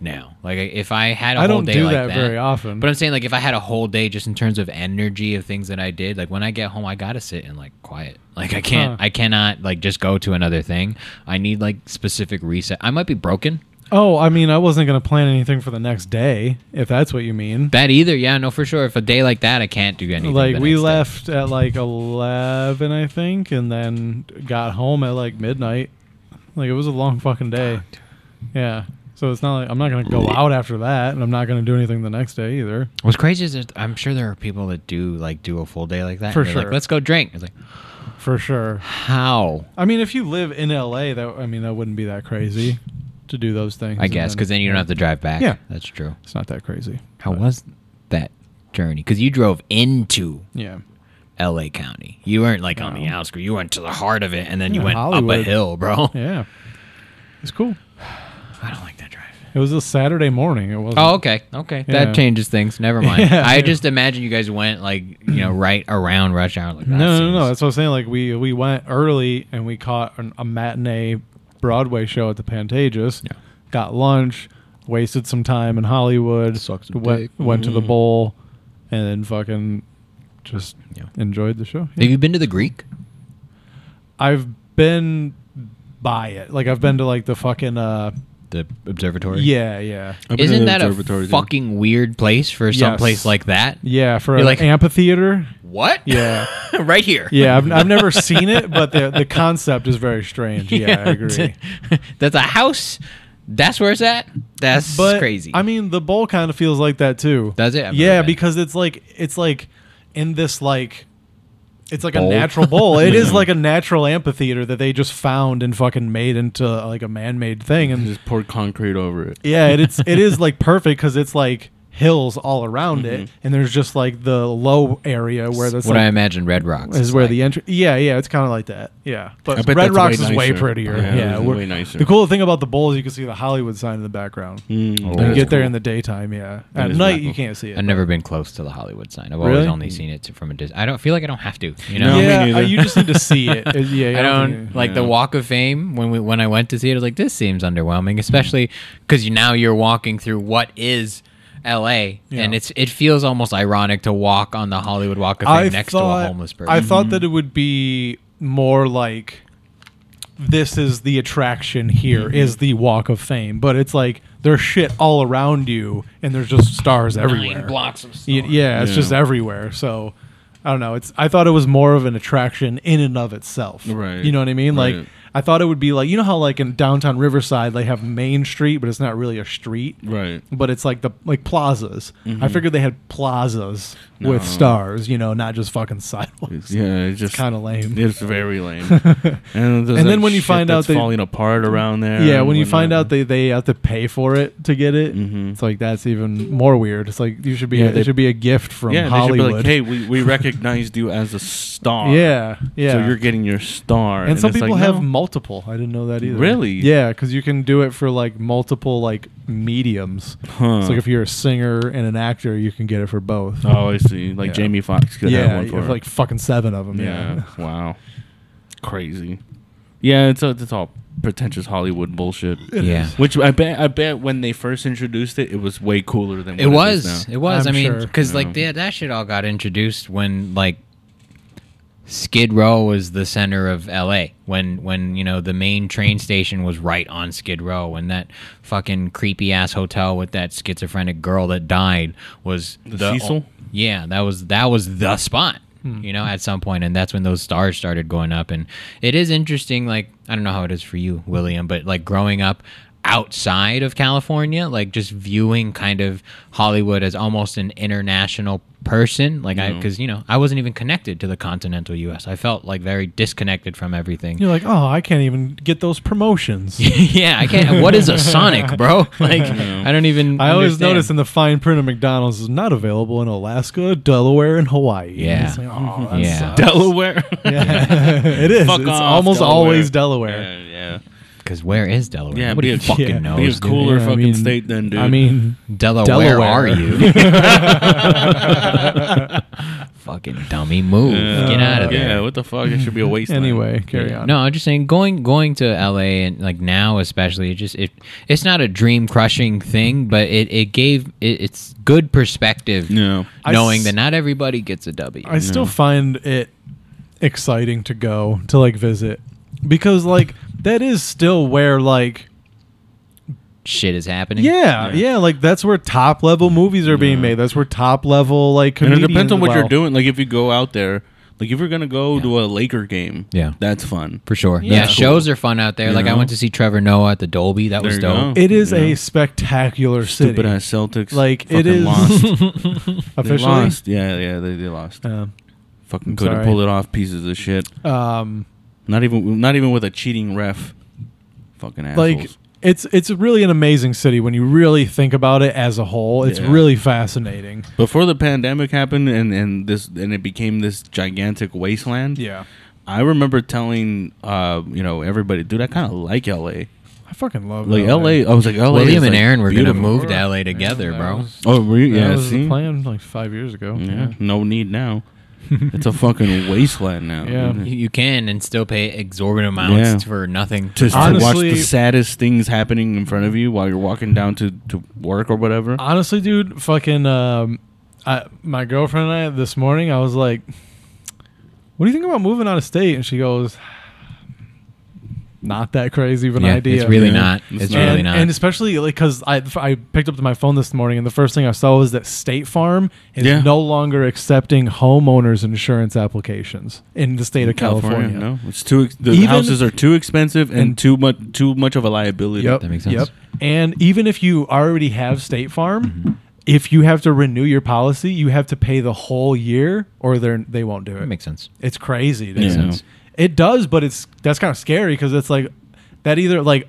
S5: now. Like I- if I had a
S2: I
S5: whole
S2: don't
S5: day
S2: do
S5: like
S2: that very often.
S5: But I'm saying like if I had a whole day just in terms of energy of things that I did, like when I get home I gotta sit and like quiet. Like I can't
S2: Huh.
S5: I cannot like just go to another thing. I need like specific reset. I might be broken.
S2: Oh, I mean, I wasn't gonna plan anything for the next day, if that's what you mean.
S5: That either, yeah, no for sure. If a day like that I can't do anything.
S2: like
S5: the
S2: we
S5: next day.
S2: left at like eleven, I think, and then got home at like midnight. Like it was a long fucking day. Yeah. So it's not like I'm not gonna go out after that, and I'm not gonna do anything the next day either.
S5: What's crazy is that I'm sure there are people that do like do a full day like that.
S2: For
S5: and they're like,
S2: sure.
S5: Let's go drink. It's like
S2: For sure.
S5: how?
S2: I mean, if you live in LA, that I mean, that wouldn't be that crazy to do those things.
S5: I guess because then you don't have to drive back.
S2: Yeah.
S5: that's true.
S2: It's not that crazy.
S5: How was that journey? Because you drove into
S2: Yeah.
S5: L.A. County. You weren't like on the outskirts. You went to the heart of it, and then you
S2: Oh. Yeah,
S5: went up a
S2: Hollywood.
S5: hill, bro.
S2: Yeah. It's cool.
S5: I don't like that drive.
S2: It was a Saturday morning. It wasn't.
S5: Oh, okay, okay,
S2: Yeah.
S5: that changes things. Never mind.
S2: Yeah.
S5: I just imagine you guys went like you know right around rush hour. Like, that
S2: No, no,
S5: seems-
S2: no. That's what I'm saying. Like we we went early and we caught an, a matinee Broadway show at the Pantages.
S5: Yeah.
S2: Got lunch, wasted some time in Hollywood.
S1: Sucked some
S2: went
S1: dick.
S2: went to the
S5: Mm-hmm.
S2: bowl, and then fucking just
S5: Yeah.
S2: enjoyed the show.
S5: Have you been to the Greek?
S2: I've been by it. Like I've been to like the fucking uh
S5: The observatory.
S2: yeah yeah
S1: I've been to
S5: Isn't
S1: the
S5: that a
S1: observatory, dude.
S5: fucking weird place for some
S2: Yes.
S5: place like that?
S2: yeah for
S5: You're
S2: an
S5: like-
S2: amphitheater.
S5: What?
S2: Yeah.
S5: right here.
S2: Yeah, I've, I've never seen it, but the the concept is very strange. Yeah, I agree.
S5: That's a house. That's where it's at. That's
S2: but
S5: crazy.
S2: I mean, the bowl kind of feels like that too.
S5: Does it? I've
S2: yeah,
S5: never been.
S2: because it's like it's like in this like it's like
S5: Bowl?
S2: a natural bowl. It is like a natural amphitheater that they just found and fucking made into like a man-made thing.
S1: And
S2: And
S1: just poured concrete over it.
S2: yeah, it, it's it is like perfect because it's like hills all around it, and there's just like the low area where that's
S5: Mm-hmm. what I
S2: like,
S5: imagine Red Rocks
S2: is where
S5: like.
S2: the entry. Yeah, yeah, it's kind of like that. Yeah,
S1: I
S2: but
S1: bet
S2: Red
S1: that's
S2: Rocks
S1: way
S2: is way
S1: nicer.
S2: prettier.
S1: Yeah,
S2: Yeah,
S1: it's
S2: we're-
S1: way nicer.
S2: The cool thing about the bowl is you can see the Hollywood sign in the background.
S1: Mm,
S5: Oh.
S1: that
S2: You
S1: is
S5: That's
S2: get there
S1: cool.
S2: in the daytime. Yeah,
S1: That
S2: at
S1: is
S2: night
S1: cool.
S2: you can't see it.
S5: I've never been close to the Hollywood sign. I've always
S2: Really?
S5: only seen it to- from a distance. I don't feel like I don't have to. You know.
S1: No, me
S2: yeah,
S1: neither.
S2: uh, you just need to see it. Uh, yeah, yeah,
S5: I
S2: think
S5: don't
S2: you-
S5: like the
S1: Yeah.
S5: Walk of Fame. When we when I went to see it, I was like, this seems underwhelming, especially because you, now you're walking through what is L.A.
S2: Yeah.
S5: and it's it feels almost ironic to walk on the Hollywood Mm-hmm. Walk of Fame next to a homeless person.
S2: I thought that it would be more like this is the attraction here is
S5: Mm-hmm.
S2: the Walk of Fame, but it's like there's shit all around you, and there's just stars everywhere.
S5: blocks of
S2: Y- Yeah, it's
S1: Yeah.
S2: just everywhere. So I don't know. It's I thought it was more of an attraction in and of itself.
S1: Right.
S2: You know what I mean? Like
S1: Right.
S2: I thought it would be like you know how like in downtown Riverside they have Main Street, but it's not really a street.
S1: Right.
S2: But it's like the like plazas. I
S1: Mhm.
S2: figured they had plazas
S1: No.
S2: with stars, you know, not just fucking sidewalks.
S1: Yeah, it's just
S2: kinda lame.
S1: It's very lame. and,
S2: And then when you find out
S1: that's
S2: they-
S1: falling apart around there.
S2: Yeah,
S1: and
S2: when you
S1: whatnot. Mm-hmm.
S2: find out they, they have to pay for it to get it, it's like that's even more weird. It's like you should be
S1: Yeah,
S2: it
S1: they-
S2: should be a gift from
S1: yeah,
S2: Hollywood.
S1: They should be like, hey, we, we recognized you as a star.
S2: Yeah, yeah.
S1: So you're getting your star.
S2: and, some
S1: it's
S2: people
S1: like,
S2: have
S1: no.
S2: multiple. I didn't know that either.
S1: Really?
S2: Yeah, because you can do it for like multiple like mediums.
S1: Huh.
S2: So like if you're a singer and an actor, you can get it for both.
S1: Oh, I see. Like
S2: Yeah.
S1: Jamie Foxx could have
S2: yeah,
S1: one for
S2: you have,
S1: it.
S2: like fucking seven of them. Yeah.
S1: yeah. Wow. Crazy. Yeah, it's it's all pretentious Hollywood bullshit.
S5: Yeah. is.
S1: Which I bet I bet when they first introduced it, it was way cooler than what
S5: It was.
S1: It, is now.
S5: It was.
S2: I'm
S5: I mean,
S2: sure.
S5: because
S1: Yeah.
S5: like that, that shit all got introduced when like Skid Row was the center of L.A. When when you know the main train station was right on Skid Row, and that fucking creepy ass hotel with that schizophrenic girl that died was
S1: The Cecil?
S5: yeah, that was that was the spot. You know, at some point, and that's when those stars started going up. And it is interesting. Like I don't know how it is for you, William, but like growing up outside of California, like just viewing kind of Hollywood as almost an international person. Like I, because you know, I wasn't even connected to the continental U.S. I felt like very disconnected from everything.
S2: You're like, oh, I can't even get those promotions.
S5: yeah, I can't. What is a Sonic, bro? Like I don't even.
S2: I always
S5: understand.
S2: notice in the fine print of McDonald's is not available in Alaska, Delaware, and Hawaii.
S5: Yeah.
S2: It's like, oh, that
S5: Yeah.
S2: sucks.
S1: Delaware.
S2: it is.
S1: Fuck
S2: it's
S1: off,
S2: almost
S1: Delaware.
S2: always Delaware.
S1: Yeah, yeah.
S5: Because where is Delaware?
S1: Yeah,
S5: what do
S1: be
S5: you
S1: a-
S5: fucking
S2: yeah,
S5: know?
S1: Be a
S5: dude?
S1: cooler
S2: Yeah, I
S1: fucking
S2: mean-
S1: state then, dude.
S2: I mean,
S5: Delaware,
S2: Delaware.
S5: are you? Fucking dummy move.
S1: Yeah.
S5: Get out of
S1: Uh, yeah,
S5: there.
S1: what the fuck? It should be a waste.
S2: anyway, carry on.
S5: No, I'm just saying going going to LA and like now especially it just it it's not a dream crushing thing, but it, it gave it, it's good perspective
S1: Yeah.
S2: I
S5: knowing
S2: s-
S5: that not everybody gets a W.
S2: I still find it exciting to go to like visit because like that is still where like
S5: Shit is happening.
S2: yeah yeah, like that's where top level movies are being made. That's where top level like
S1: And it
S2: comedians
S1: depends on what
S2: well,
S1: you're doing. Like if you go out there, like if you're gonna go to a Laker game,
S5: Yeah.
S1: that's fun.
S5: For sure.
S1: Yeah.
S5: Yeah, shows are fun out there.
S1: You
S5: like I
S1: know?
S5: went to see Trevor Noah at the Dolby. That
S1: There
S5: was
S1: you
S5: dope.
S1: go.
S2: It is
S1: Yeah.
S2: a spectacular city.
S1: Stupid ass Celtics.
S2: Like, it
S1: Fucking
S2: is-
S1: lost. they
S2: officially.
S1: lost. Yeah, yeah, they, they lost.
S2: Um,
S1: Fucking
S2: I'm
S1: couldn't
S2: sorry.
S1: pull it off. Pieces of shit.
S2: um,
S1: Not even not even with a cheating ref. Fucking assholes.
S2: like it's it's really an amazing city when you really think about it as a whole. It's
S1: Yeah.
S2: really fascinating.
S1: before the pandemic happened and and this and it became this gigantic wasteland. I remember telling uh you know everybody, dude, I kind of like L.A.
S2: I fucking love
S1: Like oh,
S2: LA.
S1: L.A. I was like L.A.
S5: William
S1: is,
S5: and
S1: like,
S5: Aaron were gonna
S1: beautiful.
S5: move to LA together, bro.
S1: Oh, were you?
S2: that
S1: yeah,
S2: was
S1: see?
S2: the plan like five years ago.
S1: Yeah, no need now. it's a fucking wasteland now.
S2: Yeah.
S1: dude.
S5: You, you can and still pay exorbitant amounts
S1: Yeah.
S5: for nothing.
S1: Just to watch
S2: Honestly-
S1: the saddest things happening in front of you while you're walking down to, to work or whatever.
S2: Honestly, dude, fucking um, I, my girlfriend and I this morning, I was like, "What do you think about moving out of state?" And she goes, "Not that crazy of an
S5: yeah,
S2: idea."
S5: It's really
S1: Yeah.
S5: not.
S1: It's
S5: It's,
S1: not.
S5: really
S2: and,
S5: not.
S2: and especially like because I, I picked up my phone this morning and the first thing I saw was that State Farm is
S1: Yeah.
S2: no longer accepting homeowners insurance applications in the state of California.
S1: No, it's too. Ex- the
S2: Even-
S1: houses are too expensive and,
S2: and-
S1: too much. Too much of a liability.
S2: Yep.
S5: That makes sense.
S2: Yep. And even if you already have State Farm,
S5: Mm-hmm.
S2: if you have to renew your policy, you have to pay the whole year or they they won't do
S5: that
S2: it.
S5: makes sense.
S2: It's crazy. dude.
S1: Makes sense.
S2: It does, but it's that's kind of scary because it's like that either like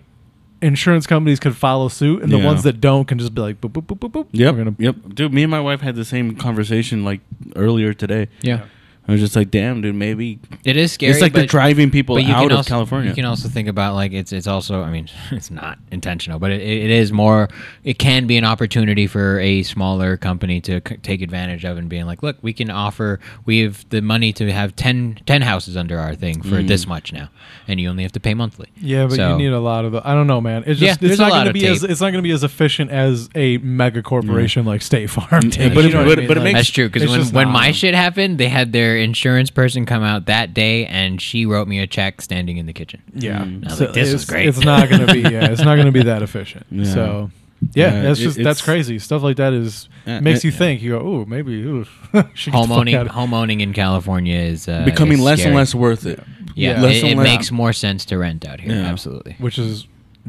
S2: insurance companies could follow suit and the
S1: Yeah.
S2: ones that don't can just be like boop boop boop boop boop.
S1: Yep.
S2: We're gonna-
S1: yep. Dude, me and my wife had the same conversation like earlier today.
S5: Yeah.
S1: I was just like, damn, dude, maybe
S5: It is scary.
S1: it's like they're
S5: but-
S1: driving people
S5: but you
S1: out
S5: can
S1: of
S5: also-
S1: California.
S5: You can also think about like it's it's also I mean it's not intentional, but it, it is more it can be an opportunity for a smaller company to c- take advantage of and being like, look, we can offer we have the money to have 10, 10 houses under our thing for this much now, and you only have to pay monthly.
S2: Yeah, but
S5: So-
S2: you need a lot of the. I don't know, man. It's
S5: Yeah,
S2: just
S5: there's
S2: it's
S5: a
S2: not
S5: lot
S2: going to
S5: of
S2: be as
S5: tape.
S2: it's not going to be as efficient as a mega corporation like State Farm. did,
S1: but
S2: you
S1: it-
S2: know what I
S1: but-
S2: mean?
S1: but it
S2: Like-
S1: makes-
S5: That's true. Because
S2: It's
S5: when,
S2: just
S5: when
S2: not-
S5: my shit happened, they had their insurance person come out that day, and she wrote me a check standing in the kitchen.
S2: Yeah.
S5: And I was
S2: Mm. So
S5: like, this
S2: it's,
S5: is great.
S2: It's not gonna be yeah, it's not gonna be that efficient.
S5: Yeah.
S2: So yeah,
S5: Yeah,
S2: that's
S5: it-
S2: just that's
S5: it's-
S2: crazy. Stuff like that is
S5: Yeah,
S2: makes
S5: it-
S2: you think. You go, oh, maybe ooh, should get the fuck out
S5: homeowning
S2: of-
S5: homeowning in California is uh,
S1: Becoming
S5: is
S1: less and
S5: scary.
S1: less worth it.
S5: Yeah,
S1: Yeah. Less
S5: it,
S1: and
S5: it
S1: less-
S5: makes more sense to rent out here.
S1: Yeah.
S5: Absolutely,
S2: which is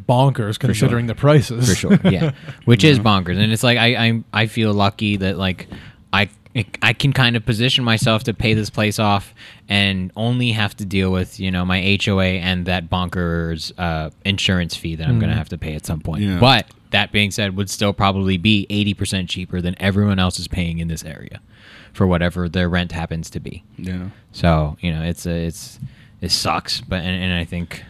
S2: bonkers considering the prices.
S5: for sure. Yeah, which is bonkers, and it's like I I I feel lucky that like I I can kind of position myself to pay this place off and only have to deal with you know my HOA and that bonkers uh, insurance fee that I'm gonna
S12: Mhm.
S1: Mm-hmm.
S5: have to pay at some point.
S12: Yeah.
S5: But that being said, would still probably be eighty percent cheaper than everyone else is paying in this area for whatever their rent happens to be.
S1: Yeah.
S5: So you know, it's a, it's it sucks, but and, and I think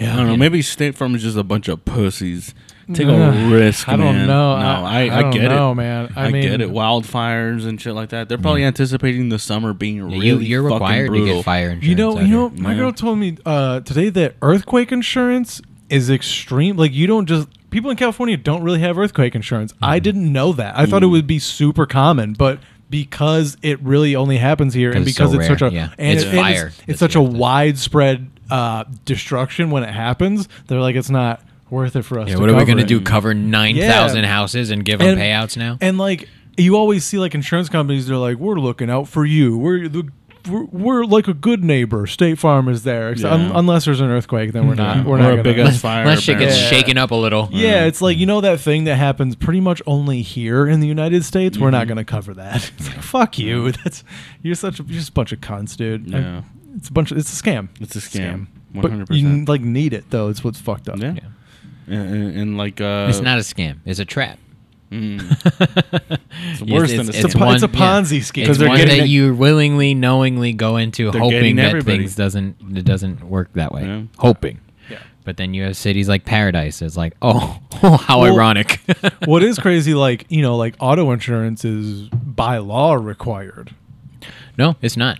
S1: Yeah, I don't know. Maybe State Farm is just a bunch of pussies. Take
S2: Ugh,
S1: a risk.
S2: I don't
S1: man.
S2: know.
S1: No, I,
S2: I- I
S1: I,
S2: don't
S1: get
S2: know,
S1: it,
S2: man. I
S1: I, get
S2: mean- Mm.
S1: it. Wildfires and shit like that. They're probably anticipating the summer being
S5: Yeah,
S1: really.
S5: you- you're
S1: fucking
S5: required to get
S1: brutal.
S5: fire
S2: You know, you know, my girl told me uh, today that earthquake insurance is extreme. Like you don't just people in California don't really have earthquake insurance.
S5: Mm-hmm.
S2: I didn't know that. I thought it would be super common, but because it really only happens here and
S5: 'Cause it's
S2: because
S5: so
S2: it's
S5: rare,
S2: such a
S5: yeah.
S2: and
S5: It's
S2: it- and
S5: fire
S2: it's, it's such a widespread uh, destruction when it happens. They're like, it's not worth it for us.
S5: Yeah,
S2: to
S5: what are we
S2: cover
S5: gonna
S2: it.
S5: do? Cover nine thousand
S2: Yeah.
S5: houses and give them payouts now?
S2: And like you always see, like insurance companies, they're like, "We're looking out for you. We're the." We're, we're like a good neighbor. State Farm is there, except un-
S5: Yeah.
S2: unless there's an earthquake, then we're not.
S5: Yeah.
S2: We're
S5: Or
S2: not
S5: a
S2: gonna-
S5: big-ass Unless- fire, unless shit gets apparently. shaken up a little.
S2: Yeah, it's like you know that thing that happens pretty much only here in the United States. We're not going to cover that. It's like fuck you. That's you're such a, you're just a bunch of cons, dude. I-
S1: Yeah.
S2: it's a bunch of it's a scam.
S1: It's a scam.
S2: But you
S1: 100%.
S2: like need it though. It's what's fucked up.
S1: Yeah. And, and- and like, uh,
S5: it's not a scam. It's a trap.
S1: It's worse than a scam. It's a
S2: po- it's a Ponzi scheme. 'Cause
S5: It's
S2: they're
S5: one
S2: getting
S5: that
S2: it-
S5: you willingly, knowingly go into,
S2: They're
S5: hoping
S2: getting
S5: that
S2: everybody.
S5: things doesn't it doesn't work that way. Hoping.
S2: Yeah.
S5: But then you have cities like Paradise. It's like, oh, how
S2: Well,
S5: ironic.
S2: what is crazy, like you know, like auto insurance is by law required.
S5: No, it's not.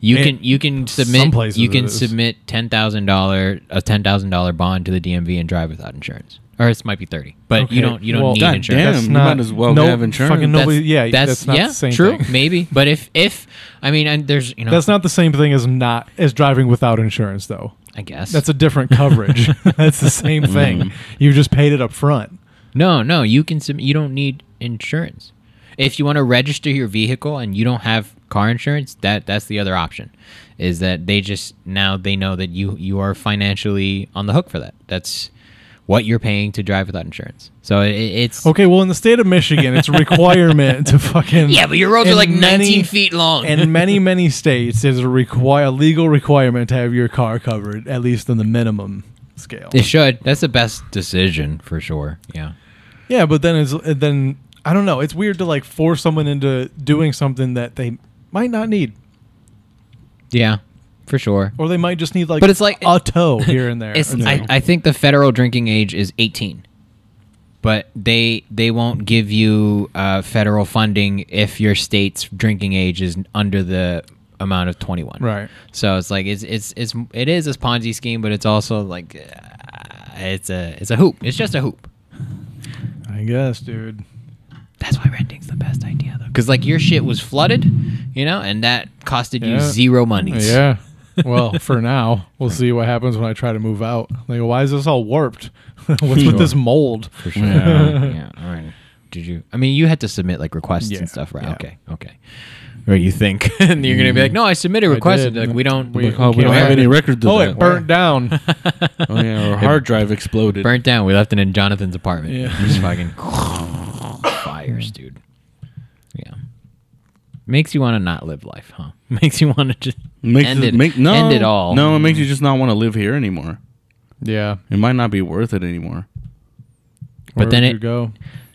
S5: You
S2: It-
S5: can you can
S2: some
S5: submit
S2: places
S5: you
S2: it
S5: can
S2: is.
S5: submit ten thousand dollar a ten thousand dollar bond to the DMV and drive without insurance, or it might be thirty. But
S2: Okay,
S5: you don't you don't
S2: well,
S5: need
S2: God
S5: insurance.
S2: damn, That's you not- might as well no have insurance. fucking nobody- yeah, that's not
S5: yeah,
S2: the same
S5: true.
S2: thing.
S5: Maybe, but if if I mean, and there's you know
S2: That's not the same thing as not as driving without insurance, though.
S5: I guess.
S2: that's a different coverage. that's the same thing.
S5: Mhm.
S2: You just paid it up front.
S5: No, no, you can submit. You don't need insurance. If you want to register your vehicle and you don't have car insurance, that that's the other option. Is that they just now they know that you you are financially on the hook for that. That's what you're paying to drive without insurance. So it, it's
S2: Okay, well, in the state of Michigan, it's a requirement to fucking
S5: Yeah, but your roads are
S2: in
S5: like 19 feet long.
S2: in many many states, it's a require a legal requirement to have your car covered at least in the minimum scale.
S5: It should. That's the best decision for sure. Yeah.
S2: Yeah, but then it's then I don't know. It's weird to like force someone into doing something that they might not need,
S5: Yeah. For sure.
S2: or they might just need like.
S5: But it's like-
S2: a toe here and there.
S5: It's-
S2: or
S5: I,
S2: something.
S5: I think the federal drinking age is 18, but they they won't give you uh, federal funding if your state's drinking age is under the amount of 21.
S2: Right.
S5: So it's like it's it's it's it is this Ponzi scheme, but it's also like uh, it's a it's a hoop. It's just a hoop.
S2: I guess, dude.
S5: That's why renting's the best idea though, because like your shit was flooded, you know, and that costed you
S2: Yeah.
S5: zero monies.
S2: Yeah. Well, for now, we'll see what happens when I try to move out. Like, why is this all warped? What's with this mold?
S5: For sure. yeah. yeah. All right. Did you? I mean, you had to submit like requests
S2: Yeah,
S5: and stuff, right?
S2: yeah.
S5: Okay. Okay. Or you think, and you're gonna be like, no, I submitted
S2: I
S5: requests.
S2: did.
S5: Like we don't.
S2: We- Like, oh, we don't have any records of Oh, it that. burnt down.
S1: Oh, yeah, our hard drive exploded.
S5: Burnt down. We left it in Jonathan's apartment.
S1: Yeah.
S5: Just fucking fires, dude. Yeah. Makes you want to not live life, huh? Makes you want to just
S1: Makes
S5: end
S1: it,
S5: it,
S1: make, no,
S5: end it all.
S1: No, it makes you just not want to live here anymore.
S2: Yeah,
S1: it might not be worth it anymore.
S5: But then
S2: would
S5: it-
S2: you go.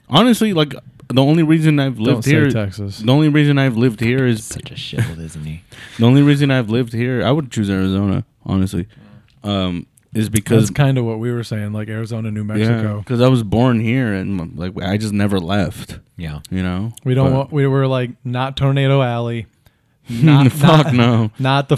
S1: Honestly, like the only reason I've lived
S2: say
S1: here,
S2: Texas.
S1: The only reason I've lived here is
S5: such a shithole, isn't he?
S1: The only reason I've lived here, I would choose Arizona, honestly, um, is because
S2: That's kind of what we were saying, like Arizona, New Mexico.
S1: because I was born here and like I just never left.
S5: Yeah,
S1: you know,
S2: We don't.
S1: But-
S2: Want, we were like not Tornado Alley, Not,
S1: Fuck
S2: not-
S1: no.
S2: Not the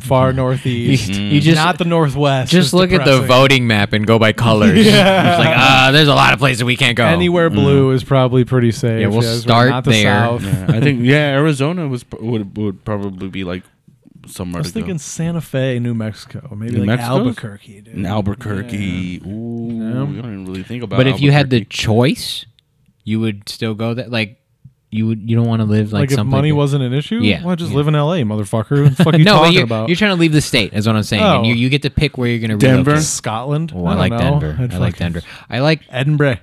S2: far northeast.
S5: You- you just-
S2: not the northwest.
S5: Just
S2: is
S5: look at the
S2: depressing.
S5: voting map and go by colors.
S2: Yeah.
S5: It's like, ah, there's a lot of places we can't go. Mm-hmm.
S2: Anywhere blue is probably pretty safe.
S5: Yeah, we'll
S2: it's
S5: start
S2: not the
S5: there.
S2: South.
S1: Yeah, I think yeah, Arizona was pr- would would probably be like somewhere
S2: I was
S1: to go.
S2: thinking Santa Fe, New Mexico, maybe
S1: New
S2: like
S1: Mexico's?
S2: Albuquerque. Dude.
S1: In Albuquerque. Ooh, we don't even really think about.
S5: But if you had the choice, you would still go there. Like, you would. You don't want to live like,
S2: Like, if
S5: something.
S2: money wasn't an issue,
S5: Yeah,
S2: well, just
S5: yeah.
S2: live in L.A., motherfucker. What the fuck are you
S5: no, but
S2: talking
S5: you're,
S2: about?
S5: you're trying to leave the state. Is what I'm saying.
S2: Oh.
S5: And you you get to pick where you're going to
S1: Denver?
S5: relocate.
S2: Scotland.
S5: Oh, I,
S2: don't
S5: like
S2: know.
S5: Denver.
S2: I'd
S5: I like
S2: fucking-
S5: Denver. I like
S2: Edinburgh.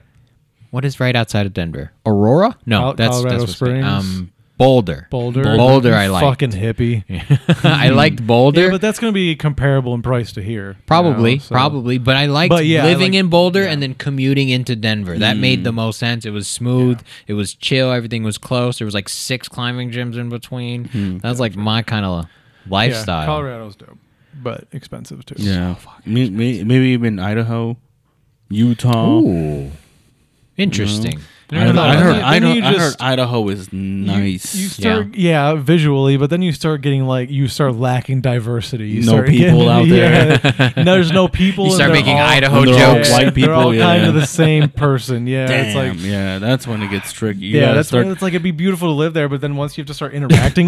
S5: what is right outside of Denver. Aurora? No,
S2: Col-
S5: that's
S2: Colorado
S5: that's what's there.
S2: Springs?
S5: Um, Boulder.
S2: Boulder.
S5: Boulder. I like.
S2: Fucking hippie.
S5: I liked Boulder.
S2: Yeah, but that's going to be comparable in price to here.
S5: Probably,
S2: you know, so-
S5: probably. But I liked
S2: But yeah, Mm. I
S5: living
S2: like-
S5: in Boulder and then commuting into Denver. That made the most sense. It was smooth. It was chill. Everything was close. There was like six climbing gyms in between. That was like my kind of
S2: Hmm. Yeah,
S5: lifestyle.
S2: Colorado's dope, but expensive too.
S1: yeah, may, may, maybe even Idaho, Utah.
S5: Ooh, interesting.
S1: I,
S2: No, no,
S1: I
S2: then
S1: heard,
S2: you- then
S1: Idaho,
S2: you
S1: I heard
S2: just-
S1: Idaho is nice.
S2: You start, yeah. visually, but then you start getting like you start lacking diversity. You
S1: No
S2: start
S1: people
S2: getting-
S1: out there.
S2: yeah. No, there's no people.
S5: You
S2: and
S5: start
S2: they're
S5: making
S2: all-
S5: Idaho
S1: and they're all
S5: jokes.
S1: white
S2: they're
S1: people,
S2: all kind
S1: yeah.
S2: of the same person. Yeah,
S1: Damn,
S2: it's like
S1: yeah, that's when it gets tricky. You
S2: yeah,
S1: gotta
S2: that's
S1: start.
S2: when it's like it'd be beautiful to live there, but then once you have to start interacting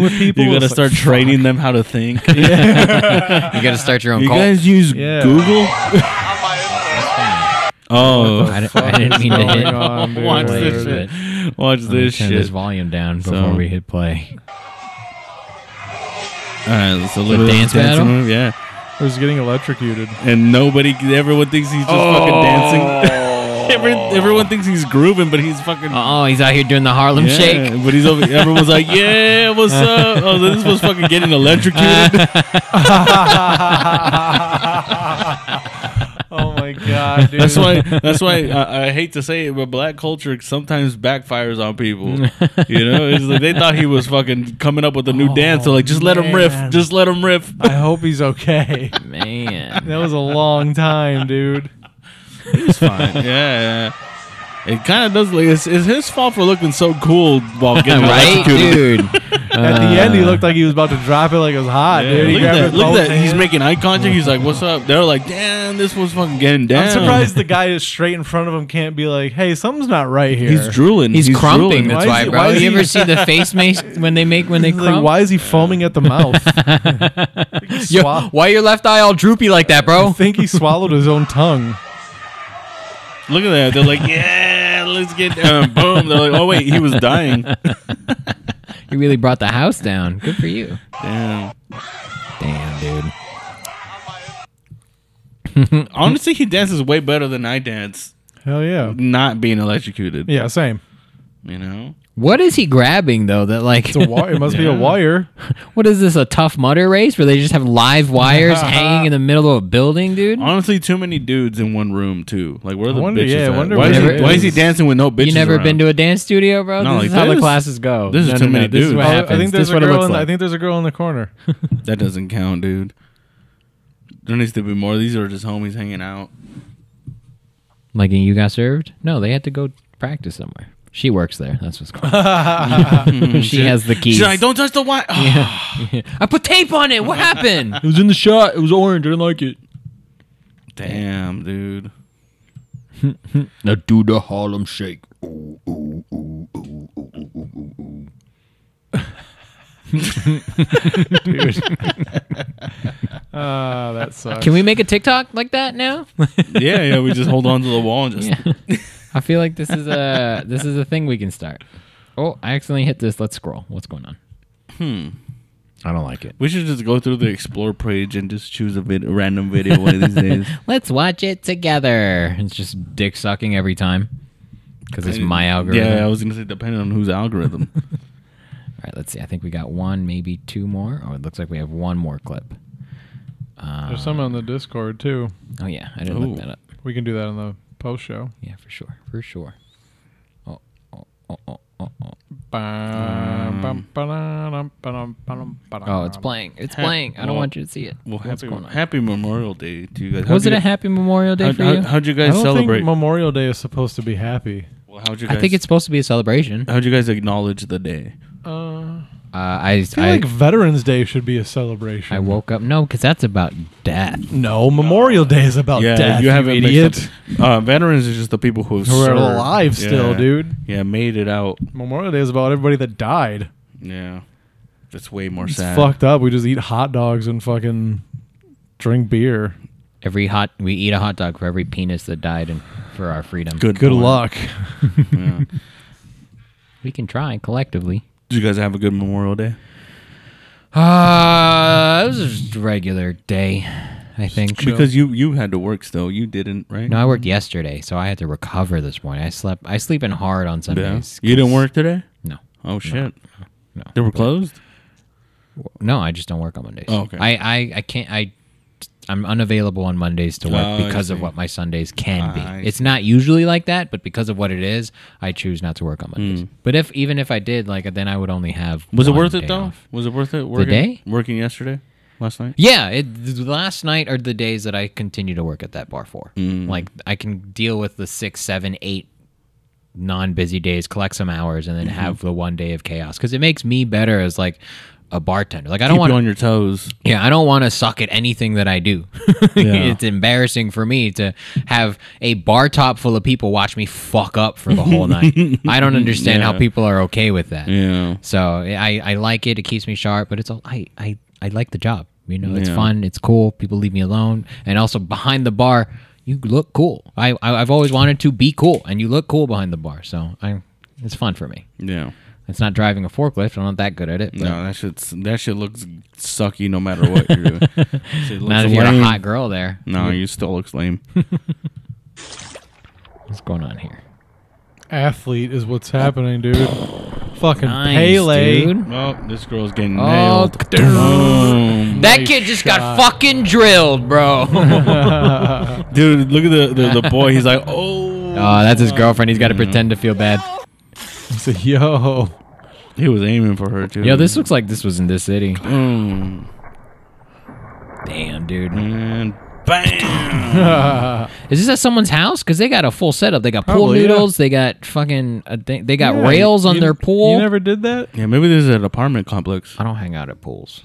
S2: with people,
S1: you gotta
S2: it's
S1: start
S2: like,
S1: training them how to think.
S2: Mm-hmm.
S5: You got to start your own
S1: you
S5: cult.
S1: guys use
S2: Yeah.
S1: Google? oh,
S5: I, didn't, I didn't mean to
S2: going
S5: hit.
S2: on, dude?
S5: Watch
S2: Wait,
S5: this
S2: wait,
S5: shit.
S1: watch
S5: Let me
S1: this
S5: turn
S1: shit.
S5: this volume down before
S1: So-
S5: we hit play.
S1: All right, so little
S5: dance battle?
S1: move, yeah.
S2: I was getting electrocuted.
S1: And nobody, everyone thinks he's just fucking dancing. Every, everyone thinks he's grooving, but he's fucking
S5: Oh, he's out here doing the Harlem
S1: yeah.
S5: Shake.
S1: But he's over. Everyone's like, "Yeah, what's up?" Oh, this was fucking getting electrocuted.
S2: Oh my god, dude.
S1: that's why. That's why I, I hate to say it, but black culture sometimes backfires on people. You know, it's like they thought he was fucking coming up with a new dance. So like, just let him
S2: man.
S1: riff. Just let him riff.
S2: I hope he's okay.
S5: Man,
S2: That was a long time, dude.
S1: It's fine. yeah. yeah. It kind of does. Like, it's, it's his fault for looking so cool while getting
S5: right,
S1: electrocuted.
S5: dude.
S2: At the end, he looked like he was about to drop it like it was hot,
S1: Uh. Yeah,
S2: dude. He
S1: look at
S2: grabbed
S1: that.
S2: with
S1: Look
S2: both
S1: at that. He's
S2: hands.
S1: making eye contact. He's like, what's up? They're like, damn, this was fucking getting down.
S2: I'm surprised the guy is straight in front of him can't be like, "Hey, something's not right here."
S1: He's drooling.
S5: He's, crumping.
S1: drooling.
S5: That's
S2: Why
S5: why,
S2: is he-
S5: bro.
S2: why is
S5: you
S2: he-
S5: ever see the face mace when they make when they
S2: He's like,
S5: crump?
S2: why is he foaming at the mouth?
S5: Yo,
S2: Swap-
S5: why your left eye all droopy like that,
S2: I
S5: bro?
S2: think he swallowed his own tongue.
S1: Look at that. They're like, yeah, let's get down. Boom. They're like, oh, wait, he was dying.
S5: You really brought the house down. Good for you.
S1: Damn.
S5: Damn, dude.
S1: Honestly, he dances way better than I dance,
S2: Hell yeah,
S1: not being electrocuted.
S2: yeah, same.
S1: You know?
S5: What is he grabbing though? That like,
S2: It's a wire. It must be a
S1: Yeah.
S2: wire. Uh,
S5: what is this? A tough mutter race where they just have live wires hanging in the middle of a building, dude?
S1: Honestly, too many dudes in one room, too. Like, where are the
S2: wonder-
S1: bitches
S2: yeah, I
S1: at?
S2: wonder
S1: why, is
S2: where
S1: he,
S2: it
S1: why is he
S2: is.
S1: dancing with no bitches
S5: You never been to a dance studio, bro?
S1: No,
S5: this
S1: like
S5: is how the
S1: this.
S5: classes go.
S1: This is
S5: No,
S1: too
S5: no, no,
S1: many
S5: This is
S1: dudes.
S5: what
S1: Oh, I
S2: I
S5: happens.
S2: think
S5: this
S2: there's
S5: is
S2: a
S5: what it
S2: girl.
S5: looks
S2: In, I
S5: like.
S2: think there's a girl in the corner.
S1: That doesn't count, dude. There needs to be more. These are just homies hanging out.
S5: Like, and you got served? No, they had to go practice somewhere. She works there. That's what's going on. she has the keys.
S1: She's like, don't touch the wire.
S5: I put tape on it. What happened?
S2: It was in the shot. It was orange. I didn't like it.
S1: Damn, dude.
S5: Now do the Harlem Shake.
S2: Ah, that sucks.
S5: Can we make a TikTok like that now?
S1: Yeah, yeah. We just hold on to the wall and just.
S5: I feel like this is a this is a thing we can start. Oh, I accidentally hit this. Let's scroll. What's going on? Hmm. I don't like it.
S1: We should just go through the explore page and just choose a, vid- a random video one of these days.
S5: Let's watch it together. It's just dick sucking every time because it's my algorithm.
S1: Yeah, I was gonna say depending on whose algorithm.
S5: All right. Let's see. I think we got one, maybe two more. Oh, it looks like we have one more clip. Uh,
S2: There's some on the Discord too.
S5: Oh yeah, I didn't
S1: Ooh.
S5: look that up.
S2: We can do that on the post show.
S5: Yeah, for sure. For sure. Oh, oh, oh, oh, oh, oh. Oh,
S2: Oh,
S5: it's playing. It's
S1: Hap-
S5: playing. I don't
S1: well,
S5: want you to see it.
S1: Well,
S5: What's
S1: happy,
S5: going on?
S1: happy Memorial Day to you guys.
S5: Was
S1: How'd
S5: it
S1: you
S5: a
S1: guys-
S5: happy Memorial Day
S1: how'd-
S5: for
S1: how,
S5: you?
S1: How'd you
S2: I
S1: guys
S2: don't
S1: celebrate?
S2: think Memorial Day is supposed to be happy.
S1: Well, how'd you
S5: I
S1: guys?
S5: think it's supposed to be a celebration.
S1: How'd you guys acknowledge the day?
S2: Uh,
S5: Uh, I,
S2: I feel like Veterans Day should be a celebration.
S5: I woke up no, because that's about death.
S2: No, Memorial Day is about
S1: yeah,
S2: Oh, death.
S1: you have it mixed
S2: idiot.
S1: up. Uh, veterans is just the people who
S2: Who are
S1: served.
S2: alive still,
S1: Yeah.
S2: dude.
S1: Yeah, made it out.
S2: Memorial Day is about everybody that died.
S1: Yeah, that's way more
S2: It's
S1: sad.
S2: fucked up. We just eat hot dogs and fucking drink beer.
S5: Every hot we eat a hot dog for every penis that died and for our freedom.
S1: Good.
S2: Good
S1: point.
S2: luck.
S1: Yeah.
S5: We can try collectively.
S1: Did you guys have a good Memorial Day?
S5: Uh, it was just a regular day, I think.
S1: Because you you had to work still. You didn't, right?
S5: no, I worked yesterday, so I had to recover this morning. I slept. I sleep in hard on
S1: Yeah.
S5: Sundays.
S1: You didn't work today?
S5: No,
S1: Oh shit.
S5: no.
S1: They were closed.
S5: No, I just don't work on Mondays.
S1: Oh, okay.
S5: I, I, I can't. I, I'm unavailable on Mondays to work
S1: Oh, I
S5: because of
S1: see. Ah,
S5: what my Sundays can
S1: I
S5: be. It's not usually like that, but because of what it is, I choose not to work on Mondays. But if even if I did, like then I would only have.
S1: Hmm. Was it
S5: one
S1: worth it
S5: day
S1: though?
S5: off.
S1: Was it worth it? Working,
S5: day?
S1: Working yesterday, last night.
S5: Yeah, it, th- last night are the days that I continue to work at that bar for.
S1: Hmm.
S5: Like I can deal with the six, seven, eight non-busy days, collect some hours, and then
S1: Mm-hmm.
S5: have the one day of chaos because it makes me better as like a bartender. Like I don't
S1: Keep
S5: want
S1: you on your toes.
S5: Yeah, I don't want to suck at anything that I do. it's embarrassing for me to have a bar top full of people watch me fuck up for the whole night. I don't understand how
S1: Yeah.
S5: people are okay with that.
S1: Yeah.
S5: So I, I like it. It keeps me sharp, but it's all I, I, I like the job. You know, it's
S1: Yeah.
S5: fun. It's cool. People leave me alone. And also behind the bar, you look cool. I, I I've always wanted to be cool, and you look cool behind the bar. So I, it's fun for me.
S1: Yeah.
S5: It's not driving a forklift. I'm not that good at it. But
S1: No, that shit's that shit looks sucky no matter what you're doing. Shit looks
S5: not if you're a
S1: lame.
S5: hot girl there.
S1: No, you still looks lame.
S5: What's going on here?
S2: Athlete is what's happening, dude. Fucking
S5: Nice,
S2: Pele.
S5: dude.
S1: well, this girl's getting
S5: Oh,
S1: nailed.
S5: dude.
S1: Boom.
S5: That kid just got fucking drilled, bro. oh,
S1: Dude, look at the, the, the boy. He's like, oh.
S5: that's his girlfriend. He's got to
S2: Mm-hmm.
S5: pretend to feel bad.
S2: It's a- yo.
S1: He was aiming for her, too.
S5: Yo, this looks like this was in this city.
S1: Boom.
S5: Damn, dude.
S1: And bam.
S5: Is this at someone's house? Because they got a full setup. They got pool
S2: Probably, yeah.
S5: noodles. They got fucking. A thing. They got
S2: Yeah,
S5: rails on
S2: you-
S5: their pool.
S2: You never did that?
S1: yeah, maybe this is an apartment complex.
S5: I don't hang out at pools.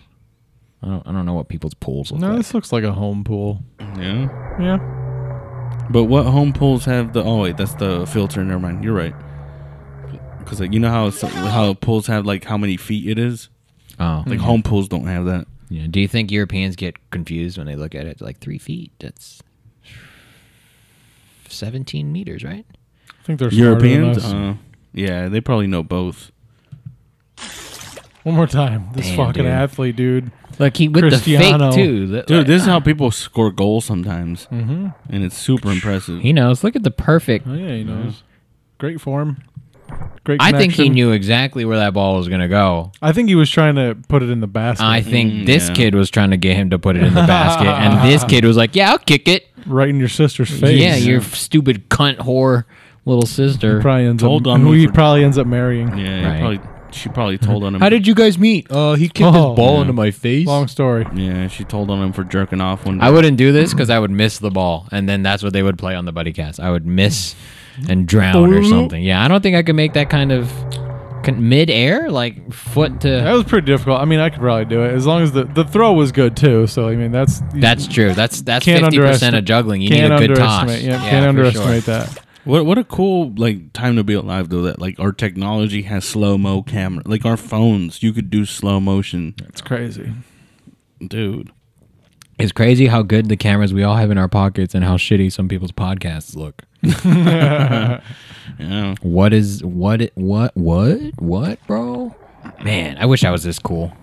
S5: I don't. I don't know what people's pools look
S2: No,
S5: like.
S2: this looks like a home pool.
S1: Yeah.
S2: Yeah.
S1: But what home pools have the? Oh wait, that's the filter. Never mind. You're right. Because like you know how it's, how pools have like how many feet it is.
S5: Oh,
S1: Like home pools don't have that.
S5: yeah. Do you think Europeans get confused when they look at it? Like three feet. That's seventeen meters, right?
S2: I think they're smarter than
S1: Europeans.
S2: us.
S1: Uh, yeah, they probably know both.
S2: One more time. This
S5: Damn,
S2: fucking
S5: dude.
S2: athlete, dude.
S5: Like he with
S2: Cristiano.
S5: the fake too. The-
S1: Dude, this is how people score goals sometimes, mm-hmm. and it's super impressive.
S5: He knows. Look at the perfect.
S2: Oh, yeah, he knows. Great form. Great
S5: I think he
S2: connection.
S5: knew exactly where that ball was going to go.
S2: I think he was trying to put it in the basket.
S5: I think
S1: Mm,
S5: this
S1: yeah.
S5: kid was trying to get him to put it in the basket, and this kid was like, "Yeah, I'll kick it.
S2: right in your sister's face.
S5: Yeah, your stupid cunt whore little sister.
S2: probably ends
S1: Told
S2: up,
S1: on
S2: who
S1: me
S2: he
S1: for-
S2: probably ends up marrying.
S1: yeah, he
S5: Right. Mm-hmm.
S1: probably she probably told on him.
S5: How did you guys meet? Uh, he kicked
S2: Oh.
S5: his ball
S2: Yeah.
S5: into my face.
S2: Long story.
S1: Yeah, she told on him for jerking off one.
S5: I wouldn't do this because I would miss the ball, and then that's what they would play on the buddy cast. I would miss and drown or something. Yeah, I don't think I could make that kind of con- mid air, like foot to.
S2: That was pretty difficult. I mean, I could probably do it as long as the, the throw was good too. So I mean, that's you
S5: That's true. That's that's
S2: Can't
S5: fifty percent
S2: underestimate-
S5: of juggling. You need a good toss.
S2: underestimate. Yeah, can't
S5: for sure.
S2: underestimate that.
S1: What what a cool like time to be alive though that like our technology has slow mo camera like our phones you could do slow motion
S2: It's crazy.
S1: dude
S5: It's crazy how good the cameras we all have in our pockets and how shitty some people's podcasts look.
S1: yeah
S5: What is what it- what what what, bro? Man, I wish I was this cool.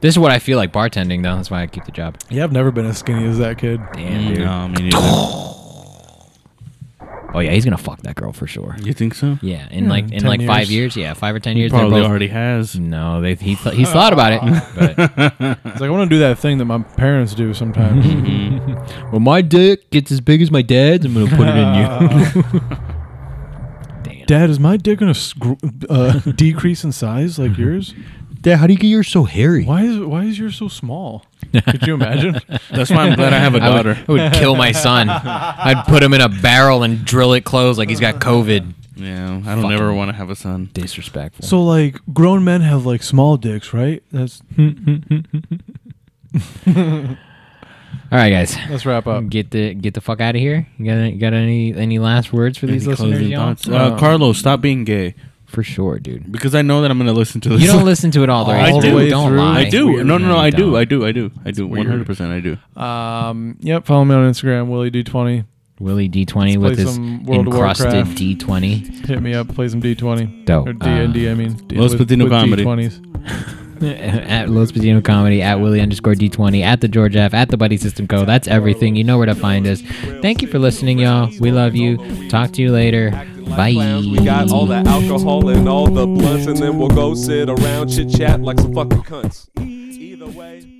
S5: This is what I feel like bartending though. That's why I keep the job.
S1: Mm,
S2: Yeah, I've never been as skinny as that kid.
S5: Damn, dude.
S1: no me neither.
S5: Oh yeah, he's gonna fuck that girl for sure.
S1: you think so
S5: Yeah, in like in
S2: 10
S5: like five years.
S2: years.
S5: Yeah, five or ten years. they're
S1: probably
S5: both-
S1: already has
S5: No, they, he th- he's thought about it. But.
S2: It's like I want to do that thing that my parents do sometimes.
S5: When my dick gets as big as my dad's, I'm gonna put it in you. Damn.
S2: Dad, is my dick gonna scr- uh, decrease in size like yours?
S5: Dad, how do you get yours so hairy?
S2: Why is why is yours so small? Could you imagine?
S1: that's why I'm glad I have a
S5: I would,
S1: daughter
S5: I would kill my son. I'd put him in a barrel and drill it closed like he's got COVID.
S1: Yeah, I don't
S5: Fucking
S1: ever want to have a son.
S5: Disrespectful.
S2: So like grown men have like small dicks, right? That's
S5: All right, guys.
S2: Let's wrap up.
S5: Get the get the fuck out of here. You got you got any any last words for these
S1: Any
S5: listeners?
S1: closing
S5: y'all?
S1: thoughts? Uh, Carlos, stop being gay.
S5: For sure, dude.
S1: Because I know that I'm going to listen to this.
S5: You don't listen to it all the
S1: I
S5: way
S1: do.
S5: through. Don't
S2: through.
S5: lie.
S1: I do.
S5: Weird.
S1: No, no, no.
S5: you
S1: I do.
S5: don't.
S1: I do. I do. I do. One hundred percent. I do.
S2: um yep, follow me on Instagram, Willie D twenty.
S5: Willie D twenty
S2: Let's play
S5: with his
S2: some World of
S5: encrusted
S2: Warcraft.
S5: D twenty.
S2: Hit me up, play some D twenty.
S5: Dope.
S2: Or D and D I mean D-
S1: Los Patino Comedy.
S2: D20s.
S5: Uh, at Los Patino Comedy, at Willie underscore D20, at the George F, at the Buddy System Co. Oh, That's everything. You know where to find us. Thank you for listening, y'all. We love you. Talk to you later. Bye.
S4: We got all the alcohol and all the blunts, and then we'll go sit around, chit chat like some fucking cunts. Either way.